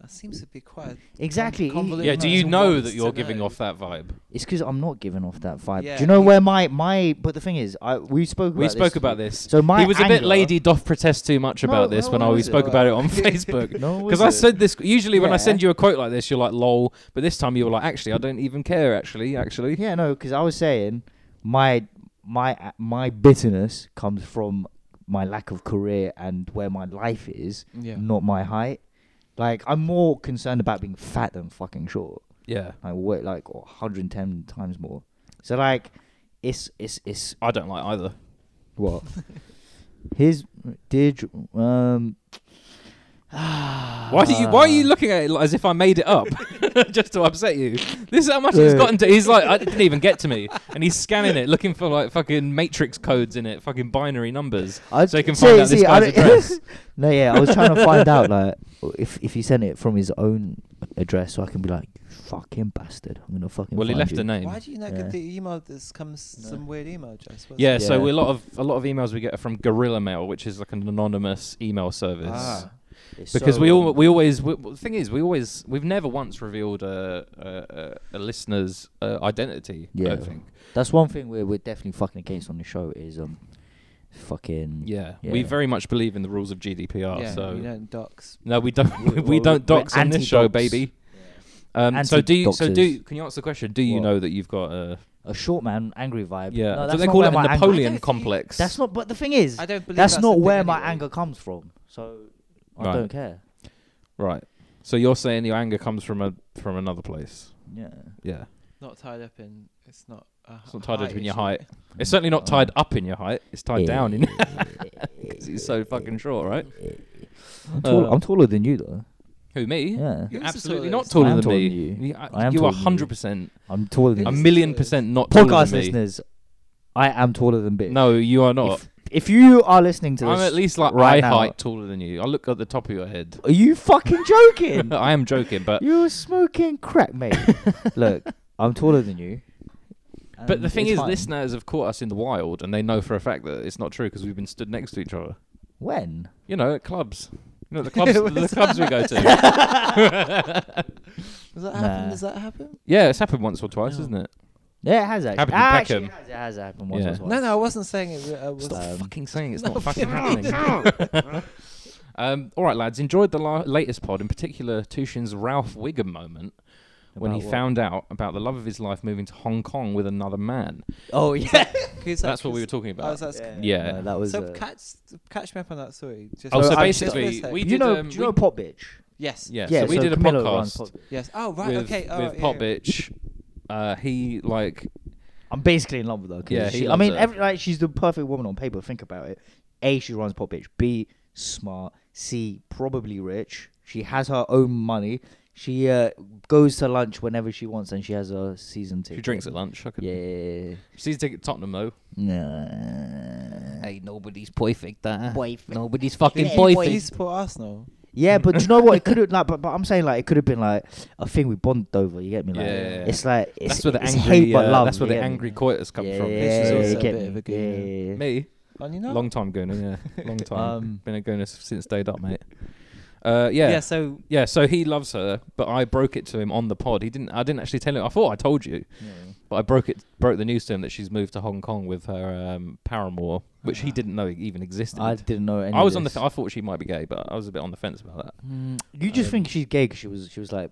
[SPEAKER 3] That seems to be quite. A
[SPEAKER 1] Exactly.
[SPEAKER 3] Con-
[SPEAKER 1] he-
[SPEAKER 2] Yeah.
[SPEAKER 3] Little
[SPEAKER 2] Do you
[SPEAKER 3] man
[SPEAKER 2] know
[SPEAKER 3] wants
[SPEAKER 2] that
[SPEAKER 3] to
[SPEAKER 2] you're giving
[SPEAKER 3] know.
[SPEAKER 2] off that vibe?
[SPEAKER 1] It's because I'm not giving off that vibe.
[SPEAKER 3] Yeah,
[SPEAKER 1] Do you know
[SPEAKER 3] he-
[SPEAKER 1] where my my? But the thing is, I we spoke.
[SPEAKER 2] We
[SPEAKER 1] about
[SPEAKER 2] spoke
[SPEAKER 1] this.
[SPEAKER 2] about this.
[SPEAKER 1] So my
[SPEAKER 2] he was a bit
[SPEAKER 1] anger-
[SPEAKER 2] lady doth protest too much
[SPEAKER 1] No,
[SPEAKER 2] about this
[SPEAKER 1] no,
[SPEAKER 2] when
[SPEAKER 1] what
[SPEAKER 2] I we
[SPEAKER 1] was it?
[SPEAKER 2] spoke about it on
[SPEAKER 1] *laughs*
[SPEAKER 2] Facebook.
[SPEAKER 1] No,
[SPEAKER 2] Because
[SPEAKER 1] was
[SPEAKER 2] I
[SPEAKER 1] it?
[SPEAKER 2] said this usually when I send
[SPEAKER 1] Yeah.
[SPEAKER 2] you a quote like this, you're like lol, but this time you were like actually I don't even care actually actually.
[SPEAKER 1] Yeah, no, because I was saying my my my bitterness comes from my lack of career and where my life is,
[SPEAKER 3] Yeah.
[SPEAKER 1] not my height. Like I'm more concerned about being fat than fucking short.
[SPEAKER 2] Yeah.
[SPEAKER 1] I weigh like 110 times more. So like, it's it's it's
[SPEAKER 2] I don't like either. *laughs*
[SPEAKER 1] what? His did um. Why
[SPEAKER 2] Why do you? Why are
[SPEAKER 1] Ah.
[SPEAKER 2] you looking at it like as if I made
[SPEAKER 1] *laughs*
[SPEAKER 2] it up, just to upset you? This is how much it's
[SPEAKER 1] Yeah.
[SPEAKER 2] gotten to. He's like, I it didn't even get to me, and he's scanning it, looking for like fucking matrix codes in it, fucking binary numbers,
[SPEAKER 1] *sighs* I-
[SPEAKER 2] so he can
[SPEAKER 1] see,
[SPEAKER 2] find out
[SPEAKER 1] see,
[SPEAKER 2] this
[SPEAKER 1] I *laughs*
[SPEAKER 2] guy's
[SPEAKER 1] don't-
[SPEAKER 2] address.
[SPEAKER 1] No, yeah, I was trying to find
[SPEAKER 2] *laughs*
[SPEAKER 1] out like if if he sent it from his own address, so I can be like, you fucking bastard, I'm gonna fucking.
[SPEAKER 2] Well, he
[SPEAKER 1] find
[SPEAKER 2] left
[SPEAKER 1] you.
[SPEAKER 2] a name.
[SPEAKER 3] Why do you know?
[SPEAKER 1] Yeah.
[SPEAKER 3] that The email this comes
[SPEAKER 1] No.
[SPEAKER 3] some weird email address. wasn't
[SPEAKER 2] Yeah,
[SPEAKER 3] it?
[SPEAKER 2] so
[SPEAKER 1] Yeah.
[SPEAKER 2] a lot of a lot of emails we get are from Gorilla Mail, which is like an anonymous email service.
[SPEAKER 3] Ah.
[SPEAKER 1] It's
[SPEAKER 2] Because
[SPEAKER 1] so
[SPEAKER 2] we all
[SPEAKER 1] wrong.
[SPEAKER 2] we always we, well, the thing is we always we've never once revealed a a, a, a listener's uh, identity. I
[SPEAKER 1] Yeah.
[SPEAKER 2] don't think.
[SPEAKER 1] That's one thing we're we're definitely fucking against on the show is um, fucking
[SPEAKER 2] Yeah. we very much believe in the rules of GDPR.
[SPEAKER 3] yeah.
[SPEAKER 2] so
[SPEAKER 3] you don't dox.
[SPEAKER 2] no, we don't *laughs* we,
[SPEAKER 1] We- well,
[SPEAKER 2] don't
[SPEAKER 1] we're
[SPEAKER 2] dox on this show,
[SPEAKER 1] anti-dox.
[SPEAKER 2] baby. Um, so do you, so do
[SPEAKER 1] Anti-doxers.
[SPEAKER 2] can you answer the question? Do you
[SPEAKER 1] What?
[SPEAKER 2] know that you've got a
[SPEAKER 1] a short man angry vibe. No,
[SPEAKER 2] yeah?
[SPEAKER 1] that's
[SPEAKER 2] that's what they
[SPEAKER 1] not
[SPEAKER 2] call
[SPEAKER 1] where
[SPEAKER 2] it the
[SPEAKER 1] my anger-
[SPEAKER 3] I don't
[SPEAKER 2] Napoleon
[SPEAKER 3] think-
[SPEAKER 2] complex.
[SPEAKER 1] That's not. But the thing is,
[SPEAKER 3] I don't believe
[SPEAKER 1] that's,
[SPEAKER 3] the
[SPEAKER 1] not
[SPEAKER 3] thing
[SPEAKER 1] where my
[SPEAKER 3] anyway.
[SPEAKER 1] anger comes from. So I
[SPEAKER 2] Right.
[SPEAKER 1] don't care.
[SPEAKER 2] right. So you're saying your anger comes from a from another place?
[SPEAKER 1] Yeah.
[SPEAKER 2] Yeah.
[SPEAKER 3] Not tied up in. It's not. A
[SPEAKER 2] It's not tied up in your
[SPEAKER 3] issue.
[SPEAKER 2] height. It's certainly not tied
[SPEAKER 1] Uh,
[SPEAKER 2] up in your height. It's tied
[SPEAKER 1] *laughs*
[SPEAKER 2] down *laughs* in.
[SPEAKER 1] Eh,
[SPEAKER 2] Because he's so fucking short, right?
[SPEAKER 1] I'm, tall,
[SPEAKER 2] Uh,
[SPEAKER 1] I'm taller than you though.
[SPEAKER 2] Who me?
[SPEAKER 1] Yeah.
[SPEAKER 3] You're
[SPEAKER 2] You're
[SPEAKER 3] also
[SPEAKER 2] absolutely
[SPEAKER 3] taller
[SPEAKER 2] not
[SPEAKER 3] than-
[SPEAKER 1] I am
[SPEAKER 2] taller than
[SPEAKER 1] taller
[SPEAKER 2] me.
[SPEAKER 1] than you.
[SPEAKER 2] You- uh,
[SPEAKER 1] I am
[SPEAKER 2] you are
[SPEAKER 1] taller than you.
[SPEAKER 2] hundred percent,
[SPEAKER 1] I'm taller than
[SPEAKER 2] a
[SPEAKER 1] you.
[SPEAKER 3] Yes.
[SPEAKER 2] million percent not taller
[SPEAKER 1] Podcast
[SPEAKER 2] than me.
[SPEAKER 1] listeners, I am taller than Bitch.
[SPEAKER 2] No, you are not.
[SPEAKER 1] If, if you are listening to this,
[SPEAKER 2] I'm at least like
[SPEAKER 1] right
[SPEAKER 2] eye
[SPEAKER 1] now-
[SPEAKER 2] height taller than you. I look at the top of your head.
[SPEAKER 1] Are you fucking
[SPEAKER 2] *laughs*
[SPEAKER 1] joking?
[SPEAKER 2] I am joking, but
[SPEAKER 1] You're smoking crack,
[SPEAKER 2] *laughs*
[SPEAKER 1] mate. Look, I'm taller than you.
[SPEAKER 2] but the
[SPEAKER 1] and
[SPEAKER 2] thing
[SPEAKER 1] it's
[SPEAKER 2] is,
[SPEAKER 1] fine.
[SPEAKER 2] listeners have caught us in the wild, and they know for a fact that it's not true because we've been stood next to each other.
[SPEAKER 1] when
[SPEAKER 2] You know, at clubs. You know the clubs, the clubs we go to.
[SPEAKER 3] *laughs* Does
[SPEAKER 1] Nah.
[SPEAKER 3] that happen? Does that happen?
[SPEAKER 2] yeah, it's happened once or twice,
[SPEAKER 3] No.
[SPEAKER 2] isn't it?
[SPEAKER 1] yeah, it has actually.
[SPEAKER 2] Happened to
[SPEAKER 1] actually,
[SPEAKER 2] Beckham.
[SPEAKER 1] It, has, it has happened once.
[SPEAKER 2] Yeah.
[SPEAKER 1] or twice.
[SPEAKER 3] No, no, I wasn't saying it. I was
[SPEAKER 2] Stop
[SPEAKER 1] Um,
[SPEAKER 2] fucking saying it's not fucking happening. *laughs* um, all right, lads. Enjoyed the la- latest pod, in particular Tushin's Ralph Wiggum moment when he
[SPEAKER 1] About what?
[SPEAKER 2] found out about the love of his life moving to Hong Kong with another man.
[SPEAKER 1] Oh
[SPEAKER 3] *laughs*
[SPEAKER 1] yeah.
[SPEAKER 3] Who's that?
[SPEAKER 2] That's what we were talking
[SPEAKER 3] I was
[SPEAKER 2] about.
[SPEAKER 3] asking.
[SPEAKER 2] Yeah.
[SPEAKER 1] No, that was.
[SPEAKER 3] So
[SPEAKER 1] uh,
[SPEAKER 3] catch catch me up on that story. Just
[SPEAKER 2] Oh,
[SPEAKER 1] so
[SPEAKER 3] just for a
[SPEAKER 2] basically,
[SPEAKER 3] sec.
[SPEAKER 2] we-
[SPEAKER 1] you
[SPEAKER 2] did,
[SPEAKER 1] know,
[SPEAKER 2] um,
[SPEAKER 1] do you know
[SPEAKER 2] we-
[SPEAKER 1] Pop Bitch?
[SPEAKER 3] yes,
[SPEAKER 2] Yeah,
[SPEAKER 1] Yeah,
[SPEAKER 2] so we
[SPEAKER 1] so
[SPEAKER 2] did a
[SPEAKER 1] Camilla runs
[SPEAKER 2] podcast
[SPEAKER 1] Pop-
[SPEAKER 3] yes. Oh right,
[SPEAKER 2] with,
[SPEAKER 3] okay. all
[SPEAKER 2] with
[SPEAKER 3] right, yeah,
[SPEAKER 2] Pop
[SPEAKER 3] yeah.
[SPEAKER 2] Bitch. Uh, he like
[SPEAKER 1] I'm basically in love with her. 'cause
[SPEAKER 2] Yeah, he
[SPEAKER 1] she, I
[SPEAKER 2] loves
[SPEAKER 1] mean,
[SPEAKER 2] her.
[SPEAKER 1] every, like she's the perfect woman on paper. Think about it. A, she runs Pop Bitch. B, smart. C, probably rich. She has her own money. She uh, goes to lunch whenever she wants, and she has a season ticket.
[SPEAKER 2] she drinks at lunch. I could,
[SPEAKER 1] Yeah.
[SPEAKER 2] She's taking Tottenham though.
[SPEAKER 1] Nah.
[SPEAKER 4] Hey, nobody's perfect, huh?
[SPEAKER 1] Boyfriend.
[SPEAKER 4] Nobody's fucking
[SPEAKER 1] Yeah,
[SPEAKER 4] perfect.
[SPEAKER 1] boy.
[SPEAKER 3] Please support Arsenal.
[SPEAKER 1] Yeah, but do you know what? It could have *laughs* like, but, but I'm saying like it could have been like a thing we bonded over. You get me? Like,
[SPEAKER 2] Yeah, yeah, yeah.
[SPEAKER 1] It's like it's,
[SPEAKER 2] that's where the
[SPEAKER 1] it's
[SPEAKER 2] angry.
[SPEAKER 1] hate but
[SPEAKER 2] uh,
[SPEAKER 1] love.
[SPEAKER 2] that's where
[SPEAKER 1] you
[SPEAKER 2] the
[SPEAKER 1] get me?
[SPEAKER 2] angry coitus comes
[SPEAKER 1] yeah,
[SPEAKER 2] from.
[SPEAKER 1] Yeah,
[SPEAKER 3] She's
[SPEAKER 1] yeah,
[SPEAKER 3] also
[SPEAKER 1] you
[SPEAKER 3] a
[SPEAKER 1] get
[SPEAKER 3] bit
[SPEAKER 1] me?
[SPEAKER 3] of a goon,
[SPEAKER 1] Yeah,
[SPEAKER 2] uh,
[SPEAKER 3] yeah.
[SPEAKER 1] yeah, yeah.
[SPEAKER 2] Me,
[SPEAKER 3] And you know.
[SPEAKER 2] long
[SPEAKER 1] *laughs*
[SPEAKER 2] time gooner. Yeah, long time.
[SPEAKER 1] Um,
[SPEAKER 2] Been a gooner s- since day dot, mate. Uh, yeah.
[SPEAKER 3] Yeah. So
[SPEAKER 2] Yeah, so he loves her, but I broke it to him on the pod. He didn't. I didn't actually tell him. I thought I told you, but I broke it. Broke the news to him that she's moved to Hong Kong with her um, paramour, which he didn't know even existed.
[SPEAKER 1] Uh-huh. I didn't know. Any
[SPEAKER 2] I
[SPEAKER 1] of
[SPEAKER 2] was on the.
[SPEAKER 1] this.
[SPEAKER 2] F- I thought she might be gay, but I was a bit on the fence about that.
[SPEAKER 3] mm,
[SPEAKER 1] You just
[SPEAKER 2] Um,
[SPEAKER 1] think she's gay 'cause she was she was like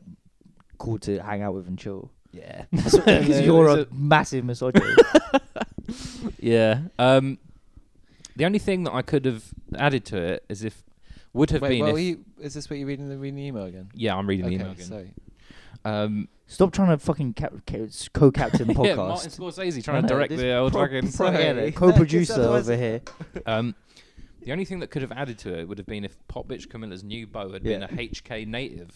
[SPEAKER 1] cool to hang out with and
[SPEAKER 2] *laughs*
[SPEAKER 1] chill. *laughs*
[SPEAKER 2] Yeah.
[SPEAKER 1] Because you're a massive
[SPEAKER 2] *laughs*
[SPEAKER 1] misogynist.
[SPEAKER 2] yeah. Um, the only thing that I could have added to it is if would have
[SPEAKER 3] wait,
[SPEAKER 2] been.
[SPEAKER 3] well,
[SPEAKER 2] if-
[SPEAKER 3] you, is this what you're reading? The reading the email again.
[SPEAKER 2] yeah, I'm reading
[SPEAKER 3] okay,
[SPEAKER 2] the email again.
[SPEAKER 3] sorry.
[SPEAKER 2] Um,
[SPEAKER 1] Stop trying to fucking cap- ca- co-captain
[SPEAKER 2] *laughs* yeah, Martin
[SPEAKER 1] podcast.
[SPEAKER 2] Scorsese
[SPEAKER 1] I *laughs*
[SPEAKER 2] trying
[SPEAKER 1] know,
[SPEAKER 2] to direct
[SPEAKER 1] this
[SPEAKER 2] the old
[SPEAKER 1] pro-
[SPEAKER 2] fucking. *laughs*
[SPEAKER 1] pro- yeah,
[SPEAKER 3] *laughs* Sorry.
[SPEAKER 1] co-producer
[SPEAKER 3] Because otherwise-
[SPEAKER 1] over
[SPEAKER 3] *laughs*
[SPEAKER 1] here.
[SPEAKER 2] Um, the only thing that could have added to it would have been if Pop Bitch Camilla's new beau had been
[SPEAKER 1] Yeah.
[SPEAKER 2] a HK native.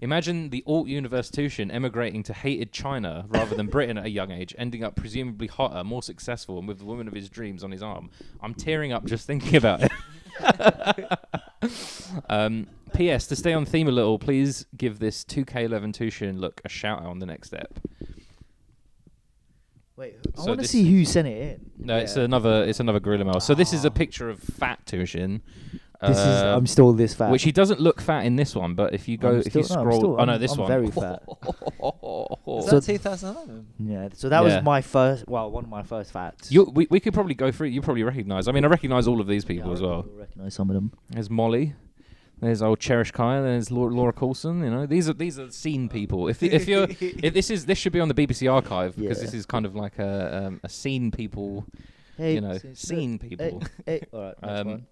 [SPEAKER 2] Imagine the alt universe Tushin emigrating to hated China rather than Britain at a young age, ending up presumably hotter, more successful, and with the woman of his dreams on his arm. I'm tearing up just thinking about it. *laughs* um, P.S. To stay on theme a little, please give this 2K11 Tushin look a shout out on the next step.
[SPEAKER 1] Wait, I
[SPEAKER 2] So
[SPEAKER 1] want to
[SPEAKER 2] this-
[SPEAKER 1] see who sent it in.
[SPEAKER 2] No, it's another it's another gorilla mouse. So this is
[SPEAKER 1] Ah.
[SPEAKER 2] a picture of fat Tushin. um,
[SPEAKER 1] This is. I'm still this fat.
[SPEAKER 2] Which he doesn't look fat in this one, but if you go,
[SPEAKER 1] I'm
[SPEAKER 2] if you
[SPEAKER 1] still- no, I'm
[SPEAKER 2] scroll,
[SPEAKER 1] still-
[SPEAKER 2] oh no,
[SPEAKER 1] I'm-
[SPEAKER 2] this
[SPEAKER 1] I'm
[SPEAKER 2] one. *laughs*
[SPEAKER 1] very fat.
[SPEAKER 3] Is
[SPEAKER 1] So-
[SPEAKER 3] that 2011?
[SPEAKER 1] yeah. So that
[SPEAKER 2] Yeah.
[SPEAKER 1] was my first. Well, one of my first facts.
[SPEAKER 2] You, we, we could probably go through. You probably recognise. I mean, I recognise all of these
[SPEAKER 1] Yeah,
[SPEAKER 2] people
[SPEAKER 1] I
[SPEAKER 2] as
[SPEAKER 1] reckon
[SPEAKER 2] well.
[SPEAKER 1] you'll Recognize some of them.
[SPEAKER 2] There's Molly. There's old Cherish Kaya. There's Laura, Laura Coulson. You know, these are these are scene people. If if you're if this is this should be on the BBC archive because
[SPEAKER 1] Yeah.
[SPEAKER 2] this is kind of like a um, a scene people.
[SPEAKER 1] Hey,
[SPEAKER 2] you know,
[SPEAKER 1] s-
[SPEAKER 2] scene
[SPEAKER 1] hey,
[SPEAKER 2] people.
[SPEAKER 1] Hey, all right. Next
[SPEAKER 2] Um,
[SPEAKER 1] one.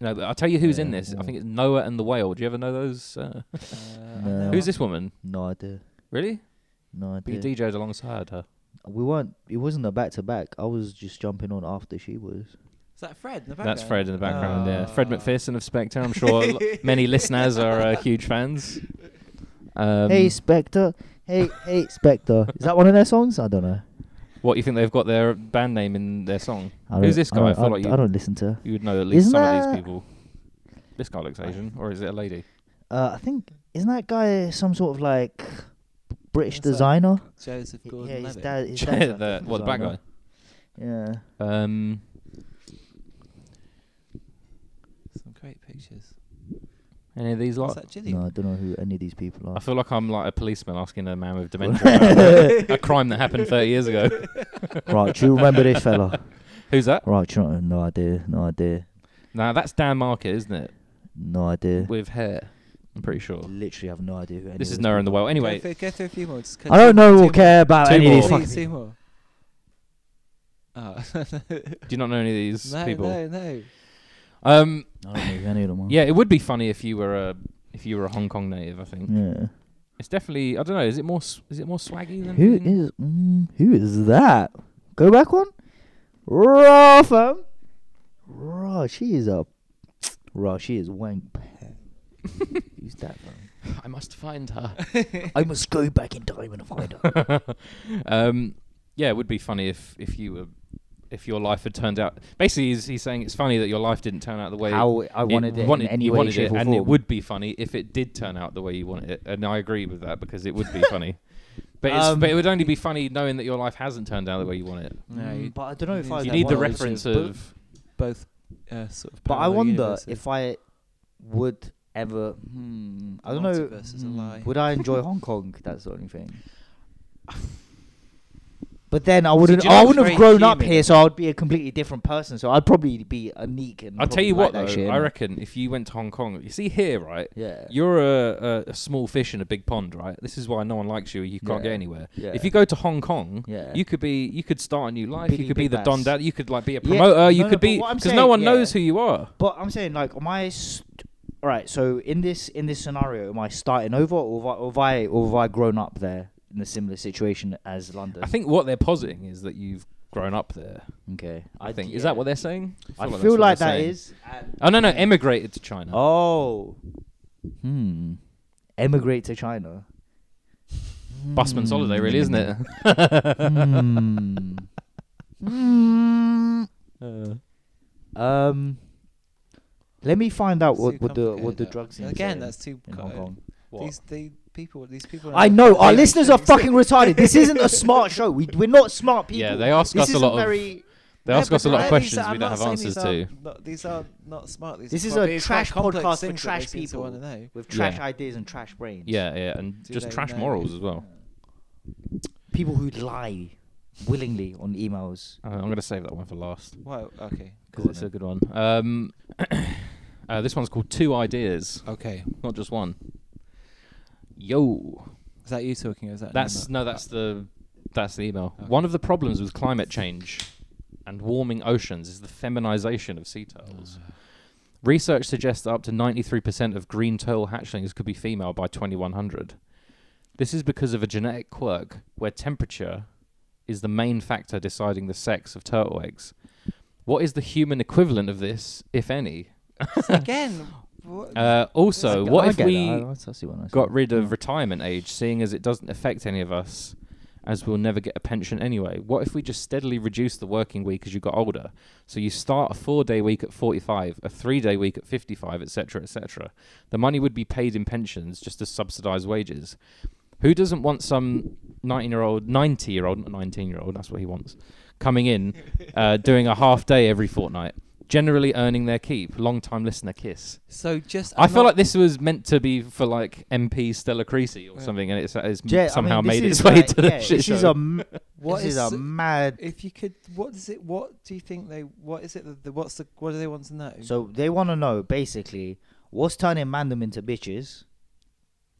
[SPEAKER 2] No, but I'll tell you who's in
[SPEAKER 1] Yeah,
[SPEAKER 2] this.
[SPEAKER 1] yeah.
[SPEAKER 2] I think it's Noah and the Whale. Do you ever know those? Uh,
[SPEAKER 3] Uh,
[SPEAKER 1] No.
[SPEAKER 2] who's this woman?
[SPEAKER 1] No idea.
[SPEAKER 2] Really?
[SPEAKER 1] No
[SPEAKER 2] But you
[SPEAKER 1] idea.
[SPEAKER 2] DJ'd alongside her.
[SPEAKER 1] We weren't. It wasn't a back to back. I was just jumping on after she was.
[SPEAKER 3] Is that Fred in the background?
[SPEAKER 2] That's Fred in the background, yeah. Fred
[SPEAKER 3] Ah.
[SPEAKER 2] McPherson of Spectre. I'm sure
[SPEAKER 3] *laughs*
[SPEAKER 2] lo- many listeners are uh, huge fans. Um,
[SPEAKER 1] hey Spectre. Hey, hey
[SPEAKER 2] *laughs*
[SPEAKER 1] Spectre. Is that one of their songs? I don't know.
[SPEAKER 2] what you think they've got their band name in their song?
[SPEAKER 1] I
[SPEAKER 2] Who's
[SPEAKER 1] don't-
[SPEAKER 2] this
[SPEAKER 1] I
[SPEAKER 2] guy? I,
[SPEAKER 1] don't-
[SPEAKER 2] feel
[SPEAKER 1] I,
[SPEAKER 2] like
[SPEAKER 1] I
[SPEAKER 2] you,
[SPEAKER 1] don't listen to. her.
[SPEAKER 2] you would know at least
[SPEAKER 1] Isn't
[SPEAKER 2] some of
[SPEAKER 1] that-
[SPEAKER 2] these people. This guy looks Asian, or is it a lady?
[SPEAKER 1] Uh, I think isn't that guy some sort of like British
[SPEAKER 3] What's that?
[SPEAKER 1] designer?
[SPEAKER 3] Joseph
[SPEAKER 1] Y-
[SPEAKER 3] Gordon
[SPEAKER 1] yeah, his
[SPEAKER 3] Levitt.
[SPEAKER 1] dad.
[SPEAKER 2] *laughs*
[SPEAKER 1] His dad's like
[SPEAKER 2] the,
[SPEAKER 1] a
[SPEAKER 2] what the black guy?
[SPEAKER 1] designer. Yeah.
[SPEAKER 2] Um,
[SPEAKER 3] Some great pictures.
[SPEAKER 2] any of these
[SPEAKER 3] Is
[SPEAKER 2] lot?
[SPEAKER 3] that Gillian?
[SPEAKER 1] No, I don't know who any of these people
[SPEAKER 2] I
[SPEAKER 1] are.
[SPEAKER 2] feel like I'm like a policeman asking a man with dementia
[SPEAKER 1] *laughs*
[SPEAKER 2] about a crime that happened 30 years ago.
[SPEAKER 3] *laughs*
[SPEAKER 1] right, do you remember this fella?
[SPEAKER 2] *laughs* Who's that?
[SPEAKER 1] Right, do you know, no idea, no idea,
[SPEAKER 2] Now that's Dan Market, isn't it?
[SPEAKER 1] no idea.
[SPEAKER 2] With hair, I'm pretty sure.
[SPEAKER 1] Literally, have no idea. Who any
[SPEAKER 2] This
[SPEAKER 1] of
[SPEAKER 2] is
[SPEAKER 1] these
[SPEAKER 2] Noah in the
[SPEAKER 1] people
[SPEAKER 2] Well. Anyway,
[SPEAKER 3] Go through, go through a few more. Just
[SPEAKER 1] are. I don't know or
[SPEAKER 3] continue.
[SPEAKER 1] care about
[SPEAKER 2] Two
[SPEAKER 1] any
[SPEAKER 2] more.
[SPEAKER 1] of these
[SPEAKER 3] Two
[SPEAKER 1] fucking people.
[SPEAKER 3] more. Two, two more.
[SPEAKER 2] *laughs*
[SPEAKER 3] Oh.
[SPEAKER 2] Do you not know any of these
[SPEAKER 3] *laughs* no,
[SPEAKER 2] people?
[SPEAKER 3] no, no.
[SPEAKER 2] Um,
[SPEAKER 1] I don't know who any of them are.
[SPEAKER 2] yeah, it would be funny if you were a if you were a Hong Kong native. I think
[SPEAKER 1] Yeah.
[SPEAKER 2] it's definitely. I don't know. Is it more s- is it more swaggy than?
[SPEAKER 1] Who
[SPEAKER 2] than-
[SPEAKER 1] is mm, who is that? Go back one. Raw
[SPEAKER 2] *laughs*
[SPEAKER 1] fam. Raw, she is a raw. She is wank. Who's that man?
[SPEAKER 2] I must find her. *laughs*
[SPEAKER 1] I must go back in time and find her.
[SPEAKER 2] um, yeah, it would be funny if if you were if your life had turned out. Basically, he's, he's saying it's funny that your life didn't turn out the way
[SPEAKER 1] How I wanted it, in any
[SPEAKER 2] you
[SPEAKER 1] way,
[SPEAKER 2] wanted
[SPEAKER 1] shape,
[SPEAKER 2] it,
[SPEAKER 1] or
[SPEAKER 2] and it
[SPEAKER 1] form.
[SPEAKER 2] would be funny if it did turn out the way you wanted it. And I agree with that because it would be
[SPEAKER 1] *laughs*
[SPEAKER 2] funny. But, it's,
[SPEAKER 1] Um,
[SPEAKER 2] but it would only be funny knowing that your life hasn't turned out the way you want it.
[SPEAKER 3] No, you-
[SPEAKER 1] Mm, but I don't know if
[SPEAKER 3] you
[SPEAKER 1] I.
[SPEAKER 3] need
[SPEAKER 2] You
[SPEAKER 3] that
[SPEAKER 2] need the
[SPEAKER 3] one is
[SPEAKER 2] reference
[SPEAKER 3] a book.
[SPEAKER 2] of
[SPEAKER 3] both uh, sort of.
[SPEAKER 1] But I
[SPEAKER 3] parallel
[SPEAKER 1] wonder
[SPEAKER 3] universes.
[SPEAKER 1] if I would ever. Hmm, I don't know. hmm,
[SPEAKER 3] Multiverse is a lie.
[SPEAKER 1] Would I
[SPEAKER 3] *laughs*
[SPEAKER 1] enjoy Hong Kong? That's the only thing. But then I wouldn't.
[SPEAKER 3] you know
[SPEAKER 1] I
[SPEAKER 3] it's
[SPEAKER 1] wouldn't have
[SPEAKER 3] very
[SPEAKER 1] grown up
[SPEAKER 3] human?
[SPEAKER 1] here, so I'd be a completely different person. So I'd probably be unique. And
[SPEAKER 2] I'll tell you
[SPEAKER 1] probably
[SPEAKER 2] what,
[SPEAKER 1] like that
[SPEAKER 2] though,
[SPEAKER 1] shit,
[SPEAKER 2] I
[SPEAKER 1] innit?
[SPEAKER 2] reckon if you went to Hong Kong, you see here, right?
[SPEAKER 1] Yeah.
[SPEAKER 2] You're a, a, a small fish in a big pond, right? This is why no one likes you. You can't
[SPEAKER 1] Yeah.
[SPEAKER 2] get anywhere.
[SPEAKER 1] yeah.
[SPEAKER 2] If you go to Hong Kong,
[SPEAKER 1] Yeah.
[SPEAKER 2] you could be, you could start a new life.
[SPEAKER 1] Billy
[SPEAKER 2] you could
[SPEAKER 1] Big
[SPEAKER 2] be the Don
[SPEAKER 1] Bass.
[SPEAKER 2] Dad. You could like be a
[SPEAKER 1] Yeah,
[SPEAKER 2] promoter. you
[SPEAKER 1] no, no,
[SPEAKER 2] could
[SPEAKER 1] but
[SPEAKER 2] be
[SPEAKER 1] what I'm
[SPEAKER 2] because no
[SPEAKER 1] saying-
[SPEAKER 2] one knows
[SPEAKER 1] yeah.
[SPEAKER 2] who you are.
[SPEAKER 1] But I'm saying, like, am I? St- all right. So in this in this scenario, am I starting over, or have I, or have I, or have I grown up there in a similar situation as London?
[SPEAKER 2] I think what they're positing is that you've grown up there.
[SPEAKER 1] Okay.
[SPEAKER 2] I, think is that what they're saying?
[SPEAKER 1] I
[SPEAKER 2] that's
[SPEAKER 1] feel
[SPEAKER 2] what
[SPEAKER 1] like
[SPEAKER 2] they're
[SPEAKER 1] that
[SPEAKER 2] saying.
[SPEAKER 1] is. and-
[SPEAKER 2] Oh no no, emigrated to China.
[SPEAKER 1] Oh. Hmm. Emigrate to China.
[SPEAKER 2] Busman's holiday, really,
[SPEAKER 1] *laughs*
[SPEAKER 2] isn't it?
[SPEAKER 1] Hmm. Hmm. *laughs* Um. Let me find out
[SPEAKER 3] It's
[SPEAKER 1] what,
[SPEAKER 3] too
[SPEAKER 1] what the what
[SPEAKER 3] complicated,
[SPEAKER 1] the
[SPEAKER 3] that.
[SPEAKER 1] drugs
[SPEAKER 3] Again, that's too.
[SPEAKER 1] in Hong
[SPEAKER 3] co-
[SPEAKER 1] Kong.
[SPEAKER 2] What?
[SPEAKER 3] These the people. These people.
[SPEAKER 1] I
[SPEAKER 3] are
[SPEAKER 1] know our
[SPEAKER 3] baby
[SPEAKER 1] listeners are
[SPEAKER 3] things.
[SPEAKER 1] fucking retarded. This isn't
[SPEAKER 2] *laughs*
[SPEAKER 1] a smart show. We we're not smart people.
[SPEAKER 2] Yeah, they ask
[SPEAKER 1] this
[SPEAKER 2] us a
[SPEAKER 1] isn't
[SPEAKER 2] lot of-
[SPEAKER 1] very,
[SPEAKER 2] they
[SPEAKER 3] Yeah,
[SPEAKER 2] ask us a
[SPEAKER 3] but
[SPEAKER 2] lot
[SPEAKER 3] these
[SPEAKER 2] of
[SPEAKER 3] are-
[SPEAKER 2] questions
[SPEAKER 3] I'm
[SPEAKER 2] we don't
[SPEAKER 3] not
[SPEAKER 2] have
[SPEAKER 3] saying
[SPEAKER 2] answers
[SPEAKER 3] these
[SPEAKER 2] to.
[SPEAKER 3] are not- These are not smart. These
[SPEAKER 1] This
[SPEAKER 3] are
[SPEAKER 1] is
[SPEAKER 3] quite-
[SPEAKER 1] a
[SPEAKER 3] these are quite
[SPEAKER 1] trash
[SPEAKER 3] complex
[SPEAKER 1] podcast for
[SPEAKER 3] things that
[SPEAKER 1] trash
[SPEAKER 3] they seem to
[SPEAKER 1] people.
[SPEAKER 3] wanna know.
[SPEAKER 1] with
[SPEAKER 2] Yeah.
[SPEAKER 1] trash ideas and trash brains.
[SPEAKER 2] Yeah, yeah, and
[SPEAKER 3] Do
[SPEAKER 2] just
[SPEAKER 3] they
[SPEAKER 2] trash
[SPEAKER 3] know?
[SPEAKER 2] morals as well.
[SPEAKER 1] People who lie willingly on emails.
[SPEAKER 2] Uh, I'm gonna save that one for last
[SPEAKER 3] Wow. Okay.
[SPEAKER 2] because it's a good one. Um, *coughs* uh, this one's called Two Ideas,
[SPEAKER 3] Okay.
[SPEAKER 2] not just one. Yo,
[SPEAKER 3] Is that you talking? Or is that
[SPEAKER 2] that's
[SPEAKER 3] Nana?
[SPEAKER 2] no, that's the that's the email.
[SPEAKER 3] Okay.
[SPEAKER 2] One of the problems with climate change and warming oceans is the feminization of sea turtles. Research suggests that up to 93% of green turtle hatchlings could be female by 2100. This is because of a genetic quirk where temperature is the main factor deciding the sex of turtle eggs. What is the human equivalent of this, if any? *laughs*
[SPEAKER 3] again. what-
[SPEAKER 2] Uh, also, what if we got rid
[SPEAKER 1] Yeah.
[SPEAKER 2] of retirement age, seeing as it doesn't affect any of us, as we'll never get a pension anyway? What if we just steadily reduce the working week as you got older? So you start a four-day week at 45, a three-day week at 55, etc., etc. The money would be paid in pensions just as subsidised wages. Who doesn't want some 19-year-old, 90-year-old, not 19-year-old? That's what he wants. Coming in, uh, doing a half day every fortnight, generally earning their keep. Long-time listener, kiss.
[SPEAKER 3] so just.
[SPEAKER 2] I
[SPEAKER 3] I'm
[SPEAKER 2] feel
[SPEAKER 3] not-
[SPEAKER 2] like this was meant to be for like MP Stella Creasy or
[SPEAKER 3] Yeah.
[SPEAKER 2] something, and it's, it's
[SPEAKER 1] Yeah, I mean,
[SPEAKER 2] somehow
[SPEAKER 1] this
[SPEAKER 2] made its
[SPEAKER 1] is
[SPEAKER 2] way
[SPEAKER 1] like-
[SPEAKER 2] to the
[SPEAKER 1] yeah,
[SPEAKER 2] shit
[SPEAKER 1] this
[SPEAKER 2] show.
[SPEAKER 1] Is a, m-
[SPEAKER 3] What
[SPEAKER 1] this is,
[SPEAKER 3] is-
[SPEAKER 1] a mad.
[SPEAKER 3] If you could, what is it? What do you think they? What is it? That the, what's the? What do they want to know?
[SPEAKER 1] So they want to know basically what's turning man them into bitches.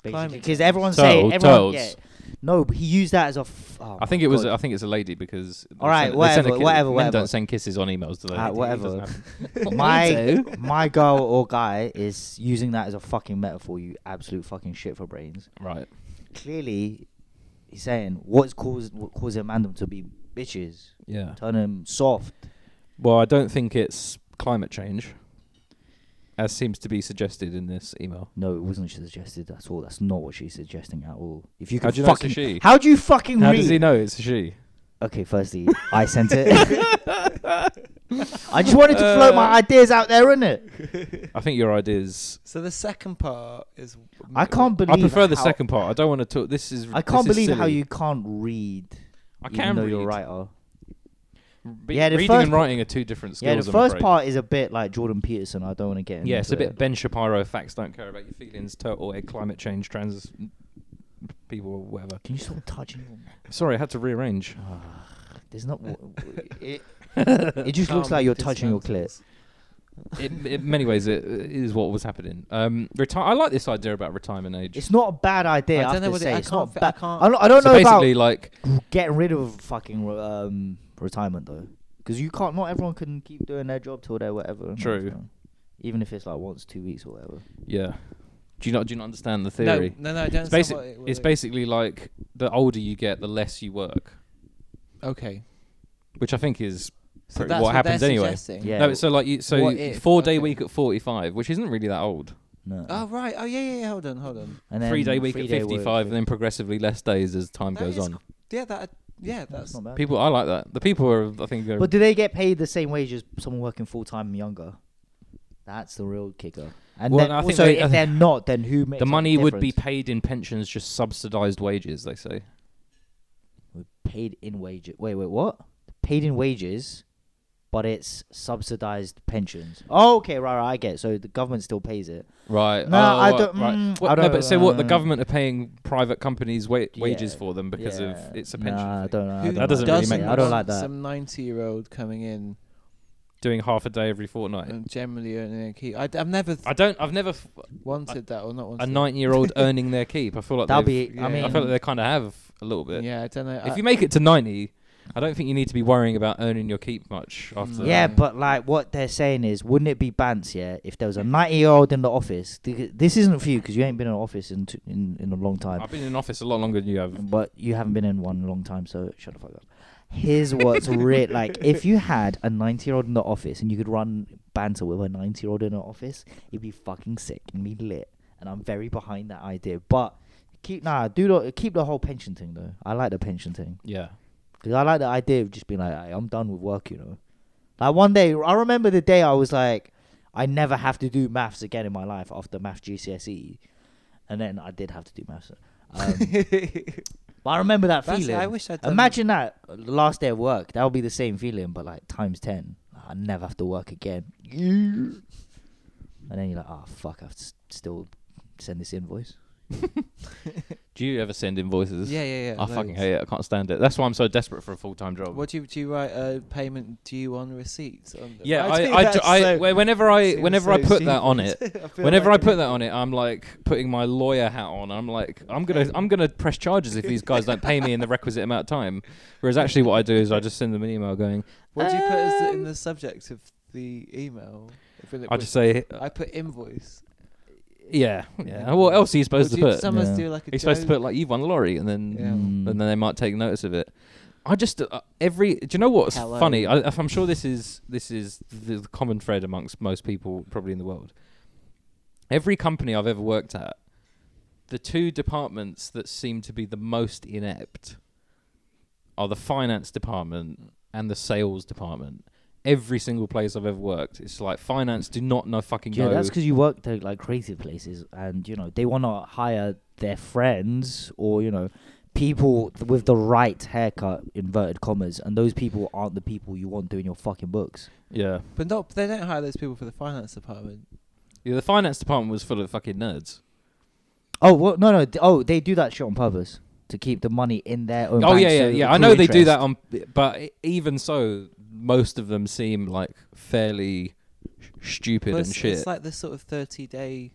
[SPEAKER 3] Climate
[SPEAKER 1] Because
[SPEAKER 3] change.
[SPEAKER 1] everyone's
[SPEAKER 2] Turtle-
[SPEAKER 1] saying everyone,
[SPEAKER 2] turtles.
[SPEAKER 1] yeah. No, but he used that as a. F- oh
[SPEAKER 2] I think
[SPEAKER 1] my
[SPEAKER 2] it was.
[SPEAKER 1] God.
[SPEAKER 2] I think it's a lady because. they
[SPEAKER 1] All right,
[SPEAKER 2] send- they send a
[SPEAKER 1] whatever,
[SPEAKER 2] ki-
[SPEAKER 1] whatever,
[SPEAKER 2] men
[SPEAKER 1] whatever.
[SPEAKER 2] don't send kisses on emails, do they?
[SPEAKER 1] Ah,
[SPEAKER 2] It
[SPEAKER 1] whatever.
[SPEAKER 2] doesn't
[SPEAKER 1] *laughs*
[SPEAKER 2] happen. *laughs*
[SPEAKER 1] my my girl or guy is using that as a fucking metaphor. You absolute fucking shit for brains.
[SPEAKER 2] Right.
[SPEAKER 1] Clearly, he's saying what's caused what causing Mandem to be bitches,
[SPEAKER 2] Yeah.
[SPEAKER 1] turn him soft.
[SPEAKER 2] Well, I don't think it's climate change, as seems to be suggested in this email.
[SPEAKER 1] No, it wasn't suggested at all. That's not what she's suggesting at all. If you
[SPEAKER 2] How
[SPEAKER 1] can
[SPEAKER 2] do you know it's a
[SPEAKER 1] fucking,
[SPEAKER 2] she?
[SPEAKER 1] how do you fucking
[SPEAKER 2] How
[SPEAKER 1] read?
[SPEAKER 2] does he know it's a she?
[SPEAKER 1] Okay, firstly, I sent
[SPEAKER 2] *laughs*
[SPEAKER 3] *laughs*
[SPEAKER 1] it. I just wanted to float
[SPEAKER 3] Uh,
[SPEAKER 1] my ideas out there, innit?
[SPEAKER 2] I think your ideas.
[SPEAKER 3] So the second part is.
[SPEAKER 1] I can't believe.
[SPEAKER 2] I prefer the
[SPEAKER 1] how-
[SPEAKER 2] second
[SPEAKER 3] *laughs*
[SPEAKER 2] part. I don't want to talk. This is.
[SPEAKER 1] I can't
[SPEAKER 2] this is
[SPEAKER 1] believe how
[SPEAKER 2] silly.
[SPEAKER 1] you can't read.
[SPEAKER 2] I
[SPEAKER 1] even
[SPEAKER 2] can
[SPEAKER 1] though
[SPEAKER 2] read.
[SPEAKER 1] you're a writer.
[SPEAKER 2] Be-
[SPEAKER 1] Yeah, the
[SPEAKER 2] reading
[SPEAKER 1] first
[SPEAKER 2] and
[SPEAKER 1] part-
[SPEAKER 2] writing are two different skills.
[SPEAKER 1] Yeah, the
[SPEAKER 2] I'm
[SPEAKER 1] first
[SPEAKER 2] afraid.
[SPEAKER 1] part is a bit like Jordan Peterson. I don't want to get.
[SPEAKER 2] Yeah, it's a
[SPEAKER 1] into
[SPEAKER 2] bit
[SPEAKER 1] it.
[SPEAKER 2] Ben Shapiro. Facts don't care about your feelings. Turtle egg, climate change, trans people, or whatever.
[SPEAKER 1] Can you stop Ah. touching? them?
[SPEAKER 2] *laughs* Sorry, I had to rearrange.
[SPEAKER 1] There's not. w- w-
[SPEAKER 2] *laughs*
[SPEAKER 1] It, it just looks like you're touching your clit.
[SPEAKER 2] in, in many ways, it it is what was happening. Um, retire. I like this idea about retirement age.
[SPEAKER 1] It's not a bad idea.
[SPEAKER 3] I
[SPEAKER 1] I
[SPEAKER 3] don't
[SPEAKER 1] have
[SPEAKER 3] know
[SPEAKER 1] to
[SPEAKER 3] what it-
[SPEAKER 1] say.
[SPEAKER 3] I
[SPEAKER 1] it's
[SPEAKER 3] can't
[SPEAKER 1] not
[SPEAKER 3] fi- I
[SPEAKER 1] bad.
[SPEAKER 3] can't-
[SPEAKER 1] I don't, I don't
[SPEAKER 2] so
[SPEAKER 1] know about
[SPEAKER 2] basically like
[SPEAKER 1] getting rid of fucking re- um, retirement though, because you can't. Not everyone can keep doing their job till they're whatever. and
[SPEAKER 2] True.
[SPEAKER 1] so- Even if it's like once two weeks or whatever.
[SPEAKER 2] yeah. Do you not do you not understand the
[SPEAKER 3] No,
[SPEAKER 2] theory?
[SPEAKER 3] no, no. I don't.
[SPEAKER 2] It's,
[SPEAKER 3] understand
[SPEAKER 2] basic,
[SPEAKER 3] what it- what
[SPEAKER 2] it's
[SPEAKER 3] it-
[SPEAKER 2] basically like the older you get, the less you work,
[SPEAKER 3] Okay.
[SPEAKER 2] which I think is
[SPEAKER 3] So
[SPEAKER 2] pretty-
[SPEAKER 3] that's
[SPEAKER 2] what
[SPEAKER 3] they're
[SPEAKER 2] happens anyway.
[SPEAKER 3] suggesting.
[SPEAKER 1] Yeah.
[SPEAKER 2] No, it's so like you, so
[SPEAKER 3] What if?
[SPEAKER 2] four day
[SPEAKER 3] Okay.
[SPEAKER 2] week at forty five, which isn't really that old.
[SPEAKER 1] No.
[SPEAKER 3] Oh right. Oh yeah, yeah. yeah. Hold on, hold on.
[SPEAKER 1] And then
[SPEAKER 2] three day week at
[SPEAKER 1] three-day work,
[SPEAKER 2] 55, and then progressively less days as time
[SPEAKER 3] That
[SPEAKER 2] goes
[SPEAKER 3] is
[SPEAKER 2] on.
[SPEAKER 3] Yeah, that. Yeah, that's.
[SPEAKER 1] That's not bad.
[SPEAKER 2] People, I like that. The people are, I think, are,
[SPEAKER 1] But do they get paid the same wage as someone working full time and younger? That's the real kicker. And
[SPEAKER 2] Well,
[SPEAKER 1] then
[SPEAKER 2] I think
[SPEAKER 1] also,
[SPEAKER 2] they-
[SPEAKER 1] if they're not, then who makes
[SPEAKER 2] the
[SPEAKER 1] up
[SPEAKER 2] money would be
[SPEAKER 1] difference?
[SPEAKER 2] paid in pensions, just subsidized wages. They say.
[SPEAKER 1] paid in wages? Wait, wait, what? Paid in wages, but it's subsidized pensions. Oh, okay, right, right, I get. It. So the government still pays it.
[SPEAKER 2] Right.
[SPEAKER 1] No,
[SPEAKER 2] oh,
[SPEAKER 1] I
[SPEAKER 2] right,
[SPEAKER 1] don't-
[SPEAKER 2] Right.
[SPEAKER 1] mm,
[SPEAKER 2] What-
[SPEAKER 1] I
[SPEAKER 2] no, but so what? The
[SPEAKER 1] don't- um,
[SPEAKER 2] government are paying private companies wa- wages
[SPEAKER 1] Yeah,
[SPEAKER 2] for them because
[SPEAKER 1] Yeah.
[SPEAKER 2] of it's a pension.
[SPEAKER 1] Nah, I
[SPEAKER 2] thing.
[SPEAKER 1] don't know. I
[SPEAKER 3] Who
[SPEAKER 1] don't
[SPEAKER 2] That
[SPEAKER 1] like
[SPEAKER 2] doesn't really
[SPEAKER 1] that.
[SPEAKER 2] make
[SPEAKER 1] I don't
[SPEAKER 2] sense.
[SPEAKER 1] like that.
[SPEAKER 3] Some ninety-year-old coming in
[SPEAKER 2] Doing half a day every fortnight.
[SPEAKER 3] and generally earning a key. I, have never th-
[SPEAKER 2] I don't. I've never f-
[SPEAKER 3] wanted that or not wanted
[SPEAKER 2] a
[SPEAKER 1] *laughs*
[SPEAKER 3] that.
[SPEAKER 2] nine-year-old
[SPEAKER 3] *laughs*
[SPEAKER 2] earning their keep. I feel like
[SPEAKER 1] That'd
[SPEAKER 2] they've-
[SPEAKER 1] be- I
[SPEAKER 2] I feel like
[SPEAKER 1] mean-
[SPEAKER 2] they kind of have a little bit.
[SPEAKER 3] Yeah, I don't know. I,
[SPEAKER 2] If you make it to ninety, I don't think you need to be worrying about earning your keep much after.
[SPEAKER 1] Yeah,
[SPEAKER 3] Mm. Yeah.
[SPEAKER 1] but like what they're saying is, wouldn't it be bants, yeah, if there was a 90 year old in the office? th- This isn't for you because you ain't been in an office in, t- in in a long time,
[SPEAKER 2] I've been in office a lot longer than you have.
[SPEAKER 1] but you haven't been in one in a long time, so shut the fuck up. Here's what's real like if you had a 90 year old in the office and you could run banter with a 90 year old in the office, it'd be fucking sick and be lit. And I'm very behind that idea, but keep nah, do the, keep the whole pension thing though. I like the pension thing.
[SPEAKER 2] Yeah.
[SPEAKER 1] Because I like the idea of just being like, "Hey, I'm done with work, you know. Like one day, I remember the day I was like, I never have to do maths again in my life after math GCSE, E," and then I did have to do maths. Um,
[SPEAKER 3] *laughs*
[SPEAKER 1] but I remember that
[SPEAKER 3] That's-
[SPEAKER 1] feeling.
[SPEAKER 3] I wish I'd done
[SPEAKER 1] Imagine that uh, the last day of work. That would be the same feeling, but like times ten. I never have to work again. and then you're like, oh fuck, I have to s- still send this invoice.
[SPEAKER 2] Do you ever send invoices?
[SPEAKER 3] *laughs* Yeah, yeah, yeah.
[SPEAKER 2] I fucking
[SPEAKER 3] loads.
[SPEAKER 2] hate it. I can't stand it. That's why I'm so desperate for a full time job.
[SPEAKER 3] What do you do? You write a payment due on receipts. On the-
[SPEAKER 2] Yeah,
[SPEAKER 3] think
[SPEAKER 2] I, I,
[SPEAKER 3] that's
[SPEAKER 2] I,
[SPEAKER 3] so-
[SPEAKER 2] whe- whenever I,
[SPEAKER 3] seems
[SPEAKER 2] whenever
[SPEAKER 3] so
[SPEAKER 2] I put that
[SPEAKER 3] stupid.
[SPEAKER 2] on it,
[SPEAKER 3] *laughs* I feel
[SPEAKER 2] whenever
[SPEAKER 3] like
[SPEAKER 2] I put that on it, I'm like putting my lawyer hat on. I'm like, I'm gonna, I'm gonna press charges if these guys don't pay me in the requisite amount of time. Whereas actually, what I do is I just send them an email going,
[SPEAKER 3] What do you put as the, in the subject of the email? If it
[SPEAKER 2] Um, I
[SPEAKER 3] was-
[SPEAKER 2] just say, uh,
[SPEAKER 3] I put invoice.
[SPEAKER 2] yeah, yeah. What else are you supposed
[SPEAKER 3] Or
[SPEAKER 2] to
[SPEAKER 3] do you-
[SPEAKER 2] put?
[SPEAKER 3] Some of us
[SPEAKER 1] Yeah.
[SPEAKER 3] do like a
[SPEAKER 2] You're supposed to
[SPEAKER 3] joke.
[SPEAKER 2] put like you've won lorry, and then
[SPEAKER 3] Yeah.
[SPEAKER 2] and
[SPEAKER 1] Mm.
[SPEAKER 2] then they might take notice of it. I just uh, every do you know what's
[SPEAKER 3] Hello.
[SPEAKER 2] funny? I, I'm sure this is this is the common thread amongst most people probably in the world. Every company I've ever worked at, the two departments that seem to be the most inept are the finance department and the sales department. Every single place I've ever worked, it's like finance do not know fucking
[SPEAKER 1] Yeah,
[SPEAKER 2] know.
[SPEAKER 1] that's because you worked at like creative places, and you know they want to hire their friends or you know people th- with the right haircut inverted commas, and those people aren't the people you want doing your fucking books.
[SPEAKER 2] yeah.
[SPEAKER 3] But not. They don't hire those people for the finance department.
[SPEAKER 2] yeah, the finance department was full of fucking nerds.
[SPEAKER 1] Oh well, no, no. th- Oh, they do that shit on purpose to keep the money in their own.
[SPEAKER 2] Oh
[SPEAKER 1] bank
[SPEAKER 2] yeah,
[SPEAKER 1] so
[SPEAKER 2] yeah,
[SPEAKER 1] it
[SPEAKER 2] yeah.
[SPEAKER 1] will
[SPEAKER 2] I know
[SPEAKER 1] accrue
[SPEAKER 2] they do that
[SPEAKER 1] interest.
[SPEAKER 2] on, but e- even so, most of them seem like fairly sh- stupid
[SPEAKER 3] Well,
[SPEAKER 2] and
[SPEAKER 3] it's,
[SPEAKER 2] shit.
[SPEAKER 3] It's like this sort of thirty-day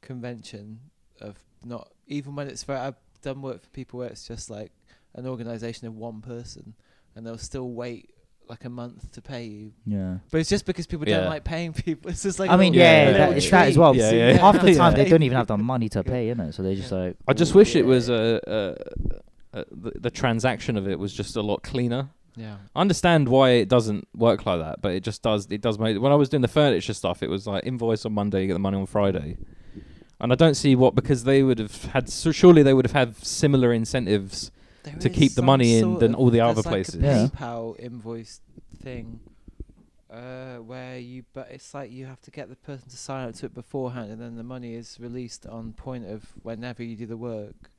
[SPEAKER 3] convention of not even when it's for. I've done work for people where it's just like an organisation of one person, and they'll still wait like a month to pay you.
[SPEAKER 1] yeah.
[SPEAKER 3] But it's just because people
[SPEAKER 2] Yeah.
[SPEAKER 3] don't like paying people. *laughs* It's just like
[SPEAKER 1] I
[SPEAKER 3] a
[SPEAKER 1] mean,
[SPEAKER 3] little-
[SPEAKER 1] yeah,
[SPEAKER 2] Yeah,
[SPEAKER 1] that,
[SPEAKER 3] little
[SPEAKER 1] it's that as
[SPEAKER 3] treat. *laughs*
[SPEAKER 1] well.
[SPEAKER 2] Yeah, yeah.
[SPEAKER 1] Half the time they
[SPEAKER 3] Yeah.
[SPEAKER 1] don't even have the money to pay, innit? So they're just
[SPEAKER 3] Yeah.
[SPEAKER 1] like,
[SPEAKER 2] I just wish it was a, a, a the, the transaction of it was just a lot cleaner.
[SPEAKER 3] Yeah.
[SPEAKER 2] I understand why it doesn't work like that, but it just does. It does make. When I was doing the furniture stuff, it was like invoice on Monday, you get the money on Friday, and I don't see what because they would have had. So surely they would have had similar incentives.
[SPEAKER 3] There
[SPEAKER 2] to
[SPEAKER 3] is
[SPEAKER 2] keep the
[SPEAKER 3] some
[SPEAKER 2] money in
[SPEAKER 3] sort
[SPEAKER 2] than
[SPEAKER 3] of-
[SPEAKER 2] all the
[SPEAKER 3] there's
[SPEAKER 2] other
[SPEAKER 3] like a
[SPEAKER 2] places.
[SPEAKER 1] Yeah.
[SPEAKER 3] PayPal invoice thing, uh, where you but it's like you have to get the person to sign up to it beforehand, and then the money is released on point of whenever you do the work.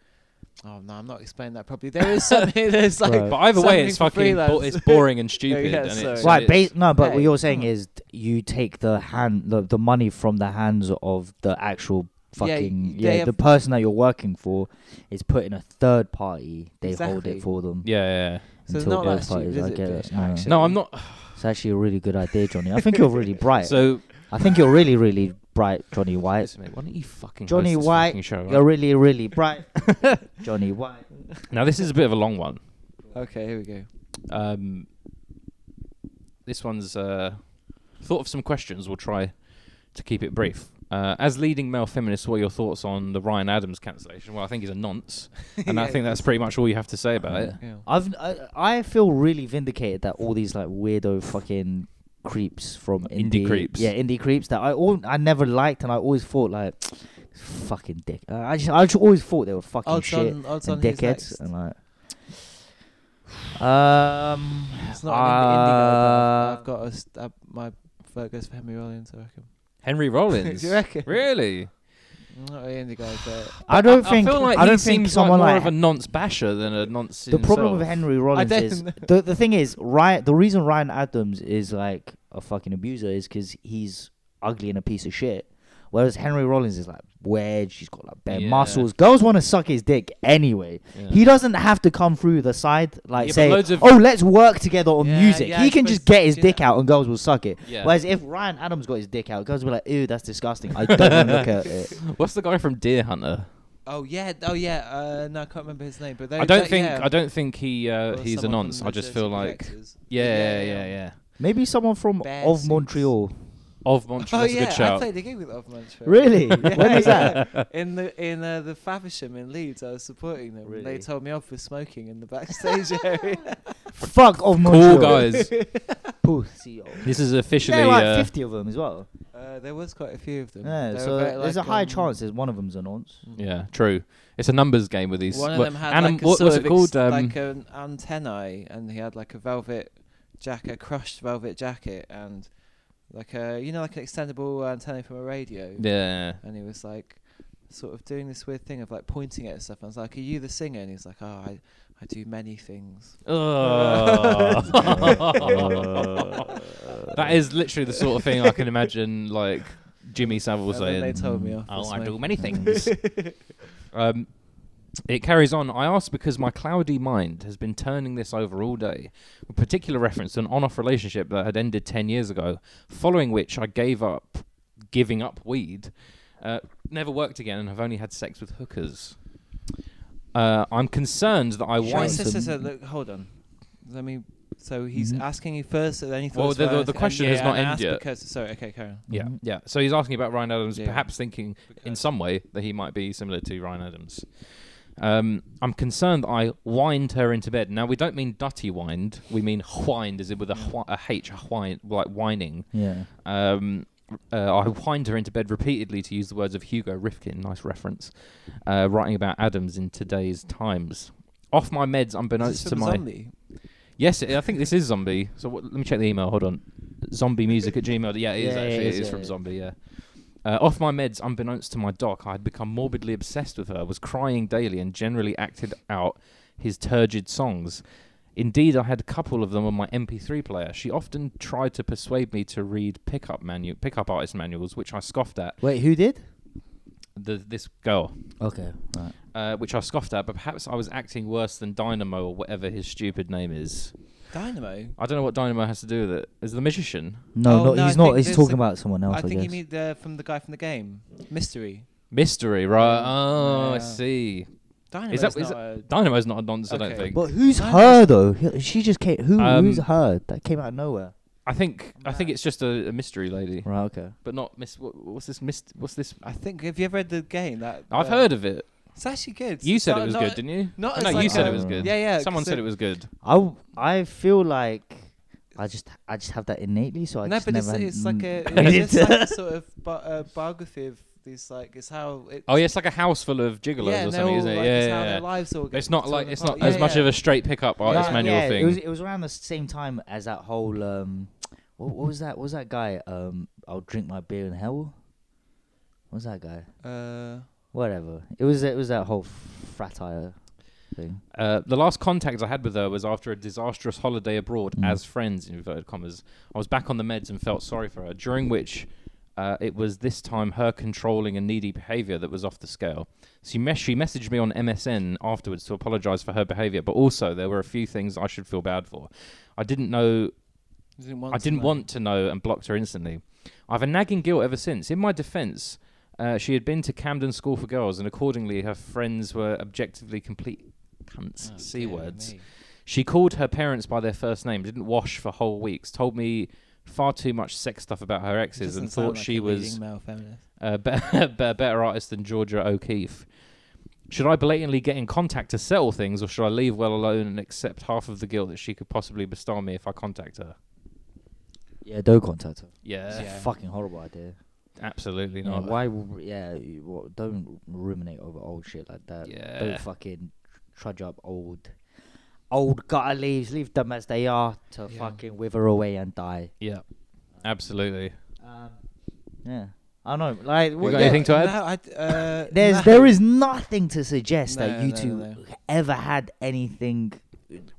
[SPEAKER 3] Oh no, I'm not explaining that properly. There is *laughs* something.
[SPEAKER 2] *laughs*
[SPEAKER 3] There's like,
[SPEAKER 1] Right.
[SPEAKER 2] But either way,
[SPEAKER 3] Something
[SPEAKER 2] it's
[SPEAKER 3] for
[SPEAKER 2] fucking. Bo-
[SPEAKER 3] freelance.
[SPEAKER 2] it's boring and
[SPEAKER 3] yeah,
[SPEAKER 2] stupid. and
[SPEAKER 3] sorry.
[SPEAKER 2] it's,
[SPEAKER 1] Right,
[SPEAKER 2] it's-
[SPEAKER 1] ba- no, but what
[SPEAKER 3] Hey,
[SPEAKER 1] you're saying
[SPEAKER 3] come on.
[SPEAKER 1] is d- you take the hand, the, the money from the hands of the actual
[SPEAKER 3] Yeah, y-
[SPEAKER 1] fucking
[SPEAKER 3] they
[SPEAKER 1] yeah, the
[SPEAKER 3] have-
[SPEAKER 1] person that you're working for is put in a third party. They hold
[SPEAKER 3] Exactly.
[SPEAKER 1] it for them.
[SPEAKER 2] yeah, yeah, yeah.
[SPEAKER 3] *laughs* so it's
[SPEAKER 1] until
[SPEAKER 3] not
[SPEAKER 1] the
[SPEAKER 3] that
[SPEAKER 1] other party
[SPEAKER 3] stupid,
[SPEAKER 1] is
[SPEAKER 3] is
[SPEAKER 1] like,
[SPEAKER 3] it?
[SPEAKER 1] yeah,
[SPEAKER 3] bitch?
[SPEAKER 1] no.
[SPEAKER 3] Actually.
[SPEAKER 2] No, I'm not.
[SPEAKER 1] It's actually a really good idea, Johnny. I think you're
[SPEAKER 3] *laughs*
[SPEAKER 1] really bright.
[SPEAKER 2] So
[SPEAKER 1] I think you're really, really bright, Johnny White.
[SPEAKER 2] Listen, mate, why don't you fucking
[SPEAKER 1] Johnny
[SPEAKER 2] host this
[SPEAKER 1] White,
[SPEAKER 2] fucking show,
[SPEAKER 1] You're
[SPEAKER 2] right?
[SPEAKER 1] really, really
[SPEAKER 2] *laughs*
[SPEAKER 1] bright, Johnny White.
[SPEAKER 2] Now this is a bit of a long one.
[SPEAKER 3] Okay, here we go.
[SPEAKER 2] Um, this one's uh, thought of some questions. We'll try to keep it brief. Uh, as leading male feminist, what are your thoughts on the Ryan Adams cancellation? Well, I think he's
[SPEAKER 1] *laughs*
[SPEAKER 2] a nonce, and I
[SPEAKER 3] Yeah,
[SPEAKER 2] think that's pretty much all you have to say about it.
[SPEAKER 3] Yeah.
[SPEAKER 1] I've I, I feel really vindicated that all these like weirdo fucking creeps from
[SPEAKER 2] Indie
[SPEAKER 1] indie,
[SPEAKER 2] creeps.
[SPEAKER 1] Yeah, indie creeps that I all I never liked, and I always thought like fucking dick. Uh, I just I just always thought they were fucking
[SPEAKER 3] Odds
[SPEAKER 1] shit
[SPEAKER 3] on, odds on
[SPEAKER 1] and
[SPEAKER 3] who's
[SPEAKER 1] dickheads
[SPEAKER 3] next.
[SPEAKER 1] and like. Um,
[SPEAKER 3] It's not
[SPEAKER 2] Uh,
[SPEAKER 3] an indie girl, but I've- I've got a st- uh, my vote goes for Henry Rollins. I reckon.
[SPEAKER 2] Henry Rollins. *laughs*
[SPEAKER 3] Do you reckon?
[SPEAKER 2] Really?
[SPEAKER 3] Not really indie guy, but
[SPEAKER 1] I don't think
[SPEAKER 2] I feel like
[SPEAKER 1] I
[SPEAKER 2] he
[SPEAKER 1] don't think
[SPEAKER 2] seems
[SPEAKER 1] someone
[SPEAKER 2] like more
[SPEAKER 1] like
[SPEAKER 2] of a nonce basher than a nonce.
[SPEAKER 1] the problem with
[SPEAKER 2] *laughs* himself.
[SPEAKER 1] Henry Rollins
[SPEAKER 3] don't
[SPEAKER 1] is
[SPEAKER 3] know.
[SPEAKER 1] the the thing is Ryan. The reason Ryan Adams is like a fucking abuser is because he's ugly and a piece of shit. Whereas Henry Rollins is like wedge. He's got like bare
[SPEAKER 2] Yeah.
[SPEAKER 1] muscles. Girls want to suck his dick anyway.
[SPEAKER 2] Yeah.
[SPEAKER 1] He doesn't have to come through the side like
[SPEAKER 2] Yeah, but
[SPEAKER 1] say,
[SPEAKER 2] loads of-
[SPEAKER 1] "Oh, let's work together on
[SPEAKER 3] Yeah,
[SPEAKER 1] music."
[SPEAKER 3] yeah, I
[SPEAKER 1] he can just
[SPEAKER 3] suppose
[SPEAKER 1] get his
[SPEAKER 3] you do
[SPEAKER 1] dick
[SPEAKER 3] that.
[SPEAKER 1] out and girls will suck it.
[SPEAKER 2] Yeah.
[SPEAKER 1] Whereas if Ryan Adams got his dick out, girls will be like, "Ew, that's disgusting. I don't want to look at it."
[SPEAKER 2] *laughs* What's the guy from Deer Hunter?
[SPEAKER 3] oh yeah, oh yeah. Uh, no, I can't remember his name. But they,
[SPEAKER 2] I don't
[SPEAKER 3] they-
[SPEAKER 2] think
[SPEAKER 3] yeah.
[SPEAKER 2] I don't think he uh,
[SPEAKER 3] Or
[SPEAKER 2] he's a
[SPEAKER 3] someone from
[SPEAKER 2] nonce.
[SPEAKER 3] the
[SPEAKER 2] I just feel
[SPEAKER 3] Jersey
[SPEAKER 2] like
[SPEAKER 3] Rejects.
[SPEAKER 2] yeah, yeah, yeah,
[SPEAKER 1] Maybe someone from
[SPEAKER 3] Bad
[SPEAKER 1] of
[SPEAKER 3] suits.
[SPEAKER 1] Montreal.
[SPEAKER 2] Of Montreal,
[SPEAKER 3] Oh
[SPEAKER 2] that's a
[SPEAKER 3] yeah,
[SPEAKER 2] good
[SPEAKER 3] I
[SPEAKER 2] shout.
[SPEAKER 3] played a gig with Of Mantra.
[SPEAKER 1] Really?
[SPEAKER 3] *laughs* Yeah,
[SPEAKER 1] when was that?
[SPEAKER 3] yeah. *laughs* In the in uh, the Faversham in Leeds, I was supporting them. and They
[SPEAKER 1] Really?
[SPEAKER 3] told me off for smoking in
[SPEAKER 1] *laughs*
[SPEAKER 3] the backstage area.
[SPEAKER 1] Fuck of Montreal.
[SPEAKER 2] Cool
[SPEAKER 3] *laughs*
[SPEAKER 2] guys.
[SPEAKER 1] Pussy. oh.
[SPEAKER 2] This is officially
[SPEAKER 1] There are like
[SPEAKER 2] uh,
[SPEAKER 1] 50 of them as well.
[SPEAKER 3] Uh, there was quite a few of them.
[SPEAKER 1] Yeah,
[SPEAKER 3] They were
[SPEAKER 1] so
[SPEAKER 3] very,
[SPEAKER 1] there's
[SPEAKER 3] like,
[SPEAKER 1] a high
[SPEAKER 3] um,
[SPEAKER 1] chance there's one of them's a nonce.
[SPEAKER 2] yeah, true. It's a numbers game with these.
[SPEAKER 3] One of
[SPEAKER 2] what-
[SPEAKER 3] them had
[SPEAKER 2] anim-
[SPEAKER 3] like a
[SPEAKER 2] what
[SPEAKER 3] sort
[SPEAKER 2] was
[SPEAKER 3] of
[SPEAKER 2] it called?
[SPEAKER 3] ex-
[SPEAKER 2] Um,
[SPEAKER 3] like an antennae, and he had like a velvet jacket, a crushed velvet jacket, and like a you know like an extendable antenna from a radio. *laughs*
[SPEAKER 2] yeah, *laughs*
[SPEAKER 3] And he was like, sort of doing this weird thing of like pointing at stuff. And I was like, "Are you the singer?" And he's like, "Oh, I, I do many things."
[SPEAKER 2] Oh. that is literally the sort of thing I can imagine, like Jimmy Savile
[SPEAKER 3] And then
[SPEAKER 2] saying.
[SPEAKER 3] they told me off. for
[SPEAKER 2] Oh, I do
[SPEAKER 3] smoking.
[SPEAKER 2] many things. um, it carries on. I asked because my cloudy mind has been turning this over all day, with particular reference to an on off relationship that had ended 10 years ago, following which I gave up giving up weed, uh, never worked again, and have only had sex with hookers. Uh, I'm concerned that I
[SPEAKER 1] Shall
[SPEAKER 3] Why
[SPEAKER 1] I
[SPEAKER 2] wind
[SPEAKER 1] say
[SPEAKER 3] so,
[SPEAKER 1] Johnson.
[SPEAKER 3] so, so, look, hold on. Let me. So he's
[SPEAKER 1] Mhm.
[SPEAKER 3] asking you first, and then he
[SPEAKER 2] Well,
[SPEAKER 3] thought.
[SPEAKER 2] the- the- the question
[SPEAKER 3] yeah,
[SPEAKER 2] has not
[SPEAKER 3] and
[SPEAKER 2] ended
[SPEAKER 3] I asked
[SPEAKER 2] yet.
[SPEAKER 3] Because, sorry, okay, Karen.
[SPEAKER 2] Yeah,
[SPEAKER 1] Mhm.
[SPEAKER 2] Mm-hmm. yeah. So he's asking about Ryan Adams,
[SPEAKER 3] Yeah.
[SPEAKER 2] perhaps thinking in
[SPEAKER 3] Because-
[SPEAKER 2] some way that he might be similar to Ryan Adams. Um, I'm concerned I wind her into bed. Now we don't mean dutty wind; we mean wind, as in with a,
[SPEAKER 3] Mm.
[SPEAKER 2] whi- a h, a whine, like whining.
[SPEAKER 1] Yeah.
[SPEAKER 2] Um, uh, I wind her into bed repeatedly, to use the words of Hugo Rifkin, nice reference, uh, writing about Adams in today's Times. Off my meds,
[SPEAKER 3] Is
[SPEAKER 2] unbeknownst
[SPEAKER 3] this
[SPEAKER 2] to
[SPEAKER 3] from
[SPEAKER 2] my
[SPEAKER 3] Zombie?
[SPEAKER 2] yes, I think this is Zombie. So what, let me check the email. Hold on, zombie
[SPEAKER 1] *laughs*
[SPEAKER 2] music at Gmail. Yeah, it is
[SPEAKER 1] Yeah, yeah,
[SPEAKER 2] actually.
[SPEAKER 1] it
[SPEAKER 2] It
[SPEAKER 1] is,
[SPEAKER 2] is
[SPEAKER 1] yeah,
[SPEAKER 2] from
[SPEAKER 1] yeah.
[SPEAKER 2] Zombie. Yeah. Uh, off my meds, unbeknownst to my doc, I had become morbidly obsessed with her. Was crying daily and generally acted out his turgid songs. Indeed, I had a couple of them on my MP3 player. She often tried to persuade me to read pickup manu- pickup artist manuals, which I scoffed at.
[SPEAKER 1] Wait, Oh. who did?
[SPEAKER 2] The, this girl,
[SPEAKER 1] Okay. Right.
[SPEAKER 2] uh, which I scoffed at, but perhaps I was acting worse than Dynamo or whatever his stupid name is.
[SPEAKER 3] Dynamo.
[SPEAKER 2] I don't know what Dynamo has to do with it. Is it the magician?
[SPEAKER 1] No,
[SPEAKER 3] Oh,
[SPEAKER 1] no,
[SPEAKER 3] no,
[SPEAKER 1] he's
[SPEAKER 3] I
[SPEAKER 1] not.
[SPEAKER 3] think
[SPEAKER 1] He's
[SPEAKER 3] there's
[SPEAKER 1] talking
[SPEAKER 3] a-
[SPEAKER 1] about someone else. I,
[SPEAKER 3] I think
[SPEAKER 1] guess.
[SPEAKER 3] you mean the, from the guy from the game. Mystery.
[SPEAKER 2] Mystery, right? Oh, I
[SPEAKER 3] Yeah.
[SPEAKER 2] see.
[SPEAKER 3] Dynamo
[SPEAKER 2] Is that- is
[SPEAKER 3] not a-
[SPEAKER 2] Dynamo's not a nonce, I don't
[SPEAKER 3] Okay.
[SPEAKER 2] think.
[SPEAKER 1] but who's
[SPEAKER 3] I
[SPEAKER 1] her though? Who- She just came. Who?
[SPEAKER 2] Um,
[SPEAKER 1] who's her? That came out of nowhere.
[SPEAKER 2] I think I think
[SPEAKER 3] Mad.
[SPEAKER 2] it's just a, a mystery lady,
[SPEAKER 1] Right. Okay.
[SPEAKER 2] but not Miss. What, what's this? Miss? What's this?
[SPEAKER 3] I think. Have you ever read the game? That
[SPEAKER 2] I've
[SPEAKER 3] uh,
[SPEAKER 2] heard of it.
[SPEAKER 3] It's actually good.
[SPEAKER 2] You
[SPEAKER 3] It's
[SPEAKER 2] said
[SPEAKER 3] not-
[SPEAKER 2] it was
[SPEAKER 3] not-
[SPEAKER 2] good, didn't you?
[SPEAKER 3] not
[SPEAKER 2] no,
[SPEAKER 3] as
[SPEAKER 2] you
[SPEAKER 3] like um,
[SPEAKER 2] said
[SPEAKER 1] a-
[SPEAKER 2] it was good.
[SPEAKER 3] Yeah, yeah,
[SPEAKER 2] Someone
[SPEAKER 3] so-
[SPEAKER 2] said it was good.
[SPEAKER 1] I w- I feel like I just I just have that innately, so I
[SPEAKER 3] no,
[SPEAKER 1] just
[SPEAKER 3] but it's,
[SPEAKER 1] never.
[SPEAKER 3] it's like a
[SPEAKER 1] made *laughs*
[SPEAKER 3] it's
[SPEAKER 1] it.
[SPEAKER 3] just like a sort of bi- uh, biography of these like it's how it.
[SPEAKER 2] Oh yeah, it's like a house full of gigolos
[SPEAKER 3] yeah,
[SPEAKER 2] or
[SPEAKER 3] and they're
[SPEAKER 2] something,
[SPEAKER 3] all,
[SPEAKER 2] isn't it?
[SPEAKER 3] like,
[SPEAKER 2] yeah,
[SPEAKER 3] it's how
[SPEAKER 2] yeah,
[SPEAKER 3] their
[SPEAKER 2] yeah.
[SPEAKER 3] lives all. get
[SPEAKER 2] It's not
[SPEAKER 3] torn
[SPEAKER 2] like it's
[SPEAKER 3] apart.
[SPEAKER 2] not
[SPEAKER 3] Yeah,
[SPEAKER 2] as much
[SPEAKER 3] yeah.
[SPEAKER 2] of a straight pickup artist
[SPEAKER 1] Yeah,
[SPEAKER 2] manual
[SPEAKER 1] yeah,
[SPEAKER 2] thing.
[SPEAKER 1] It was, it was around the same time as that whole um, what, what was that? What was that guy? Um, I'll drink my beer in hell. What was that guy?
[SPEAKER 3] Uh,
[SPEAKER 1] Whatever. It was it was that whole fratire thing.
[SPEAKER 2] Uh, the last contact I had with her was after a disastrous holiday abroad
[SPEAKER 1] Mm.
[SPEAKER 2] as friends, in inverted commas. I was back on the meds and felt sorry for her, during which uh, it was this time her controlling and needy behavior that was off the scale. She, mes- she messaged me on MSN afterwards to apologize for her behavior, but also there were a few things I should feel bad for. I didn't know
[SPEAKER 3] you didn't want
[SPEAKER 2] I
[SPEAKER 3] to
[SPEAKER 2] didn't
[SPEAKER 3] know.
[SPEAKER 2] want to know and blocked her instantly. I've a nagging guilt ever since. In my defense, uh, she had been to Camden School for Girls, and accordingly, her friends were objectively complete cunts.
[SPEAKER 3] Oh,
[SPEAKER 2] C
[SPEAKER 3] dear
[SPEAKER 2] words.
[SPEAKER 3] me.
[SPEAKER 2] She called her parents by their first name, didn't wash for whole weeks, told me far too much sex stuff about her
[SPEAKER 3] It
[SPEAKER 2] exes,
[SPEAKER 3] doesn't
[SPEAKER 2] and
[SPEAKER 3] sound
[SPEAKER 2] thought
[SPEAKER 3] like
[SPEAKER 2] she
[SPEAKER 3] a leading
[SPEAKER 2] was
[SPEAKER 3] male feminist.
[SPEAKER 2] *laughs* a be- be- better artist than Georgia O'Keeffe. Should I blatantly get in contact to settle things, or should I leave well alone and accept half of the guilt that she could possibly bestow on me if I contact her?
[SPEAKER 1] Yeah, Dokon tattoo. It's
[SPEAKER 2] Yeah,
[SPEAKER 1] a fucking horrible idea.
[SPEAKER 2] absolutely
[SPEAKER 1] You know,
[SPEAKER 2] not.
[SPEAKER 1] why? w- Yeah, you- what, don't ruminate over old shit like that.
[SPEAKER 2] Yeah.
[SPEAKER 1] Don't fucking trudge up old, old gutter leaves. Leave them as they are to
[SPEAKER 3] Yeah.
[SPEAKER 1] fucking wither away and die.
[SPEAKER 2] Yeah, absolutely.
[SPEAKER 1] Um, yeah, I don't know. Like,
[SPEAKER 2] You
[SPEAKER 1] what,
[SPEAKER 2] got
[SPEAKER 1] yeah,
[SPEAKER 2] anything to add?
[SPEAKER 3] No, I d- uh,
[SPEAKER 1] *laughs* there's
[SPEAKER 3] *laughs* no.
[SPEAKER 1] there is nothing to suggest that
[SPEAKER 3] No,
[SPEAKER 1] you
[SPEAKER 3] no,
[SPEAKER 1] two
[SPEAKER 3] no, no.
[SPEAKER 1] ever had anything.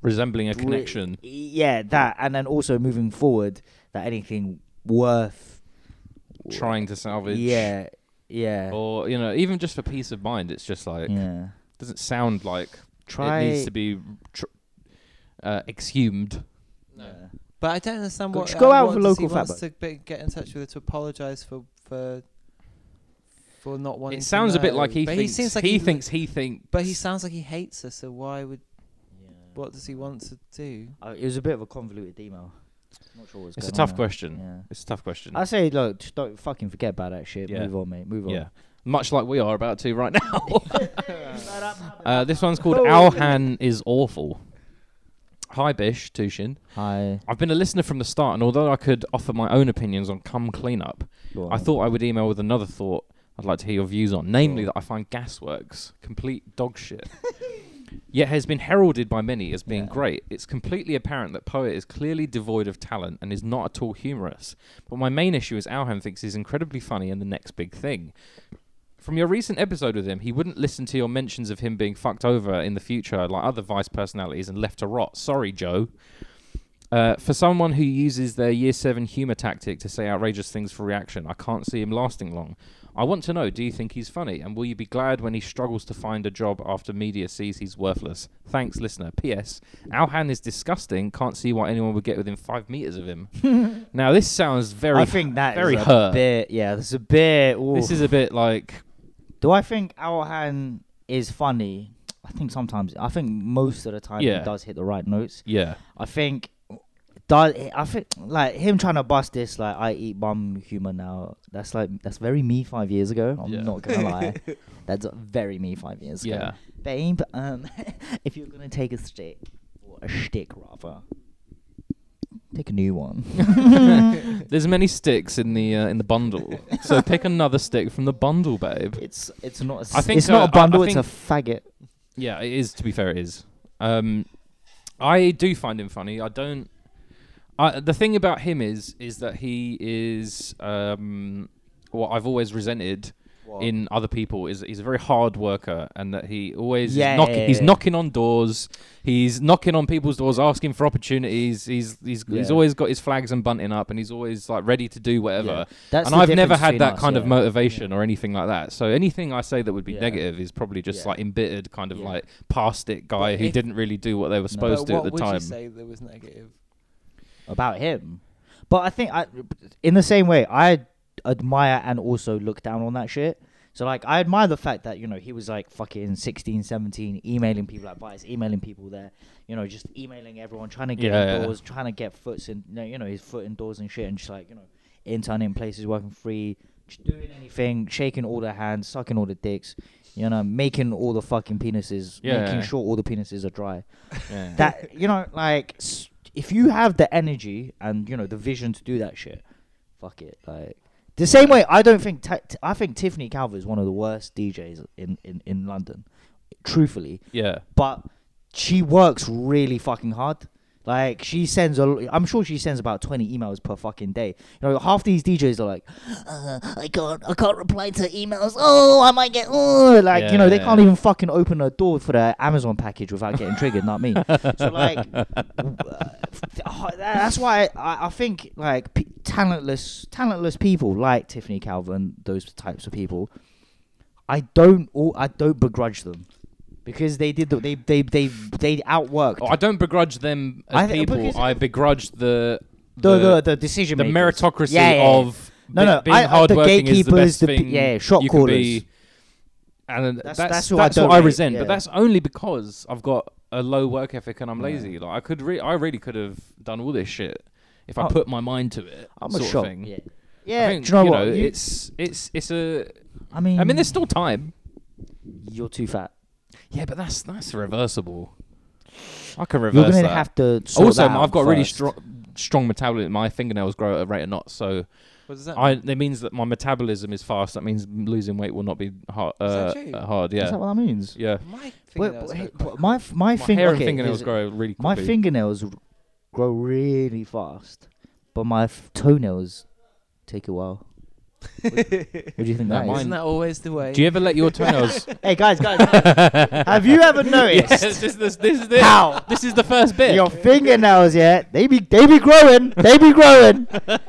[SPEAKER 2] Resembling a
[SPEAKER 1] re-
[SPEAKER 2] connection.
[SPEAKER 1] yeah, that, and then also moving forward, that anything worth
[SPEAKER 2] trying to salvage.
[SPEAKER 1] Yeah, yeah,
[SPEAKER 2] Or you know, even just for peace of mind, it's just like
[SPEAKER 1] yeah.
[SPEAKER 2] doesn't sound like
[SPEAKER 1] Try.
[SPEAKER 2] it needs to be tr- uh, exhumed.
[SPEAKER 1] yeah.
[SPEAKER 3] But I don't understand
[SPEAKER 1] Go-
[SPEAKER 3] what.
[SPEAKER 1] go
[SPEAKER 3] uh,
[SPEAKER 1] out
[SPEAKER 3] what
[SPEAKER 1] with
[SPEAKER 3] does he
[SPEAKER 1] local
[SPEAKER 3] wants
[SPEAKER 1] fatback.
[SPEAKER 3] to be- get in touch with her to apologise for for for not wanting.
[SPEAKER 2] It
[SPEAKER 3] to
[SPEAKER 2] sounds a bit
[SPEAKER 3] know.
[SPEAKER 2] like he
[SPEAKER 3] but
[SPEAKER 2] thinks.
[SPEAKER 3] He seems like
[SPEAKER 2] he,
[SPEAKER 3] he,
[SPEAKER 2] thinks he thinks.
[SPEAKER 3] But he sounds like he hates her. So why would?
[SPEAKER 1] Yeah.
[SPEAKER 3] What does he want to do?
[SPEAKER 1] Uh, it was a bit of a convoluted email. Not sure what's
[SPEAKER 2] It's a
[SPEAKER 1] going
[SPEAKER 2] tough
[SPEAKER 1] on there.
[SPEAKER 2] question.
[SPEAKER 1] Yeah.
[SPEAKER 2] It's a tough question.
[SPEAKER 1] I say, look, just don't fucking forget about that shit.
[SPEAKER 2] Yeah.
[SPEAKER 1] Move on, mate. Move on.
[SPEAKER 2] yeah, much like we are about to right now.
[SPEAKER 1] Hi,
[SPEAKER 2] uh, this one's called
[SPEAKER 1] Oh.
[SPEAKER 2] Alhan is awful. Hi Bish Tushin.
[SPEAKER 1] Hi.
[SPEAKER 2] I've been a listener from the start, and although I could offer my own opinions on cum cleanup,
[SPEAKER 1] Go
[SPEAKER 2] I
[SPEAKER 1] on.
[SPEAKER 2] thought I would email with another thought I'd like to hear your views on, namely
[SPEAKER 1] Sure.
[SPEAKER 2] that I find Gasworks complete dog shit. *laughs* Yet has been heralded by many as being
[SPEAKER 1] Yeah.
[SPEAKER 2] great. It's completely apparent that Poet is clearly devoid of talent and is not at all humorous. But my main issue is Alhan thinks he's incredibly funny and the next big thing. From your recent episode with him, he wouldn't listen to your mentions of him being fucked over in the future like other vice personalities and left to rot. Sorry, Joe. Uh, for someone who uses their year seven humor tactic to say outrageous things for reaction, I can't see him lasting long. I want to know do you think he's funny? And will you be glad when he struggles to find a job after media sees he's worthless? Thanks, listener. P.S. Alhan is disgusting. Can't see why anyone would get within five meters of him. now, this sounds very.
[SPEAKER 1] I think that is
[SPEAKER 2] very
[SPEAKER 1] a
[SPEAKER 2] hurt.
[SPEAKER 1] bit. Yeah, this is a bit. ooh.
[SPEAKER 2] *laughs* This is a bit like.
[SPEAKER 1] Do I think Alhan is funny? I think sometimes. I think most of the time
[SPEAKER 2] Yeah.
[SPEAKER 1] he does hit the right notes.
[SPEAKER 2] Yeah.
[SPEAKER 1] I think. Does I think like him trying to bust this like I eat bum humor now? That's like that's very me five years ago. I'm
[SPEAKER 2] Yeah.
[SPEAKER 1] not gonna
[SPEAKER 2] *laughs*
[SPEAKER 1] lie, that's very me five years ago.
[SPEAKER 2] Yeah.
[SPEAKER 1] babe, um, *laughs* if you're gonna take a stick, or a shtick rather, take a new
[SPEAKER 2] *laughs*
[SPEAKER 1] one.
[SPEAKER 2] There's many sticks in the uh, in
[SPEAKER 1] *laughs*
[SPEAKER 2] the bundle, so pick another stick from the bundle, babe.
[SPEAKER 1] it's it's not. A s-
[SPEAKER 2] I think,
[SPEAKER 1] it's not
[SPEAKER 2] uh,
[SPEAKER 1] a bundle.
[SPEAKER 2] I- I
[SPEAKER 1] it's a faggot.
[SPEAKER 2] Yeah, it is. To be fair, it is. Um, I do find him funny. I don't. I, the thing about him is, is that he is um, what I've always resented in other people is that he's a very hard worker and that he always
[SPEAKER 1] Yeah,
[SPEAKER 2] is knock,
[SPEAKER 1] yeah,
[SPEAKER 2] he's
[SPEAKER 1] yeah.
[SPEAKER 2] knocking on doors, he's knocking on people's doors, asking for opportunities. He's he's he's
[SPEAKER 1] Yeah.
[SPEAKER 2] always got his flags and bunting up, and he's always like ready to do whatever.
[SPEAKER 1] That's
[SPEAKER 2] and
[SPEAKER 1] the
[SPEAKER 2] I've never
[SPEAKER 1] difference
[SPEAKER 2] had
[SPEAKER 1] between
[SPEAKER 2] that
[SPEAKER 1] us,
[SPEAKER 2] kind of
[SPEAKER 1] yeah.
[SPEAKER 2] motivation or anything like that. So anything I say that would be
[SPEAKER 1] Yeah.
[SPEAKER 2] negative is probably just
[SPEAKER 1] Yeah.
[SPEAKER 2] like embittered, kind of
[SPEAKER 1] Yeah.
[SPEAKER 2] like past it guy
[SPEAKER 3] But
[SPEAKER 2] who
[SPEAKER 3] if-
[SPEAKER 2] didn't really do what they were
[SPEAKER 1] But
[SPEAKER 2] supposed to
[SPEAKER 3] But
[SPEAKER 2] at
[SPEAKER 3] what
[SPEAKER 2] the
[SPEAKER 3] would
[SPEAKER 2] time.
[SPEAKER 3] you say that was negative?
[SPEAKER 1] about him. But I think I, in the same way, I admire and also look down on that shit. So like, I admire the fact that you know he was like fucking 16, 17, emailing people at bars, emailing people there, you know, just emailing everyone, trying to get
[SPEAKER 2] Yeah, yeah.
[SPEAKER 1] doors, trying to get foots in, you know, his foot in doors and shit, and just like you know, interning places, working free, just doing anything, shaking all the hands, sucking all the dicks, you know, making all the fucking penises,
[SPEAKER 2] Yeah,
[SPEAKER 1] making
[SPEAKER 2] yeah.
[SPEAKER 1] sure all the penises are dry
[SPEAKER 2] Yeah.
[SPEAKER 1] *laughs* that you know like s- if you have the energy and you know the vision to do that shit fuck it like the same way i don't think ti- t- I think tiffany calvert is one of the worst djs in, in in london truthfully
[SPEAKER 2] yeah,
[SPEAKER 1] but she works really fucking hard like she sends a, l- I'm sure she sends about 20 emails per fucking day. You know, half these DJs are like,
[SPEAKER 4] Uh, I can't. I can't reply to emails. Oh, I might get. Oh,
[SPEAKER 1] like you know, they
[SPEAKER 2] Yeah.
[SPEAKER 1] can't even fucking open a door for their Amazon package without getting triggered. Not me. So like, Uh, that's why I, I think like p- talentless talentless people like Tiffany Calvin those types of people I don't all, I don't begrudge them because they did the, they they they they outworked
[SPEAKER 2] Oh, I don't begrudge them as
[SPEAKER 1] I thi-
[SPEAKER 2] people.
[SPEAKER 1] because-
[SPEAKER 2] I begrudge the
[SPEAKER 1] the the, the decision
[SPEAKER 2] the
[SPEAKER 1] makers.
[SPEAKER 2] meritocracy
[SPEAKER 1] Yeah, yeah, yeah.
[SPEAKER 2] of
[SPEAKER 1] No,
[SPEAKER 2] be-
[SPEAKER 1] no,
[SPEAKER 2] being
[SPEAKER 1] I- I- the
[SPEAKER 2] hardworking is the
[SPEAKER 1] gatekeepers,
[SPEAKER 2] best
[SPEAKER 1] the pe-
[SPEAKER 2] thing.
[SPEAKER 1] yeah, shot
[SPEAKER 2] you can
[SPEAKER 1] callers.
[SPEAKER 2] Be, and
[SPEAKER 1] That's-
[SPEAKER 2] that's
[SPEAKER 1] that's
[SPEAKER 2] that's
[SPEAKER 1] what
[SPEAKER 2] what
[SPEAKER 1] I
[SPEAKER 2] I,
[SPEAKER 1] don't rate,
[SPEAKER 2] resent.
[SPEAKER 1] yeah.
[SPEAKER 2] But that's only because I've got a low work ethic and I'm
[SPEAKER 1] Yeah.
[SPEAKER 2] lazy. Like I could, re- I really could have done all this shit if I
[SPEAKER 1] Oh.
[SPEAKER 2] put my mind to it.
[SPEAKER 1] I'm
[SPEAKER 2] sort
[SPEAKER 1] a
[SPEAKER 2] of
[SPEAKER 1] shock
[SPEAKER 2] thing.
[SPEAKER 1] yeah
[SPEAKER 2] I
[SPEAKER 1] yeah
[SPEAKER 2] think,
[SPEAKER 1] do you know
[SPEAKER 2] you
[SPEAKER 1] what You- Mm.
[SPEAKER 2] it's it's it's a.
[SPEAKER 1] I mean
[SPEAKER 2] I mean, there's still time.
[SPEAKER 1] you're too fat
[SPEAKER 2] Yeah, but that's that's reversible. I can reverse
[SPEAKER 1] you're gonna
[SPEAKER 2] that.
[SPEAKER 1] have to sort
[SPEAKER 2] also,
[SPEAKER 1] that out
[SPEAKER 2] I've got really
[SPEAKER 1] first.
[SPEAKER 2] strong strong metabolism. My fingernails grow at a rate of knots, so
[SPEAKER 3] What does that
[SPEAKER 2] I
[SPEAKER 3] mean?
[SPEAKER 2] that means that my metabolism is fast. That means losing weight will not be hard. Uh,
[SPEAKER 3] Is that true?
[SPEAKER 2] uh, hard,
[SPEAKER 1] Is
[SPEAKER 2] yeah,
[SPEAKER 1] that what that means?
[SPEAKER 2] yeah.
[SPEAKER 3] my
[SPEAKER 1] Well, but-
[SPEAKER 3] fingernails go
[SPEAKER 1] hey,
[SPEAKER 3] quite
[SPEAKER 1] but my f- my,
[SPEAKER 2] My
[SPEAKER 1] fing-
[SPEAKER 2] hair
[SPEAKER 1] okay,
[SPEAKER 2] and fingernails
[SPEAKER 1] here's-
[SPEAKER 2] grow really
[SPEAKER 1] My
[SPEAKER 2] quickly.
[SPEAKER 1] fingernails r- grow really fast, but my f- toenails take a while.
[SPEAKER 3] quick.
[SPEAKER 1] What do you think
[SPEAKER 2] No,
[SPEAKER 1] that is?
[SPEAKER 2] mine-
[SPEAKER 3] *laughs* Isn't that always the way?
[SPEAKER 2] Do you ever let *laughs* your toenails?
[SPEAKER 1] Hey guys, guys,
[SPEAKER 2] *laughs*
[SPEAKER 1] have you ever noticed
[SPEAKER 2] yes, *laughs* this, this, this is this.
[SPEAKER 1] How?
[SPEAKER 2] This is the
[SPEAKER 1] *laughs*
[SPEAKER 2] first bit.
[SPEAKER 1] your fingernails? Yeah, they be they be growing, they be growing.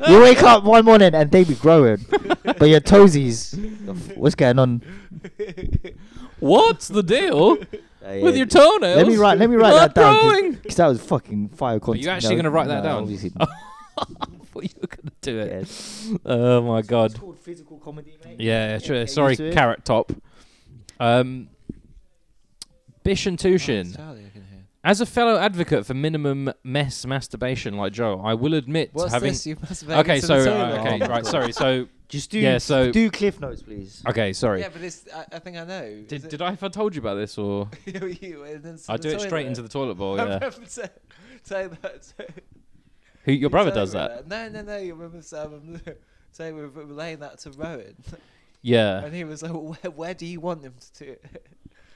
[SPEAKER 1] you wake up one morning and they be growing, but your toesies, what's going on?
[SPEAKER 2] What's the *laughs* deal
[SPEAKER 1] Uh, yeah.
[SPEAKER 2] with your toenails?
[SPEAKER 1] Let me write. Let me write
[SPEAKER 2] not
[SPEAKER 1] that down.
[SPEAKER 2] growing?
[SPEAKER 1] Because that was fucking fire
[SPEAKER 2] Are
[SPEAKER 1] content.
[SPEAKER 2] you actually
[SPEAKER 1] No,
[SPEAKER 2] going to write that
[SPEAKER 1] no, *laughs*
[SPEAKER 2] down? *laughs*
[SPEAKER 1] obviously
[SPEAKER 2] I
[SPEAKER 1] not.
[SPEAKER 2] thought you were going to do
[SPEAKER 1] Yeah.
[SPEAKER 2] it. Oh my god.
[SPEAKER 1] called physical comedy, mate.
[SPEAKER 2] Yeah,
[SPEAKER 1] get
[SPEAKER 2] sure.
[SPEAKER 1] used
[SPEAKER 2] Sorry,
[SPEAKER 1] to it.
[SPEAKER 2] carrot top. Um, Bish and
[SPEAKER 3] Oh, it's
[SPEAKER 2] Tushin.
[SPEAKER 3] Charlie, I can hear.
[SPEAKER 2] As a fellow advocate for minimum mess masturbation, like Joe, I will admit to
[SPEAKER 3] What's
[SPEAKER 2] having.
[SPEAKER 3] this? You must have
[SPEAKER 2] Okay, so uh,
[SPEAKER 1] toilet.
[SPEAKER 2] okay,
[SPEAKER 1] Oh my
[SPEAKER 2] right.
[SPEAKER 1] God.
[SPEAKER 2] Sorry.
[SPEAKER 3] *laughs*
[SPEAKER 2] So
[SPEAKER 1] Just do.
[SPEAKER 2] Yeah, so-
[SPEAKER 1] do cliff notes, please.
[SPEAKER 2] okay, sorry.
[SPEAKER 3] Yeah, but it's, I, I think I know. Is
[SPEAKER 2] Did,
[SPEAKER 3] it-
[SPEAKER 2] did
[SPEAKER 3] *laughs*
[SPEAKER 2] I have I told you about this or
[SPEAKER 3] you, and then
[SPEAKER 2] I do it straight into the toilet bowl? Yeah.
[SPEAKER 3] Say that.
[SPEAKER 2] Who, your brother does that.
[SPEAKER 3] No, no, no. You remember Sam *laughs* saying we were relaying that to Rowan,
[SPEAKER 2] Yeah,
[SPEAKER 3] and he was like, "Where, where do you want him to do it?"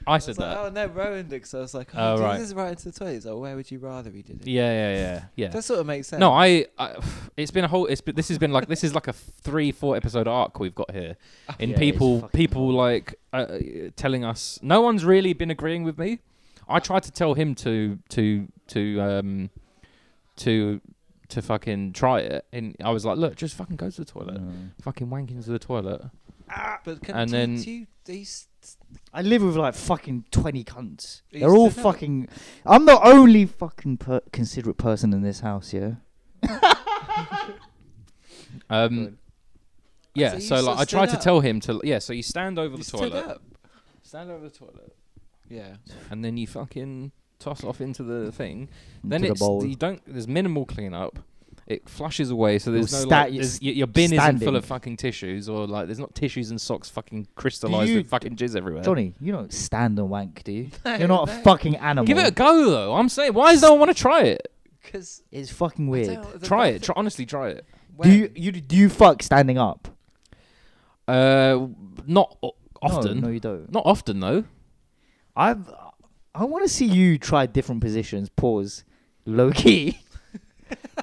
[SPEAKER 2] I
[SPEAKER 3] was
[SPEAKER 2] said
[SPEAKER 3] like,
[SPEAKER 2] that.
[SPEAKER 3] Oh no, Rowan did. So I was like,
[SPEAKER 2] Oh,
[SPEAKER 3] "Oh, do
[SPEAKER 2] right.
[SPEAKER 3] this is right into the toilet." He's like, "Where would you rather he did it?"
[SPEAKER 2] Yeah, yeah, yeah, yeah.
[SPEAKER 3] That sort of makes sense.
[SPEAKER 2] No, I, I. It's been a whole. It's been, this has been like this is like a three four episode arc we've got here, in
[SPEAKER 1] Yeah, it's
[SPEAKER 2] people
[SPEAKER 1] fucking
[SPEAKER 2] people
[SPEAKER 1] hard.
[SPEAKER 2] like uh, uh, telling us. No one's really been agreeing with me. I tried to tell him to to to um to to fucking try it, and I was like, look, just fucking go to the toilet,
[SPEAKER 1] Mm.
[SPEAKER 2] fucking wank into the toilet.
[SPEAKER 3] But can,
[SPEAKER 2] And
[SPEAKER 3] do,
[SPEAKER 2] then-
[SPEAKER 3] do you, do you s-
[SPEAKER 1] I live with like fucking twenty cunts.
[SPEAKER 3] Are you
[SPEAKER 1] They're all
[SPEAKER 3] still there?
[SPEAKER 1] fucking. I'm the only fucking per- considerate person in this house. Yeah.
[SPEAKER 2] Um, yeah,
[SPEAKER 3] So you
[SPEAKER 2] so,
[SPEAKER 3] sort
[SPEAKER 2] like
[SPEAKER 3] of
[SPEAKER 2] I tried
[SPEAKER 3] stood
[SPEAKER 2] to
[SPEAKER 3] up?
[SPEAKER 2] tell him to yeah. So you stand over
[SPEAKER 3] you
[SPEAKER 2] the
[SPEAKER 3] stood
[SPEAKER 2] toilet,
[SPEAKER 3] up?
[SPEAKER 2] stand over the toilet,
[SPEAKER 3] Yeah.
[SPEAKER 2] and then you fucking toss off into the thing. Then
[SPEAKER 1] Into the
[SPEAKER 2] it's
[SPEAKER 1] bowl.
[SPEAKER 2] you don't. There's minimal cleanup. It flushes away, so there's
[SPEAKER 1] Well,
[SPEAKER 2] no
[SPEAKER 1] sta-
[SPEAKER 2] like,
[SPEAKER 1] you
[SPEAKER 2] there's,
[SPEAKER 1] s-
[SPEAKER 2] y- your bin isn't full
[SPEAKER 1] standing.
[SPEAKER 2] of fucking tissues or like there's not tissues and socks fucking crystallized
[SPEAKER 1] you-
[SPEAKER 2] and fucking jizz everywhere.
[SPEAKER 1] Johnny, you don't stand and wank, do
[SPEAKER 3] *laughs*
[SPEAKER 1] you?
[SPEAKER 3] No,
[SPEAKER 1] You're not a
[SPEAKER 3] no.
[SPEAKER 1] fucking animal.
[SPEAKER 2] Give it a go though. I'm saying, why does no one want to try it?
[SPEAKER 3] Because
[SPEAKER 1] It's fucking weird.
[SPEAKER 2] Try it. Try, honestly, try it.
[SPEAKER 1] Do you, you do you fuck standing up?
[SPEAKER 2] Uh, not o-
[SPEAKER 1] No,
[SPEAKER 2] often.
[SPEAKER 1] no, you don't.
[SPEAKER 2] Not often though.
[SPEAKER 1] I've, I want to see you try different positions. Pause. Low
[SPEAKER 3] *laughs*
[SPEAKER 1] key.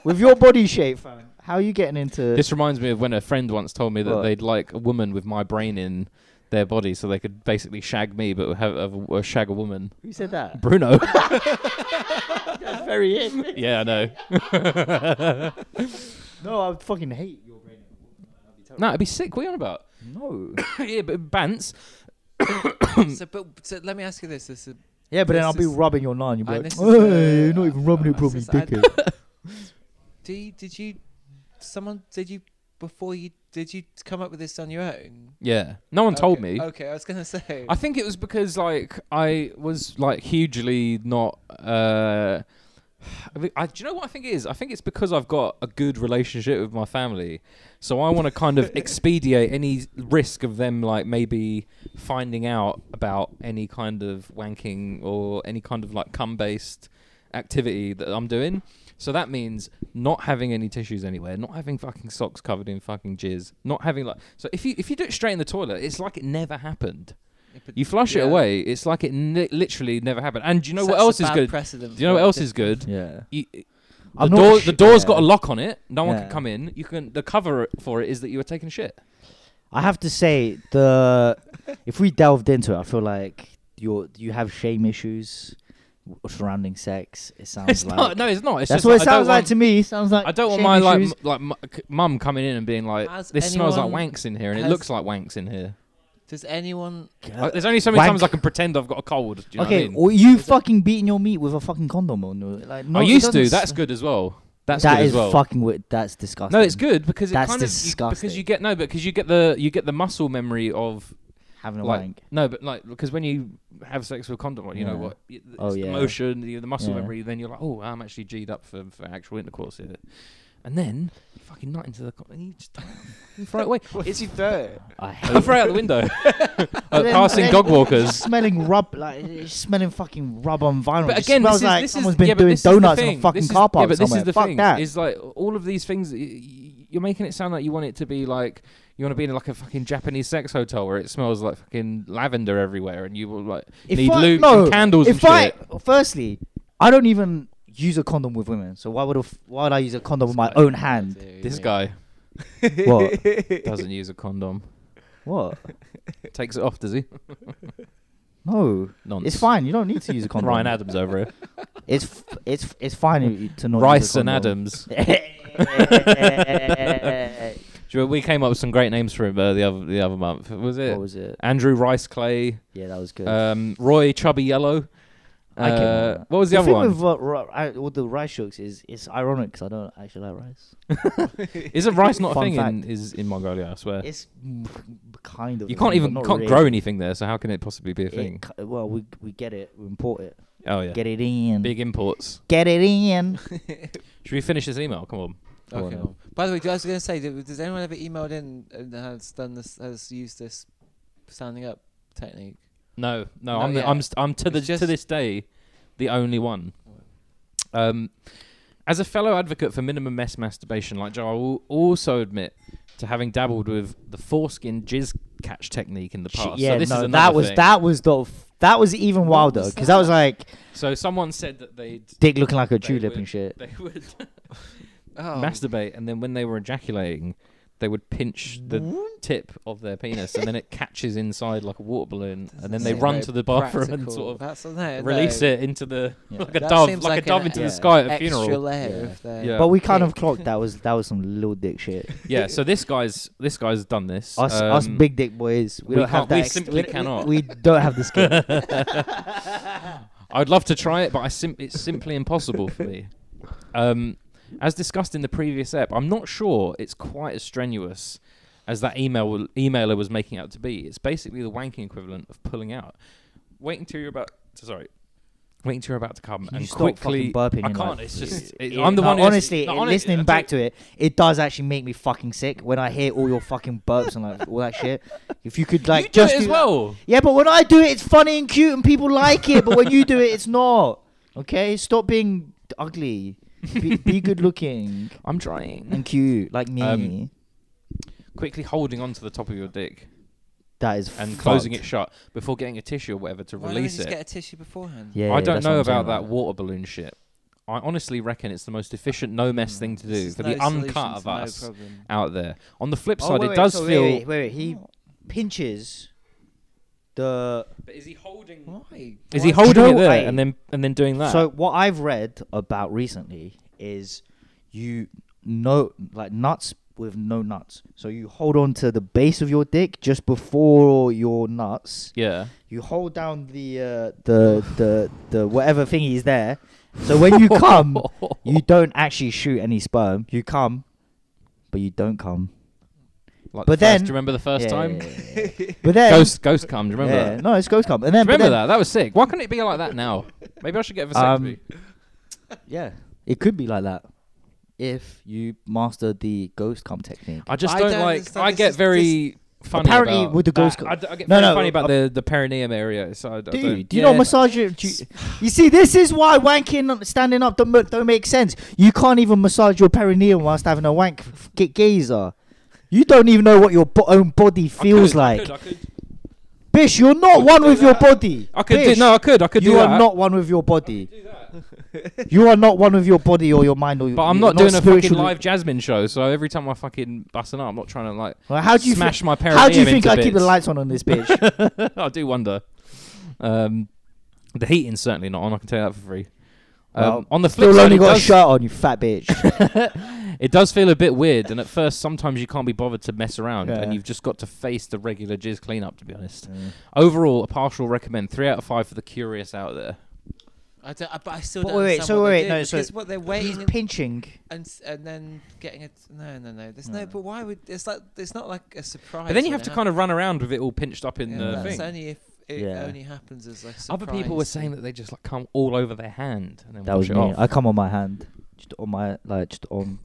[SPEAKER 1] With your body shape, fam. How are you getting into?
[SPEAKER 2] This reminds me of when a friend once told me that
[SPEAKER 1] Uh, What?
[SPEAKER 2] they'd like a woman with my brain in their body, so they could basically shag me, but have, have a, shag a woman.
[SPEAKER 1] Who said that? *laughs*
[SPEAKER 2] Bruno.
[SPEAKER 1] That's very it.
[SPEAKER 2] yeah, I know.
[SPEAKER 1] No, I would fucking hate your brain.
[SPEAKER 2] No, it'd be sick. What are you on about?
[SPEAKER 1] No.
[SPEAKER 2] yeah, but Bants.
[SPEAKER 3] *coughs*
[SPEAKER 2] *coughs*
[SPEAKER 3] So, but so let me ask you this: This is
[SPEAKER 1] Yeah, but then
[SPEAKER 3] This
[SPEAKER 1] I'll be
[SPEAKER 3] is-
[SPEAKER 1] rubbing your nine. You'll be
[SPEAKER 3] I-
[SPEAKER 1] like,
[SPEAKER 3] this is,
[SPEAKER 1] hey,
[SPEAKER 3] uh,
[SPEAKER 1] you're not even rubbing it
[SPEAKER 3] uh,
[SPEAKER 1] properly,
[SPEAKER 3] this is- I-
[SPEAKER 1] dickhead.
[SPEAKER 2] *laughs*
[SPEAKER 3] Do you, did you? Someone did you before you? Did you come up with this on your own?
[SPEAKER 2] Yeah, no one told
[SPEAKER 3] Okay,
[SPEAKER 2] me.
[SPEAKER 3] Okay, I was gonna *laughs* say.
[SPEAKER 2] I think it was because like I was like hugely not. Uh, *sighs* I, mean, I- do you know what I think it is? I think it's because I've got a good relationship with my family, so I want to kind of expedite any risk of them like maybe finding out about any kind of wanking or any kind of like cum based activity that I'm doing. So that means not having any tissues anywhere, not having fucking socks covered in fucking jizz, not having like so if you if you do it straight in the toilet, it's like it never happened.
[SPEAKER 3] Yeah, but-
[SPEAKER 2] You flush it
[SPEAKER 3] yeah.
[SPEAKER 2] away, it's like it ni- literally never happened. And do you know
[SPEAKER 3] Sets
[SPEAKER 2] what
[SPEAKER 3] a
[SPEAKER 2] else is
[SPEAKER 3] bad
[SPEAKER 2] good?
[SPEAKER 3] precedent
[SPEAKER 2] Do you know what
[SPEAKER 3] for
[SPEAKER 2] else
[SPEAKER 3] diff-
[SPEAKER 2] is good?
[SPEAKER 1] Yeah.
[SPEAKER 2] You, the
[SPEAKER 1] "Oh." I'm not
[SPEAKER 2] door,
[SPEAKER 1] sh-
[SPEAKER 2] the door's
[SPEAKER 1] yeah.
[SPEAKER 2] got a lock on it. No one
[SPEAKER 1] Yeah.
[SPEAKER 2] can come in. You can. The cover for it is that you were taking a shit.
[SPEAKER 1] I have to say the if we delved into it, I feel like you you have shame issues w- surrounding sex. It sounds
[SPEAKER 2] *laughs* It's
[SPEAKER 1] like
[SPEAKER 2] not. No, it's not. It's
[SPEAKER 1] that's
[SPEAKER 2] just
[SPEAKER 1] what it
[SPEAKER 2] I don't
[SPEAKER 1] sounds like
[SPEAKER 2] want-
[SPEAKER 1] to me. Sounds like
[SPEAKER 2] I don't want
[SPEAKER 1] shame
[SPEAKER 2] my like m-
[SPEAKER 1] issues.
[SPEAKER 2] like m- c- mum coming in and being like,
[SPEAKER 3] Has
[SPEAKER 2] "This smells like
[SPEAKER 3] anyone-
[SPEAKER 2] wanks in here, and it
[SPEAKER 3] has-
[SPEAKER 2] looks like wanks in here."
[SPEAKER 3] Does anyone?
[SPEAKER 2] Like, there's only so many
[SPEAKER 1] Uh, wank.
[SPEAKER 2] times I can pretend I've got a cold. Do you know what I
[SPEAKER 1] okay,
[SPEAKER 2] mean?
[SPEAKER 1] or you fucking beating your meat with a fucking condom on. or, Like, no,
[SPEAKER 2] I
[SPEAKER 1] it
[SPEAKER 2] used to.
[SPEAKER 1] doesn't s-
[SPEAKER 2] That's good as well. That's
[SPEAKER 1] that
[SPEAKER 2] good
[SPEAKER 1] is
[SPEAKER 2] as well.
[SPEAKER 1] fucking weird. That's disgusting.
[SPEAKER 2] No, it's good because it
[SPEAKER 1] That's
[SPEAKER 2] kind of you, because
[SPEAKER 1] disgusting.
[SPEAKER 2] you get no, but because you get the you get the muscle memory of
[SPEAKER 1] having a
[SPEAKER 2] like
[SPEAKER 1] wank.
[SPEAKER 2] no, but like because when you have sex with condom, you know
[SPEAKER 1] Yeah.
[SPEAKER 2] what? y- It's
[SPEAKER 1] Oh,
[SPEAKER 2] the
[SPEAKER 1] yeah.
[SPEAKER 2] motion, the, the muscle
[SPEAKER 1] Yeah.
[SPEAKER 2] memory. Then you're like, oh, I'm actually g'd up for, for actual intercourse here. And then you fucking nut into the co- and you just *laughs*
[SPEAKER 1] *laughs*
[SPEAKER 2] throw it away.
[SPEAKER 3] *laughs* Is he dirt?
[SPEAKER 1] I
[SPEAKER 2] *laughs*
[SPEAKER 1] hate
[SPEAKER 2] I throw it out
[SPEAKER 1] *laughs*
[SPEAKER 2] the window. Uh,
[SPEAKER 1] Then-
[SPEAKER 2] passing
[SPEAKER 1] then- *laughs*
[SPEAKER 2] dog walkers.
[SPEAKER 1] smelling rub, like it's smelling fucking rub on vinyl.
[SPEAKER 2] But
[SPEAKER 1] It
[SPEAKER 2] again, this
[SPEAKER 1] smells
[SPEAKER 2] is,
[SPEAKER 1] like
[SPEAKER 2] this is-
[SPEAKER 1] someone's been
[SPEAKER 2] yeah, but
[SPEAKER 1] doing
[SPEAKER 2] this is the
[SPEAKER 1] donuts in
[SPEAKER 2] thing.
[SPEAKER 1] a fucking
[SPEAKER 2] This is-
[SPEAKER 1] car park
[SPEAKER 2] Yeah, but this
[SPEAKER 1] somewhere.
[SPEAKER 2] is the
[SPEAKER 1] Fuck
[SPEAKER 2] thing.
[SPEAKER 1] that.
[SPEAKER 2] Is like all of these things. y- y- You're making it sound like you want it to be like you want to be in like a fucking Japanese sex hotel where it smells like fucking lavender everywhere, and you will like need
[SPEAKER 1] I-
[SPEAKER 2] lube
[SPEAKER 1] no,
[SPEAKER 2] and candles
[SPEAKER 1] if
[SPEAKER 2] and
[SPEAKER 1] I,
[SPEAKER 2] shit.
[SPEAKER 1] Firstly, I don't even use a condom with women, so why would I f- why would I use a condom with my own hand?
[SPEAKER 2] This
[SPEAKER 3] *laughs*
[SPEAKER 2] guy
[SPEAKER 1] What?
[SPEAKER 2] doesn't use a condom.
[SPEAKER 1] What?
[SPEAKER 2] Takes it off, does
[SPEAKER 3] *laughs*
[SPEAKER 2] he?
[SPEAKER 1] No,
[SPEAKER 2] Nonsense.
[SPEAKER 1] it's fine. You don't need
[SPEAKER 2] *laughs*
[SPEAKER 1] to use a condom.
[SPEAKER 2] Ryan Adams over here.
[SPEAKER 3] *laughs*
[SPEAKER 1] It's f- it's f- it's fine if you- to not
[SPEAKER 2] Rice
[SPEAKER 1] use a
[SPEAKER 2] and
[SPEAKER 1] condom.
[SPEAKER 2] Adams. Do you remember we came up with some great names for him uh, the other the other month. Was it
[SPEAKER 1] what was it?
[SPEAKER 2] Andrew Rice Clay?
[SPEAKER 1] *laughs* Yeah, that was good.
[SPEAKER 2] Um, Roy Chubby Yellow.
[SPEAKER 1] I came up with
[SPEAKER 2] Uh,
[SPEAKER 1] that.
[SPEAKER 2] what was the, other
[SPEAKER 1] thing
[SPEAKER 2] one?
[SPEAKER 1] with uh, ri- I- with the rice jokes is it's ironic because I don't actually like rice.
[SPEAKER 2] Isn't rice not a
[SPEAKER 1] Fun
[SPEAKER 2] thing in,
[SPEAKER 1] fact.
[SPEAKER 2] is in Mongolia? I swear.
[SPEAKER 1] It's m- kind of.
[SPEAKER 2] you
[SPEAKER 1] a
[SPEAKER 2] can't
[SPEAKER 1] thing,
[SPEAKER 2] even
[SPEAKER 1] but
[SPEAKER 2] can't
[SPEAKER 1] not really.
[SPEAKER 2] grow anything there, so how can it possibly be a
[SPEAKER 1] It
[SPEAKER 2] thing?
[SPEAKER 1] cu- well, we we get it. We import it.
[SPEAKER 2] Oh yeah,
[SPEAKER 1] Get it in.
[SPEAKER 2] big imports.
[SPEAKER 1] Get it in.
[SPEAKER 2] Should we finish this email? Come on.
[SPEAKER 1] Go
[SPEAKER 3] Okay.
[SPEAKER 1] on then.
[SPEAKER 3] By the way, I was going to say, did- does anyone ever emailed in and has done this, has used this standing up technique?
[SPEAKER 2] No, no,
[SPEAKER 3] No,
[SPEAKER 2] I'm the,
[SPEAKER 3] yeah.
[SPEAKER 2] I'm st- I'm to the
[SPEAKER 3] It's just-
[SPEAKER 2] to this day the only one. Um, as a fellow advocate for minimum mess masturbation, like Joe, I will also admit to having dabbled with the foreskin jizz catch technique in the past.
[SPEAKER 1] yeah,
[SPEAKER 2] so this
[SPEAKER 1] no,
[SPEAKER 2] is
[SPEAKER 1] that
[SPEAKER 2] another
[SPEAKER 1] was
[SPEAKER 2] thing.
[SPEAKER 1] that was the f- that was even
[SPEAKER 3] What
[SPEAKER 1] wilder
[SPEAKER 3] was
[SPEAKER 1] because that was like
[SPEAKER 2] So someone said that they'd
[SPEAKER 1] dick looking like a
[SPEAKER 2] They
[SPEAKER 1] tulip
[SPEAKER 2] were-
[SPEAKER 1] and shit.
[SPEAKER 2] they would
[SPEAKER 3] Oh,
[SPEAKER 2] masturbate, and then when they were ejaculating, they would pinch the tip of their penis, and then it catches inside like a water balloon, and then they
[SPEAKER 3] Doesn't
[SPEAKER 2] run
[SPEAKER 3] seem
[SPEAKER 2] to
[SPEAKER 3] very
[SPEAKER 2] the bathroom and
[SPEAKER 3] practical.
[SPEAKER 2] sort of
[SPEAKER 3] That's, no,
[SPEAKER 2] release
[SPEAKER 3] no.
[SPEAKER 2] it into the
[SPEAKER 1] Yeah.
[SPEAKER 2] like a
[SPEAKER 3] That
[SPEAKER 2] dove, like,
[SPEAKER 3] seems
[SPEAKER 2] a dove
[SPEAKER 3] an
[SPEAKER 2] into
[SPEAKER 3] e-
[SPEAKER 2] the sky at a
[SPEAKER 3] extra
[SPEAKER 2] funeral.
[SPEAKER 3] layer
[SPEAKER 1] Yeah.
[SPEAKER 3] of their
[SPEAKER 2] Yeah.
[SPEAKER 1] But we kind of
[SPEAKER 3] dick.
[SPEAKER 1] clocked that was that was some little dick shit. *laughs*
[SPEAKER 2] Yeah, so this guy's this guy's done this.
[SPEAKER 1] Us us
[SPEAKER 2] um,
[SPEAKER 1] big dick boys, we,
[SPEAKER 2] we
[SPEAKER 1] don't have
[SPEAKER 2] can't-
[SPEAKER 1] that.
[SPEAKER 2] we
[SPEAKER 1] ex-
[SPEAKER 2] simply
[SPEAKER 1] we,
[SPEAKER 2] cannot.
[SPEAKER 1] We don't have the *laughs* skill.
[SPEAKER 2] *laughs* I'd love to try it, but I sim- it's simply impossible for me. Um, as discussed in the previous ep, I'm not sure it's quite as strenuous as that email emailer was making out to be. It's basically the wanking equivalent of pulling out. Wait until you're about. Sorry. Wait until you're about to come
[SPEAKER 1] Can
[SPEAKER 2] and
[SPEAKER 1] you stop
[SPEAKER 2] quickly.
[SPEAKER 1] fucking burping
[SPEAKER 2] I
[SPEAKER 1] in,
[SPEAKER 2] can't.
[SPEAKER 1] like,
[SPEAKER 2] it's just. It,
[SPEAKER 1] Yeah,
[SPEAKER 2] I'm the
[SPEAKER 1] no,
[SPEAKER 2] one. who has-
[SPEAKER 1] Honestly,
[SPEAKER 2] no,
[SPEAKER 1] it-
[SPEAKER 2] honi-
[SPEAKER 1] listening
[SPEAKER 2] I'll
[SPEAKER 1] back
[SPEAKER 2] tell
[SPEAKER 1] to
[SPEAKER 2] you-
[SPEAKER 1] it, it does actually make me fucking sick when I hear all your fucking burps and like all that shit. If you could like
[SPEAKER 2] you do
[SPEAKER 1] just
[SPEAKER 2] it as
[SPEAKER 1] do-
[SPEAKER 2] well.
[SPEAKER 1] Yeah, but when I do it, it's funny and cute and people like it. But when you do it, it's not. Okay, stop being ugly. Be, be good looking
[SPEAKER 2] I'm trying.
[SPEAKER 1] and cute like me.
[SPEAKER 2] Um, Quickly holding onto the top of your dick
[SPEAKER 1] that is
[SPEAKER 2] and
[SPEAKER 1] fucked.
[SPEAKER 2] closing it shut before getting a tissue or whatever to
[SPEAKER 3] Why don't we
[SPEAKER 2] release
[SPEAKER 3] just
[SPEAKER 2] it.
[SPEAKER 3] get a tissue beforehand?
[SPEAKER 1] Yeah, yeah,
[SPEAKER 2] I don't
[SPEAKER 1] that's what
[SPEAKER 2] know
[SPEAKER 1] I'm saying,
[SPEAKER 2] about that
[SPEAKER 1] like-
[SPEAKER 2] water balloon shit. I honestly reckon it's the most efficient no mess thing
[SPEAKER 1] Mm,
[SPEAKER 2] to do
[SPEAKER 3] There's
[SPEAKER 2] for
[SPEAKER 3] no
[SPEAKER 2] the
[SPEAKER 3] solution
[SPEAKER 2] uncut
[SPEAKER 3] to
[SPEAKER 2] of
[SPEAKER 3] no
[SPEAKER 2] us
[SPEAKER 3] problem.
[SPEAKER 2] out there. On the flip
[SPEAKER 1] Oh,
[SPEAKER 2] side,
[SPEAKER 1] wait,
[SPEAKER 2] it
[SPEAKER 1] wait,
[SPEAKER 2] does
[SPEAKER 1] so
[SPEAKER 2] feel.
[SPEAKER 1] Wait, wait, wait, wait. He pinches the
[SPEAKER 2] But is he holding?
[SPEAKER 3] Why?
[SPEAKER 2] Is
[SPEAKER 3] Why-
[SPEAKER 2] he holding it
[SPEAKER 1] No,
[SPEAKER 2] there
[SPEAKER 1] I-
[SPEAKER 2] and then and then doing that?
[SPEAKER 1] So what I've read about recently is you no like nuts with no nuts. So you hold on to the base of your dick just before your nuts.
[SPEAKER 2] yeah.
[SPEAKER 1] You hold down the uh, the the the whatever thingy is there. So when *laughs* you
[SPEAKER 2] *laughs*
[SPEAKER 1] come, you don't actually shoot any sperm. You come, but you don't come.
[SPEAKER 2] Like
[SPEAKER 1] But
[SPEAKER 2] the first-
[SPEAKER 1] then-
[SPEAKER 2] do you remember the first
[SPEAKER 1] Yeah,
[SPEAKER 2] time?
[SPEAKER 1] yeah, yeah, yeah. but then
[SPEAKER 2] *laughs* Ghost, ghost cum. Do you remember
[SPEAKER 1] yeah,
[SPEAKER 2] that?
[SPEAKER 1] no, it's ghost come. And then
[SPEAKER 2] Do you
[SPEAKER 1] but
[SPEAKER 2] remember
[SPEAKER 1] then-
[SPEAKER 2] that? That was sick. Why can't it be
[SPEAKER 1] *laughs*
[SPEAKER 2] like that now? Maybe I should get a
[SPEAKER 1] Um,
[SPEAKER 2] vasectomy. *laughs*
[SPEAKER 3] *laughs*
[SPEAKER 1] Yeah, it could be like that if you master the ghost cum technique.
[SPEAKER 2] I just
[SPEAKER 3] I
[SPEAKER 2] don't,
[SPEAKER 3] don't
[SPEAKER 2] like.
[SPEAKER 3] understand.
[SPEAKER 2] I
[SPEAKER 3] This
[SPEAKER 2] get
[SPEAKER 3] is-
[SPEAKER 2] very funny.
[SPEAKER 1] Apparently
[SPEAKER 2] about
[SPEAKER 1] with the ghost
[SPEAKER 2] that.
[SPEAKER 1] cum-
[SPEAKER 2] I, d- I get
[SPEAKER 1] No,
[SPEAKER 2] very
[SPEAKER 1] no,
[SPEAKER 2] funny about
[SPEAKER 1] uh,
[SPEAKER 2] the the perineum area. So I, d- I
[SPEAKER 1] Dude,
[SPEAKER 2] don't.
[SPEAKER 1] you know
[SPEAKER 2] Yeah.
[SPEAKER 1] massage it. do You, you see, this is why wanking, standing up, don't, ma- don't make sense. You can't even massage your perineum whilst having a wank. f- Get gazer. You don't even know what your bo- own body
[SPEAKER 2] I
[SPEAKER 1] feels
[SPEAKER 2] could, I
[SPEAKER 1] like.
[SPEAKER 2] could, I could.
[SPEAKER 1] Bish, you're not one with your body.
[SPEAKER 2] I could
[SPEAKER 1] Bish,
[SPEAKER 2] do no, I could, I could
[SPEAKER 1] you
[SPEAKER 2] do
[SPEAKER 1] are
[SPEAKER 2] that.
[SPEAKER 1] not one with your body. you are not one with your body or your mind or your.
[SPEAKER 2] but I'm
[SPEAKER 1] you're
[SPEAKER 2] not doing a fucking
[SPEAKER 1] spiritual-
[SPEAKER 2] live Jasmine show, so every time I fucking bust it up, I'm not trying to like
[SPEAKER 1] Well, How do you
[SPEAKER 2] smash
[SPEAKER 1] thi-
[SPEAKER 2] my perineum.
[SPEAKER 1] How do you think
[SPEAKER 2] into
[SPEAKER 1] I keep the
[SPEAKER 2] bits.
[SPEAKER 1] lights on on this
[SPEAKER 2] *laughs*
[SPEAKER 1] bitch?
[SPEAKER 2] I do wonder. Um, the heating's certainly not on. I can tell you that for free. Um,
[SPEAKER 1] Well,
[SPEAKER 2] on the flip
[SPEAKER 1] Still
[SPEAKER 2] side,
[SPEAKER 1] only
[SPEAKER 2] it
[SPEAKER 1] got a
[SPEAKER 2] does,
[SPEAKER 1] shirt on, you fat bitch.
[SPEAKER 2] it does feel a bit weird, and at first, sometimes you can't be bothered to mess around,
[SPEAKER 1] Yeah.
[SPEAKER 2] and you've just got to face the regular jizz cleanup. To be honest, overall, a partial recommend three out of five for the curious out there.
[SPEAKER 3] I don't. I, but I still
[SPEAKER 1] But
[SPEAKER 3] don't.
[SPEAKER 1] wait,
[SPEAKER 3] understand
[SPEAKER 1] so
[SPEAKER 3] what
[SPEAKER 1] wait,
[SPEAKER 3] they do,
[SPEAKER 1] no, so
[SPEAKER 3] because what they're
[SPEAKER 1] He's
[SPEAKER 3] waiting and,
[SPEAKER 1] pinching.
[SPEAKER 3] and s- and then getting it. No, no, no. There's no. But why would? It's like it's not like a surprise.
[SPEAKER 2] But then you have to kind of run around with it all pinched up in
[SPEAKER 1] Yeah,
[SPEAKER 2] the
[SPEAKER 1] that's
[SPEAKER 2] thing.
[SPEAKER 3] only if it
[SPEAKER 1] Yeah.
[SPEAKER 3] only happens as a surprise.
[SPEAKER 2] Other people were saying that they just like come all over their hand and then
[SPEAKER 1] That
[SPEAKER 2] wash
[SPEAKER 1] was
[SPEAKER 2] it
[SPEAKER 1] me.
[SPEAKER 2] off.
[SPEAKER 3] *laughs*
[SPEAKER 1] I come on my hand, just on my like, just on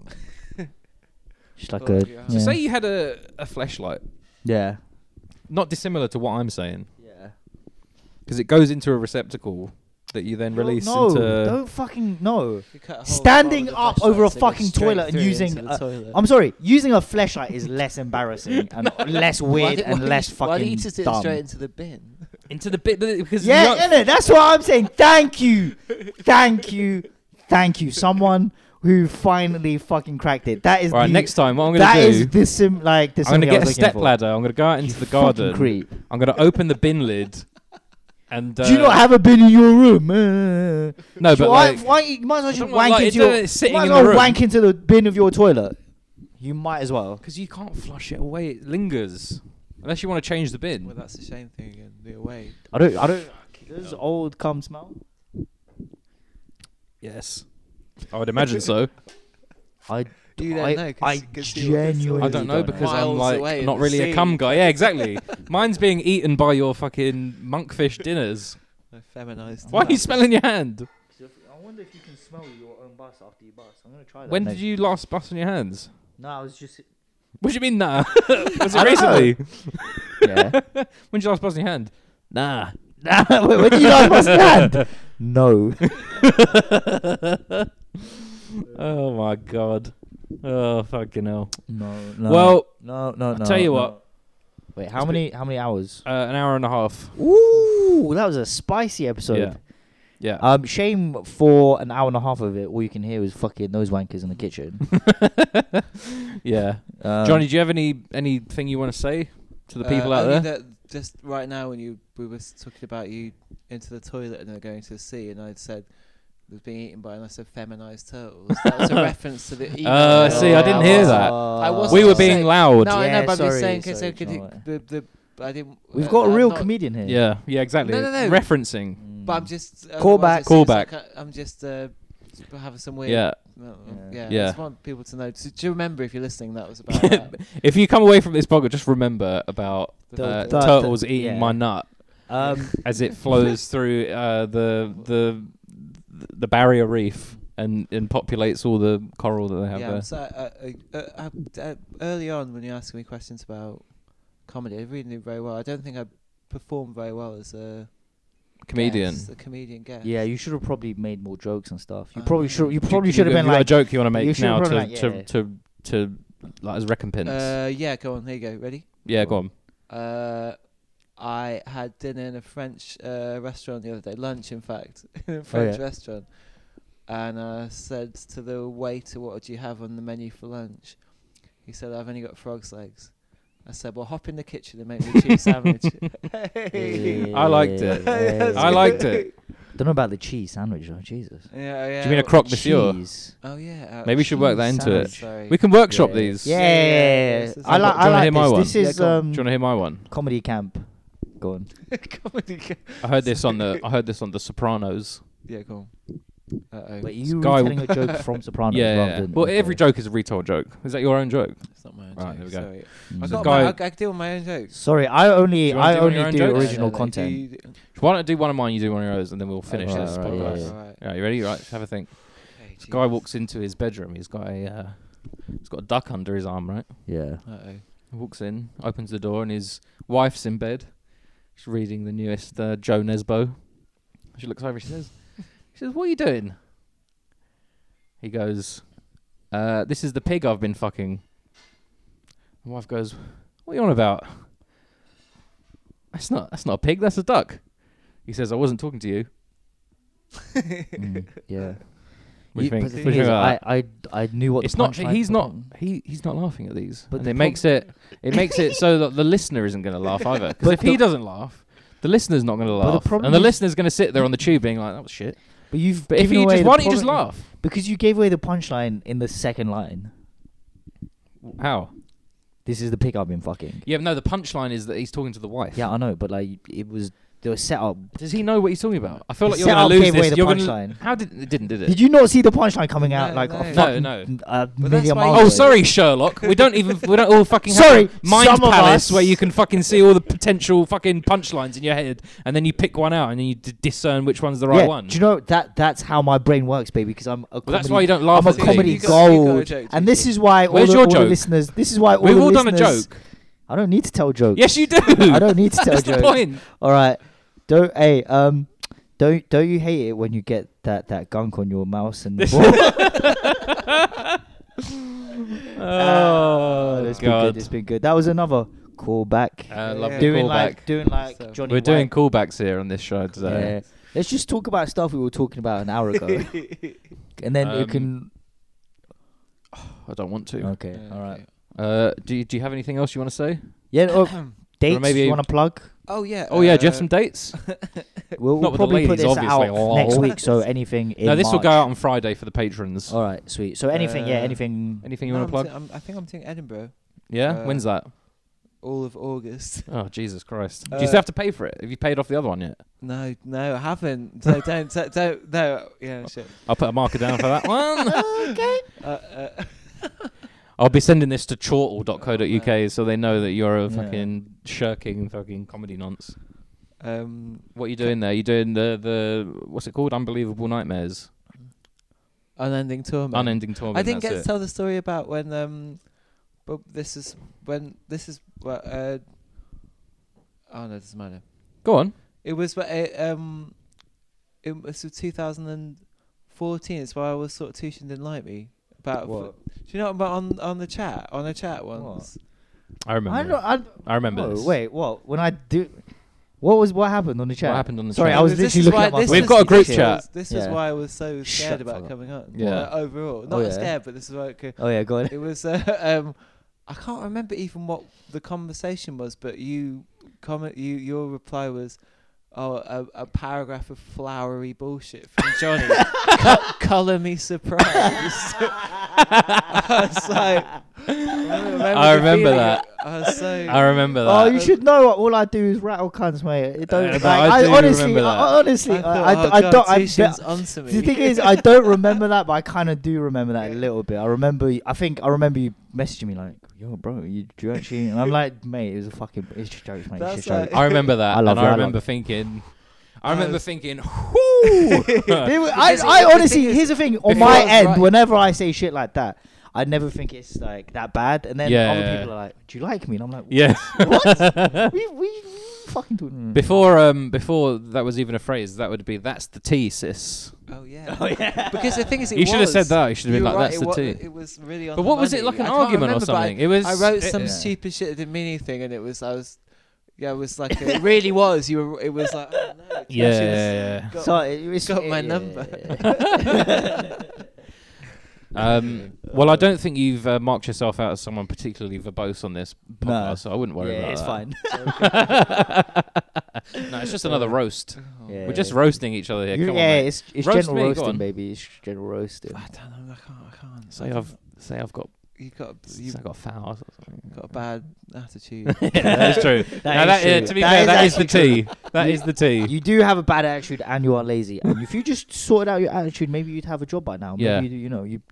[SPEAKER 1] Just like
[SPEAKER 3] Oh,
[SPEAKER 1] a
[SPEAKER 3] yeah.
[SPEAKER 1] yeah.
[SPEAKER 3] So
[SPEAKER 2] So say you had a a flashlight,
[SPEAKER 1] yeah.
[SPEAKER 2] not dissimilar to what I'm saying,
[SPEAKER 1] Yeah.
[SPEAKER 2] because it goes into a receptacle that you then release
[SPEAKER 1] no,
[SPEAKER 2] into.
[SPEAKER 1] don't fucking no.
[SPEAKER 3] You cut a hole
[SPEAKER 1] Standing
[SPEAKER 3] in the
[SPEAKER 1] up
[SPEAKER 3] flashlight
[SPEAKER 1] over a
[SPEAKER 3] so it goes
[SPEAKER 1] fucking
[SPEAKER 3] straight
[SPEAKER 1] toilet and
[SPEAKER 3] through
[SPEAKER 1] using
[SPEAKER 3] into the
[SPEAKER 1] a-
[SPEAKER 3] toilet.
[SPEAKER 1] I'm sorry. Using a flashlight is less
[SPEAKER 3] *laughs*
[SPEAKER 1] embarrassing and less
[SPEAKER 3] Why
[SPEAKER 1] weird
[SPEAKER 3] did-
[SPEAKER 1] and
[SPEAKER 3] why
[SPEAKER 1] less
[SPEAKER 3] did-
[SPEAKER 1] fucking
[SPEAKER 3] Why do you just do it
[SPEAKER 1] dumb.
[SPEAKER 3] straight into the bin?
[SPEAKER 2] into the bit because
[SPEAKER 1] yeah,
[SPEAKER 2] *laughs*
[SPEAKER 1] innit? That's what I'm saying. Thank you, thank you, thank you. Someone who finally fucking cracked it. That is
[SPEAKER 2] All right,
[SPEAKER 1] the,
[SPEAKER 2] next time what I'm gonna
[SPEAKER 1] that
[SPEAKER 2] do.
[SPEAKER 1] is the sim like the.
[SPEAKER 2] I'm
[SPEAKER 1] simile
[SPEAKER 2] gonna
[SPEAKER 1] I
[SPEAKER 2] get a
[SPEAKER 1] was looking
[SPEAKER 2] step
[SPEAKER 1] for.
[SPEAKER 2] ladder. I'm gonna go out into the
[SPEAKER 1] Fucking
[SPEAKER 2] garden.
[SPEAKER 1] creep.
[SPEAKER 2] I'm gonna open the bin lid. And uh,
[SPEAKER 1] Do you not have a bin in your room? Uh,
[SPEAKER 2] no? But
[SPEAKER 1] why,
[SPEAKER 2] like,
[SPEAKER 1] why, you might as well
[SPEAKER 2] I
[SPEAKER 1] just
[SPEAKER 2] don't
[SPEAKER 1] wank
[SPEAKER 2] like-
[SPEAKER 1] into
[SPEAKER 2] it's,
[SPEAKER 1] your.
[SPEAKER 2] uh,
[SPEAKER 1] you
[SPEAKER 2] sitting
[SPEAKER 1] might as
[SPEAKER 2] in the
[SPEAKER 1] well
[SPEAKER 2] room.
[SPEAKER 1] wank into the bin of your toilet. You might as well.
[SPEAKER 2] Because you can't flush it away. It lingers. Unless you want to change the bin.
[SPEAKER 3] Well, that's the shame thing again. The away.
[SPEAKER 1] I don't. I don't. Does old cum smell?
[SPEAKER 2] yes. I would imagine so.
[SPEAKER 1] I
[SPEAKER 3] You don't
[SPEAKER 1] I,
[SPEAKER 3] know, 'cause
[SPEAKER 1] I
[SPEAKER 3] you can see what this is.
[SPEAKER 1] genuinely
[SPEAKER 2] I don't know because I'm
[SPEAKER 3] Miles away
[SPEAKER 2] like
[SPEAKER 3] in
[SPEAKER 2] not
[SPEAKER 3] the
[SPEAKER 2] really a
[SPEAKER 3] sea.
[SPEAKER 2] cum guy. Yeah, exactly. Mine's being eaten by your fucking monkfish dinners.
[SPEAKER 3] I feminized.
[SPEAKER 2] Why are you smelling your hand?
[SPEAKER 1] I wonder if you can smell your own bus after you bus. I'm gonna try that.
[SPEAKER 2] When did you last bust on your hands?
[SPEAKER 1] No, I was just.
[SPEAKER 2] What do you mean, nah? *laughs* Was it
[SPEAKER 1] I don't know.
[SPEAKER 2] recently?
[SPEAKER 1] Yeah. *laughs*
[SPEAKER 2] When did you last bust on your hand? Nah.
[SPEAKER 1] Nah, wait, when did you last bus your hand? *laughs* No.
[SPEAKER 2] *laughs* Oh my god. Oh fucking hell.
[SPEAKER 1] No. No.
[SPEAKER 2] Well,
[SPEAKER 1] No. No.
[SPEAKER 2] I'll
[SPEAKER 1] no,
[SPEAKER 2] tell you
[SPEAKER 1] no.
[SPEAKER 2] what.
[SPEAKER 1] Wait, how
[SPEAKER 2] It's
[SPEAKER 1] many? How many hours?
[SPEAKER 2] Uh, an hour and a half.
[SPEAKER 1] Ooh, that was a spicy episode.
[SPEAKER 2] Yeah. Yeah.
[SPEAKER 1] Um, shame for an hour and a half of it. All you can hear is fucking those wankers in the kitchen.
[SPEAKER 2] yeah.
[SPEAKER 1] Um,
[SPEAKER 2] Johnny, do you have any anything you want to say to the people out there?
[SPEAKER 3] Uh, just right now, when you we were s- talking about you into the toilet and then going to the sea, and I said it was being eaten by, and I said feminized turtles. That
[SPEAKER 2] *laughs*
[SPEAKER 3] was a reference to the email.
[SPEAKER 2] *laughs* Uh,
[SPEAKER 3] that
[SPEAKER 2] see, I didn't hear that.
[SPEAKER 1] Uh,
[SPEAKER 3] I wasn't
[SPEAKER 2] we were
[SPEAKER 3] saying-
[SPEAKER 2] being loud.
[SPEAKER 3] No, I
[SPEAKER 1] Oh. Yeah,
[SPEAKER 3] know, but I'm
[SPEAKER 1] sorry,
[SPEAKER 3] just saying because
[SPEAKER 1] sorry,
[SPEAKER 3] could,
[SPEAKER 1] do you know
[SPEAKER 3] the, the I didn't.
[SPEAKER 1] We've
[SPEAKER 3] uh,
[SPEAKER 1] got a
[SPEAKER 3] I'm
[SPEAKER 1] real
[SPEAKER 3] not-
[SPEAKER 1] comedian here.
[SPEAKER 2] Yeah. Yeah. Exactly.
[SPEAKER 3] No, no, no.
[SPEAKER 2] Referencing.
[SPEAKER 3] But I'm just
[SPEAKER 1] Call
[SPEAKER 3] otherwise
[SPEAKER 1] back.
[SPEAKER 3] it seems
[SPEAKER 2] Call
[SPEAKER 3] like I, am just uh, sp- having some weird. *laughs*
[SPEAKER 2] Yeah.
[SPEAKER 3] no,
[SPEAKER 1] Yeah.
[SPEAKER 3] yeah. I
[SPEAKER 2] Yeah.
[SPEAKER 3] just want people to know. Do do you remember if you're listening? That
[SPEAKER 2] *laughs*
[SPEAKER 3] was about. that.
[SPEAKER 2] If you come away from this podcast, just remember about
[SPEAKER 1] The-
[SPEAKER 2] uh,
[SPEAKER 1] the-
[SPEAKER 2] turtles
[SPEAKER 1] the-
[SPEAKER 2] eating
[SPEAKER 1] yeah.
[SPEAKER 2] my nut
[SPEAKER 1] Um,
[SPEAKER 2] as it flows
[SPEAKER 3] *laughs*
[SPEAKER 2] through uh, the the the barrier reef and and populates all the coral that they have
[SPEAKER 3] yeah,
[SPEAKER 2] there.
[SPEAKER 3] I'm so, uh, uh, uh, uh, uh, early on when you asked me questions about comedy, I really did very well. I don't think I performed very well as a
[SPEAKER 2] Comedian.
[SPEAKER 3] guest, a comedian guest.
[SPEAKER 1] yeah, you should have probably made more jokes and stuff. You
[SPEAKER 3] I
[SPEAKER 1] probably
[SPEAKER 3] know.
[SPEAKER 1] should. You
[SPEAKER 2] Do you-
[SPEAKER 1] probably
[SPEAKER 2] you
[SPEAKER 1] should have
[SPEAKER 2] got-
[SPEAKER 1] been
[SPEAKER 2] you got a
[SPEAKER 1] like.
[SPEAKER 2] joke you want to make
[SPEAKER 1] should've
[SPEAKER 2] now to,
[SPEAKER 1] probably like,
[SPEAKER 2] to,
[SPEAKER 1] yeah.
[SPEAKER 2] to to like as recompense.
[SPEAKER 3] Uh, yeah, go on. Here you go. Ready?
[SPEAKER 2] yeah, go
[SPEAKER 3] *laughs*
[SPEAKER 2] on.
[SPEAKER 3] Uh, I had dinner in a French uh, restaurant the other day, lunch, in fact, *laughs* in a French restaurant. And I said to the waiter, What do you have on the menu for lunch? He said, I've only got frog's legs. I said, Well, hop in the kitchen and make me a cheese sandwich. *laughs*
[SPEAKER 2] I liked it. *laughs* I liked it.
[SPEAKER 1] Don't know about the cheese sandwich though. Jesus.
[SPEAKER 3] Yeah, yeah.
[SPEAKER 2] Do you mean a croque monsieur?
[SPEAKER 1] Cheese.
[SPEAKER 3] Oh, yeah. uh,
[SPEAKER 2] Maybe we should work that
[SPEAKER 1] cheese
[SPEAKER 2] into it.
[SPEAKER 1] sandwich.
[SPEAKER 3] Sorry.
[SPEAKER 2] We can workshop
[SPEAKER 1] Yeah.
[SPEAKER 2] these.
[SPEAKER 1] Yeah,
[SPEAKER 3] Yeah,
[SPEAKER 1] yeah, yeah,
[SPEAKER 3] yeah,
[SPEAKER 1] yeah.
[SPEAKER 3] this is-
[SPEAKER 1] I like.
[SPEAKER 2] Do
[SPEAKER 1] I
[SPEAKER 2] you wanna
[SPEAKER 1] like
[SPEAKER 2] hear my
[SPEAKER 1] this.
[SPEAKER 2] one?
[SPEAKER 1] This is
[SPEAKER 3] Yeah, go on.
[SPEAKER 2] Do
[SPEAKER 1] um
[SPEAKER 2] you want to hear my one?
[SPEAKER 1] comedy camp. Go on.
[SPEAKER 3] *laughs* Comedy ca-
[SPEAKER 2] I heard this on
[SPEAKER 3] *laughs*
[SPEAKER 2] the I heard this on the Sopranos.
[SPEAKER 3] yeah, go on. Uh oh.
[SPEAKER 1] Wait, you
[SPEAKER 2] Guy-
[SPEAKER 1] were telling a
[SPEAKER 2] *laughs*
[SPEAKER 1] joke from Sopranos.
[SPEAKER 2] yeah,
[SPEAKER 1] rather
[SPEAKER 2] yeah.
[SPEAKER 1] Than,
[SPEAKER 2] Well,
[SPEAKER 1] okay.
[SPEAKER 2] every joke is a retold joke. Is that your own joke?
[SPEAKER 3] It's not my own
[SPEAKER 2] Right,
[SPEAKER 3] joke.
[SPEAKER 2] there we go.
[SPEAKER 3] Sorry.
[SPEAKER 1] Mm.
[SPEAKER 3] I,
[SPEAKER 2] So
[SPEAKER 3] got
[SPEAKER 2] guy-
[SPEAKER 3] my, I, I can deal with my own jokes.
[SPEAKER 1] Sorry, I only
[SPEAKER 2] you wanna
[SPEAKER 1] I
[SPEAKER 2] do one of
[SPEAKER 1] only
[SPEAKER 2] your own
[SPEAKER 1] do
[SPEAKER 2] jokes? No,
[SPEAKER 1] original
[SPEAKER 3] no, no,
[SPEAKER 1] content.
[SPEAKER 3] you-
[SPEAKER 2] Why don't I do one of mine? You do one of yours, and then we'll finish
[SPEAKER 1] Okay,
[SPEAKER 2] this
[SPEAKER 1] right,
[SPEAKER 2] podcast.
[SPEAKER 1] yeah,
[SPEAKER 3] Alright.
[SPEAKER 2] Yeah, you ready? Right, have a think.
[SPEAKER 3] Okay,
[SPEAKER 2] This guy
[SPEAKER 3] Jesus.
[SPEAKER 2] walks into his bedroom. He's got a uh, he's got a duck under his arm, right?
[SPEAKER 1] yeah.
[SPEAKER 2] *laughs*
[SPEAKER 3] Uh-oh.
[SPEAKER 2] He walks in, opens the door, and his wife's in bed. She's reading the newest uh, Joe Nesbo. She looks over. She says, *laughs* "She says, what are you doing?" He goes, uh, "This is the pig I've been fucking." My wife goes, "What are you on about? That's not that's not a pig. That's a duck." He says, "I wasn't talking to you."
[SPEAKER 1] Mm, *laughs* yeah.
[SPEAKER 2] What do you
[SPEAKER 1] You- but the
[SPEAKER 2] think? What do you
[SPEAKER 1] thing
[SPEAKER 2] think
[SPEAKER 1] is,
[SPEAKER 2] about that?
[SPEAKER 1] I, I I knew what
[SPEAKER 2] it's
[SPEAKER 1] the
[SPEAKER 2] not
[SPEAKER 1] punchline
[SPEAKER 2] he's
[SPEAKER 1] for
[SPEAKER 2] not
[SPEAKER 1] that-
[SPEAKER 2] he he's not laughing at these
[SPEAKER 1] But
[SPEAKER 2] but and
[SPEAKER 1] the
[SPEAKER 2] it makes it it makes it so that the listener isn't going to
[SPEAKER 1] *laughs*
[SPEAKER 2] laugh either because
[SPEAKER 1] But
[SPEAKER 2] if he
[SPEAKER 1] the-
[SPEAKER 2] doesn't laugh the listener's not going to
[SPEAKER 1] But the
[SPEAKER 2] laugh
[SPEAKER 1] problem
[SPEAKER 2] and the
[SPEAKER 1] is-
[SPEAKER 2] listener's going to sit there on the tube being like that was shit
[SPEAKER 1] But you've
[SPEAKER 2] but if
[SPEAKER 1] given
[SPEAKER 2] you
[SPEAKER 1] away
[SPEAKER 2] just
[SPEAKER 1] the
[SPEAKER 2] why don't you just
[SPEAKER 1] problem-
[SPEAKER 2] laugh
[SPEAKER 1] Because you gave away the punchline in the second line.
[SPEAKER 2] how
[SPEAKER 1] This is the pig I've been fucking.
[SPEAKER 2] yeah no the punchline is that he's talking to the wife
[SPEAKER 1] Yeah, I know, but like it was the setup.
[SPEAKER 2] Does he know what he's talking about? I feel
[SPEAKER 1] The
[SPEAKER 2] like you're going
[SPEAKER 1] setup
[SPEAKER 2] to lose
[SPEAKER 1] gave away
[SPEAKER 2] this.
[SPEAKER 1] the
[SPEAKER 2] You're gonna,
[SPEAKER 1] punchline.
[SPEAKER 2] how did it didn't did it?
[SPEAKER 1] Did you not see the punchline coming out
[SPEAKER 3] No,
[SPEAKER 1] like
[SPEAKER 3] no.
[SPEAKER 1] a
[SPEAKER 3] No,
[SPEAKER 1] fucking
[SPEAKER 2] no.
[SPEAKER 1] A
[SPEAKER 3] that's
[SPEAKER 1] million
[SPEAKER 3] why-
[SPEAKER 1] miles?
[SPEAKER 2] Oh,
[SPEAKER 1] away?
[SPEAKER 2] sorry, Sherlock. We don't even we don't all fucking
[SPEAKER 1] Sorry,
[SPEAKER 2] have a mind
[SPEAKER 1] some of
[SPEAKER 2] palace
[SPEAKER 1] us-
[SPEAKER 2] where you can fucking see all the potential fucking punchlines in your head, and then you pick one out and then you d- discern which one's the right
[SPEAKER 1] yeah.
[SPEAKER 2] one.
[SPEAKER 1] Do you know that that's how my brain works, baby? Because I'm a comedy.
[SPEAKER 2] well, that's why you don't
[SPEAKER 1] I'm
[SPEAKER 2] laugh
[SPEAKER 1] a
[SPEAKER 2] at things.
[SPEAKER 1] comedy
[SPEAKER 3] You got- you got a
[SPEAKER 1] gold,
[SPEAKER 3] joke,
[SPEAKER 1] and
[SPEAKER 3] did
[SPEAKER 1] this
[SPEAKER 3] you?
[SPEAKER 1] is why all,
[SPEAKER 2] Where's
[SPEAKER 1] the,
[SPEAKER 2] your
[SPEAKER 1] all the
[SPEAKER 2] joke?
[SPEAKER 1] listeners. This is why all
[SPEAKER 2] We've
[SPEAKER 1] the
[SPEAKER 2] all done a
[SPEAKER 1] listeners- *laughs*
[SPEAKER 2] joke.
[SPEAKER 1] I don't need to tell jokes.
[SPEAKER 2] Yes, you do.
[SPEAKER 1] I don't need to tell
[SPEAKER 2] *laughs* That's the
[SPEAKER 1] jokes.
[SPEAKER 2] point.
[SPEAKER 1] All right, don't hey um, don't don't you hate it when you get that that gunk on your mouse
[SPEAKER 2] *laughs*
[SPEAKER 1] and the ball? *laughs*
[SPEAKER 2] Oh,
[SPEAKER 1] Ah, it's been
[SPEAKER 2] God.
[SPEAKER 1] good. It's been good. That was another callback.
[SPEAKER 2] Uh, love
[SPEAKER 3] Yeah.
[SPEAKER 2] the
[SPEAKER 1] doing
[SPEAKER 2] callback.
[SPEAKER 1] like doing like
[SPEAKER 3] So-
[SPEAKER 1] Johnny.
[SPEAKER 2] We're doing
[SPEAKER 1] White.
[SPEAKER 2] callbacks here on this show today.
[SPEAKER 1] Yeah. Let's just talk about stuff we were talking about an
[SPEAKER 3] *laughs*
[SPEAKER 1] hour ago, and then you
[SPEAKER 2] Um,
[SPEAKER 1] can.
[SPEAKER 2] I don't want to.
[SPEAKER 1] Okay. All right. Oh.
[SPEAKER 2] Uh, do you, Do you have anything else you want to say?
[SPEAKER 1] Yeah. Oh,
[SPEAKER 2] *coughs*
[SPEAKER 1] dates.
[SPEAKER 2] maybe-
[SPEAKER 1] you want to
[SPEAKER 2] *laughs*
[SPEAKER 1] plug?
[SPEAKER 3] Oh yeah.
[SPEAKER 2] Oh yeah, do you have
[SPEAKER 3] uh,
[SPEAKER 2] some dates?
[SPEAKER 1] We'll, we'll
[SPEAKER 2] Not with the
[SPEAKER 1] probably put
[SPEAKER 2] ladies,
[SPEAKER 1] this
[SPEAKER 2] obviously.
[SPEAKER 1] out next
[SPEAKER 2] Lol.
[SPEAKER 1] week.
[SPEAKER 2] *laughs*
[SPEAKER 1] So anything in
[SPEAKER 2] no, this will
[SPEAKER 1] March. Oh.
[SPEAKER 2] go out on Friday for the patrons.
[SPEAKER 1] All right, sweet. So anything, yeah,
[SPEAKER 3] Uh,
[SPEAKER 1] anything.
[SPEAKER 2] Anything you
[SPEAKER 3] no,
[SPEAKER 2] want to plug?
[SPEAKER 3] I'm doing- I'm- I think I'm doing Edinburgh
[SPEAKER 2] yeah.
[SPEAKER 3] uh,
[SPEAKER 2] When's that?
[SPEAKER 3] all of August. *laughs*
[SPEAKER 2] Oh Jesus Christ! Do
[SPEAKER 3] Uh,
[SPEAKER 2] you still have to pay for it? Have you paid off the other one yet?
[SPEAKER 3] No, no, I haven't. No, don't, don't, don't, no. Yeah, shit.
[SPEAKER 2] I'll put a marker down for that one. *laughs*
[SPEAKER 3] Uh, uh, *laughs*
[SPEAKER 2] I'll be sending this to chortle.co.uk
[SPEAKER 3] Oh,
[SPEAKER 2] so they know that you're
[SPEAKER 1] Yeah.
[SPEAKER 2] a fucking shirking fucking comedy nonce.
[SPEAKER 3] um,
[SPEAKER 2] What are you doing there? You doing the the what's it called? Unbelievable nightmares,
[SPEAKER 3] unending torment.
[SPEAKER 2] unending torment.
[SPEAKER 3] I didn't get
[SPEAKER 2] that's
[SPEAKER 3] to tell the story about when um, but this is when this is what uh, oh no, it doesn't matter.
[SPEAKER 2] it. Go on.
[SPEAKER 3] It was wh- it um, it was 2014. It's why I was sort of teaching didn't like me about.
[SPEAKER 1] What?
[SPEAKER 3] Do you know about on on the chat on a chat once?
[SPEAKER 2] I remember.
[SPEAKER 1] I
[SPEAKER 2] I,
[SPEAKER 1] don't. I,
[SPEAKER 2] remember.
[SPEAKER 1] oh,
[SPEAKER 2] this.
[SPEAKER 1] wait, what? When I do, what was what happened on the chat?
[SPEAKER 2] happened on the
[SPEAKER 1] Sorry,
[SPEAKER 2] chat?
[SPEAKER 1] I was
[SPEAKER 3] This is
[SPEAKER 1] literally looking
[SPEAKER 3] why-
[SPEAKER 1] at my.
[SPEAKER 3] this
[SPEAKER 2] We've
[SPEAKER 3] is-
[SPEAKER 2] got a group
[SPEAKER 3] this
[SPEAKER 2] chat.
[SPEAKER 3] was- This is
[SPEAKER 1] Yeah.
[SPEAKER 3] why I was so
[SPEAKER 1] Shut
[SPEAKER 3] scared
[SPEAKER 1] the
[SPEAKER 3] about
[SPEAKER 1] fuck
[SPEAKER 3] coming on.
[SPEAKER 2] Oh, Yeah.
[SPEAKER 3] Uh, overall, not
[SPEAKER 1] yeah.
[SPEAKER 3] scared, but this is why. Okay.
[SPEAKER 1] *laughs* Oh yeah, go
[SPEAKER 2] *laughs*
[SPEAKER 1] on. *laughs*
[SPEAKER 3] it was uh, *laughs* um I can't remember even what the conversation was, but you comment you your reply was oh a, a paragraph of flowery bullshit from Johnny.
[SPEAKER 1] *laughs*
[SPEAKER 3] Co- color me surprised. I was like, I remember,
[SPEAKER 2] I
[SPEAKER 3] the
[SPEAKER 2] remember
[SPEAKER 3] feeling
[SPEAKER 2] that.
[SPEAKER 3] of- I was so
[SPEAKER 2] I remember that.
[SPEAKER 1] Oh, you should know what all I do is rattle cunts, mate. It don't.
[SPEAKER 2] Uh,
[SPEAKER 1] like,
[SPEAKER 2] but I
[SPEAKER 1] I,
[SPEAKER 2] do
[SPEAKER 1] honestly,
[SPEAKER 2] remember that.
[SPEAKER 1] I, honestly,
[SPEAKER 3] I,
[SPEAKER 1] I,
[SPEAKER 3] thought,
[SPEAKER 1] I,
[SPEAKER 3] oh,
[SPEAKER 1] I
[SPEAKER 3] God,
[SPEAKER 1] don't. I,
[SPEAKER 3] Tushin's
[SPEAKER 1] the-
[SPEAKER 3] onto me.
[SPEAKER 1] the thing is, I don't remember that, but I kind of do remember that a little bit. I remember. I think I remember you messaging me like, "Yo, bro, you, do you
[SPEAKER 3] *laughs*
[SPEAKER 1] actually?" And I'm like, "Mate, it was a fucking. It's just jokes, mate. It's
[SPEAKER 3] That's
[SPEAKER 1] just jokes."
[SPEAKER 2] *laughs*
[SPEAKER 3] like-
[SPEAKER 2] I remember
[SPEAKER 1] *laughs*
[SPEAKER 2] that,
[SPEAKER 1] I love Uh,
[SPEAKER 2] and
[SPEAKER 1] you, I
[SPEAKER 2] I
[SPEAKER 1] love
[SPEAKER 2] remember
[SPEAKER 1] you. *laughs*
[SPEAKER 2] thinking.
[SPEAKER 3] I
[SPEAKER 2] I remember
[SPEAKER 3] was-
[SPEAKER 2] thinking, whoo!
[SPEAKER 1] They were- I,
[SPEAKER 3] Because
[SPEAKER 1] I
[SPEAKER 3] it- the
[SPEAKER 1] honestly,
[SPEAKER 3] thing is,
[SPEAKER 1] here's the thing. On
[SPEAKER 3] if
[SPEAKER 1] my
[SPEAKER 3] I was
[SPEAKER 1] end,
[SPEAKER 3] right-
[SPEAKER 1] whenever I say shit like that, I never think it's like that bad. And then
[SPEAKER 2] Yeah,
[SPEAKER 1] other
[SPEAKER 2] yeah,
[SPEAKER 1] people are like, "Do you like me?" And I'm like,
[SPEAKER 2] yeah. *laughs*
[SPEAKER 1] "What? we, we we fucking talking
[SPEAKER 2] Before um before that was even a phrase, that would be that's the T, sis.
[SPEAKER 1] *laughs*
[SPEAKER 3] oh yeah, because the thing is, it
[SPEAKER 2] You should have said
[SPEAKER 3] was.
[SPEAKER 2] that. You should have been
[SPEAKER 3] You
[SPEAKER 2] like,
[SPEAKER 3] were right,
[SPEAKER 2] "That's
[SPEAKER 3] it wa-
[SPEAKER 2] the tea."
[SPEAKER 3] It was really on.
[SPEAKER 2] But
[SPEAKER 3] the
[SPEAKER 2] what was it
[SPEAKER 3] money.
[SPEAKER 2] like
[SPEAKER 3] I
[SPEAKER 2] an
[SPEAKER 3] can't
[SPEAKER 2] argument or
[SPEAKER 3] remember, but I-
[SPEAKER 2] something? It was.
[SPEAKER 3] I wrote
[SPEAKER 2] it-
[SPEAKER 3] some
[SPEAKER 1] yeah.
[SPEAKER 3] stupid shit that didn't mean anything, and it was I was, yeah, it was like it really was. You were. It was like, oh, no,
[SPEAKER 2] Yeah,
[SPEAKER 3] she was-
[SPEAKER 2] yeah,
[SPEAKER 3] got-
[SPEAKER 1] so it- it's
[SPEAKER 3] got my
[SPEAKER 1] yeah.
[SPEAKER 3] number.
[SPEAKER 2] Um, well, I don't think you've uh, marked yourself out as someone particularly verbose on this
[SPEAKER 1] No.
[SPEAKER 2] podcast, so I wouldn't worry
[SPEAKER 1] yeah,
[SPEAKER 2] about
[SPEAKER 1] it's
[SPEAKER 2] that.
[SPEAKER 1] fine. *laughs*
[SPEAKER 2] fine. *laughs* no, it's just another roast.
[SPEAKER 1] Yeah, *laughs*
[SPEAKER 2] *laughs* We're just
[SPEAKER 1] yeah.
[SPEAKER 2] roasting each other here.
[SPEAKER 1] You-
[SPEAKER 2] Come
[SPEAKER 1] yeah,
[SPEAKER 2] on, mate.
[SPEAKER 1] it's it's
[SPEAKER 2] Roast
[SPEAKER 1] general
[SPEAKER 2] me, go
[SPEAKER 1] roasting,
[SPEAKER 2] on.
[SPEAKER 1] baby. It's general roasting.
[SPEAKER 3] *laughs* I don't know. I can't. I can't.
[SPEAKER 2] Say I've say I've got
[SPEAKER 3] You got. You
[SPEAKER 2] say I got fouls or something.
[SPEAKER 3] got
[SPEAKER 1] *laughs*
[SPEAKER 2] *laughs*
[SPEAKER 3] a bad attitude.
[SPEAKER 2] that's true. now
[SPEAKER 1] is
[SPEAKER 2] that, uh,
[SPEAKER 1] true.
[SPEAKER 2] to be
[SPEAKER 1] That
[SPEAKER 2] fair,
[SPEAKER 1] is
[SPEAKER 2] that is the
[SPEAKER 1] actually
[SPEAKER 2] tea. That is the tea.
[SPEAKER 1] You do have a bad attitude, and you are lazy. And if you just sorted out your attitude, maybe you'd have a job by now. Maybe
[SPEAKER 2] Yeah.
[SPEAKER 1] you, you know you.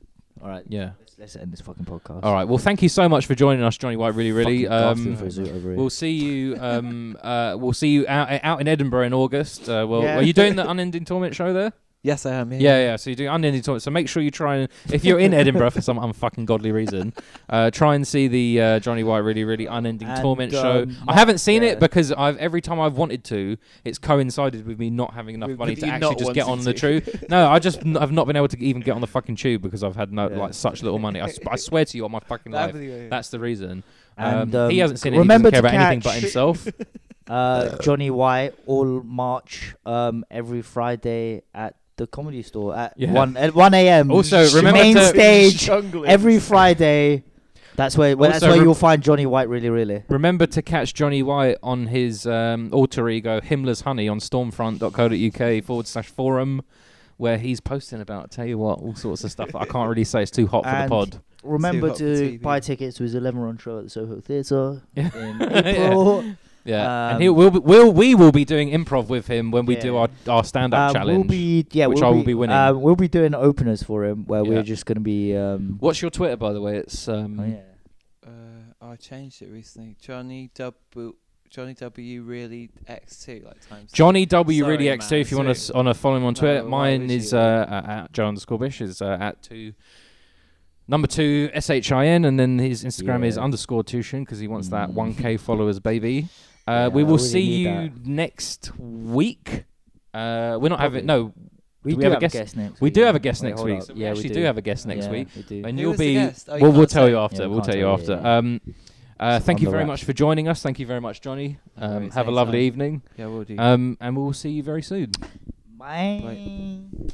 [SPEAKER 1] All right,
[SPEAKER 2] Yeah.
[SPEAKER 1] let's, let's end this fucking podcast.
[SPEAKER 2] All right. Well, thank you so much for joining us, Johnny White. Really, really.
[SPEAKER 1] Fucking gasping
[SPEAKER 2] Um,
[SPEAKER 1] for a zoo over here.
[SPEAKER 2] We'll see you. Um, uh, we'll see you out, out in Edinburgh in August. Uh, well,
[SPEAKER 1] Yeah.
[SPEAKER 2] are you doing the Unending Torment show there?
[SPEAKER 3] yes, I am. Yeah.
[SPEAKER 2] *laughs* Yeah, yeah. So you're doing Unending Torment. So make sure you try and if you're in Edinburgh for some *laughs* unfucking godly reason, uh, try and see the uh, Johnny White really, really Unending
[SPEAKER 1] And,
[SPEAKER 2] Torment
[SPEAKER 1] um,
[SPEAKER 2] show.
[SPEAKER 1] Mark-
[SPEAKER 2] I haven't seen
[SPEAKER 1] yeah.
[SPEAKER 2] it because I've every time I've wanted to, it's coincided with me not having enough
[SPEAKER 3] With-
[SPEAKER 2] money
[SPEAKER 3] with
[SPEAKER 2] to
[SPEAKER 3] you
[SPEAKER 2] actually
[SPEAKER 3] not
[SPEAKER 2] just get
[SPEAKER 3] wanting
[SPEAKER 2] on the
[SPEAKER 3] to.
[SPEAKER 2] tube. No, I just n- I've not been able to even get on the fucking tube because I've had no
[SPEAKER 1] Yeah.
[SPEAKER 2] like such little money. I, sp- I swear to you on my fucking
[SPEAKER 3] That
[SPEAKER 2] life.
[SPEAKER 3] was the- *laughs*
[SPEAKER 2] That's the reason.
[SPEAKER 1] And,
[SPEAKER 2] um, he
[SPEAKER 1] um,
[SPEAKER 2] hasn't seen it. He doesn't
[SPEAKER 1] remember
[SPEAKER 2] care
[SPEAKER 1] to
[SPEAKER 2] about anything but
[SPEAKER 1] catch-
[SPEAKER 2] himself.
[SPEAKER 1] Uh, Johnny White all March um, every Friday at the comedy store at
[SPEAKER 2] Yeah.
[SPEAKER 1] one at one a.m.
[SPEAKER 2] Also, remember
[SPEAKER 1] main
[SPEAKER 2] to- *laughs*
[SPEAKER 1] stage
[SPEAKER 3] Jungling.
[SPEAKER 1] every Friday. That's where well, that's
[SPEAKER 2] Also,
[SPEAKER 1] where
[SPEAKER 2] re-
[SPEAKER 1] you'll find Johnny White really really.
[SPEAKER 2] Remember to catch Johnny White on his um, alter ego Himmler's Honey on stormfront.co.uk forward slash forum, where he's posting about, tell you what, all sorts of stuff that I can't really say. It's too hot for
[SPEAKER 1] And-
[SPEAKER 2] the pod.
[SPEAKER 1] Remember
[SPEAKER 3] hot for
[SPEAKER 1] to
[SPEAKER 2] *laughs*
[SPEAKER 3] TV.
[SPEAKER 1] buy tickets to his 11 run show at the Soho Theatre
[SPEAKER 2] Yeah. *laughs*
[SPEAKER 1] in April.
[SPEAKER 2] Yeah,
[SPEAKER 1] Um,
[SPEAKER 2] and he will be, will we will be doing improv with him when we do
[SPEAKER 1] Yeah.
[SPEAKER 2] our, our stand
[SPEAKER 1] Uh,
[SPEAKER 2] up challenge.
[SPEAKER 1] We'll be, yeah,
[SPEAKER 2] which
[SPEAKER 1] we'll
[SPEAKER 2] I will be winning.
[SPEAKER 1] uh, we'll be doing openers for him, where
[SPEAKER 2] Yeah.
[SPEAKER 1] we're just going to be. Um,
[SPEAKER 2] What's your Twitter by the way? It's um
[SPEAKER 1] oh, yeah.
[SPEAKER 3] Uh, I changed it recently. Johnny W. Johnny W. Really X two like times.
[SPEAKER 2] Johnny W
[SPEAKER 3] Sorry,
[SPEAKER 2] really X two.
[SPEAKER 3] man,
[SPEAKER 2] If you want
[SPEAKER 3] sorry.
[SPEAKER 2] to on a follow him on
[SPEAKER 3] No,
[SPEAKER 2] Twitter,
[SPEAKER 3] why
[SPEAKER 2] mine
[SPEAKER 3] would
[SPEAKER 2] is
[SPEAKER 3] you?
[SPEAKER 2] uh, at- at John Scorbish is uh, at two number two S H I N, and then his Instagram is
[SPEAKER 1] Yeah.
[SPEAKER 2] underscore Tushin because he wants that
[SPEAKER 1] Mm. *laughs*
[SPEAKER 2] one K followers baby. Uh,
[SPEAKER 1] Yeah,
[SPEAKER 2] we
[SPEAKER 1] I
[SPEAKER 2] will
[SPEAKER 1] really
[SPEAKER 2] see
[SPEAKER 1] need
[SPEAKER 2] you
[SPEAKER 1] that.
[SPEAKER 2] next week. Uh, we're
[SPEAKER 1] Probably.
[SPEAKER 2] not having no.
[SPEAKER 1] We
[SPEAKER 2] Do
[SPEAKER 1] do,
[SPEAKER 2] we have a
[SPEAKER 1] have a
[SPEAKER 2] guest-
[SPEAKER 1] guest, next.
[SPEAKER 2] We
[SPEAKER 1] week,
[SPEAKER 2] do
[SPEAKER 1] yeah.
[SPEAKER 2] have a guest
[SPEAKER 1] Wait,
[SPEAKER 2] next
[SPEAKER 1] hold
[SPEAKER 2] week.
[SPEAKER 1] up.
[SPEAKER 2] So we
[SPEAKER 1] yeah,
[SPEAKER 2] actually
[SPEAKER 1] we
[SPEAKER 2] do. have a guest next
[SPEAKER 1] Yeah,
[SPEAKER 2] week,
[SPEAKER 1] We do.
[SPEAKER 2] and
[SPEAKER 3] Who
[SPEAKER 2] you'll
[SPEAKER 3] was the
[SPEAKER 2] be.
[SPEAKER 3] guest? Oh, you
[SPEAKER 2] we'll we'll
[SPEAKER 3] can't
[SPEAKER 2] tell
[SPEAKER 3] say.
[SPEAKER 2] you after.
[SPEAKER 1] Yeah, we
[SPEAKER 2] we'll
[SPEAKER 1] can't
[SPEAKER 2] tell you
[SPEAKER 1] tell you,
[SPEAKER 2] after.
[SPEAKER 1] yeah.
[SPEAKER 2] Um, uh, thank
[SPEAKER 1] on
[SPEAKER 2] you
[SPEAKER 1] the
[SPEAKER 2] very
[SPEAKER 1] wrap.
[SPEAKER 2] much for joining us. Thank you very much, Johnny.
[SPEAKER 3] No
[SPEAKER 2] Um,
[SPEAKER 3] worries,
[SPEAKER 2] have a Um,
[SPEAKER 3] anytime.
[SPEAKER 2] lovely evening,
[SPEAKER 3] Yeah, we'll do.
[SPEAKER 2] um, and we'll see you very soon.
[SPEAKER 1] Bye.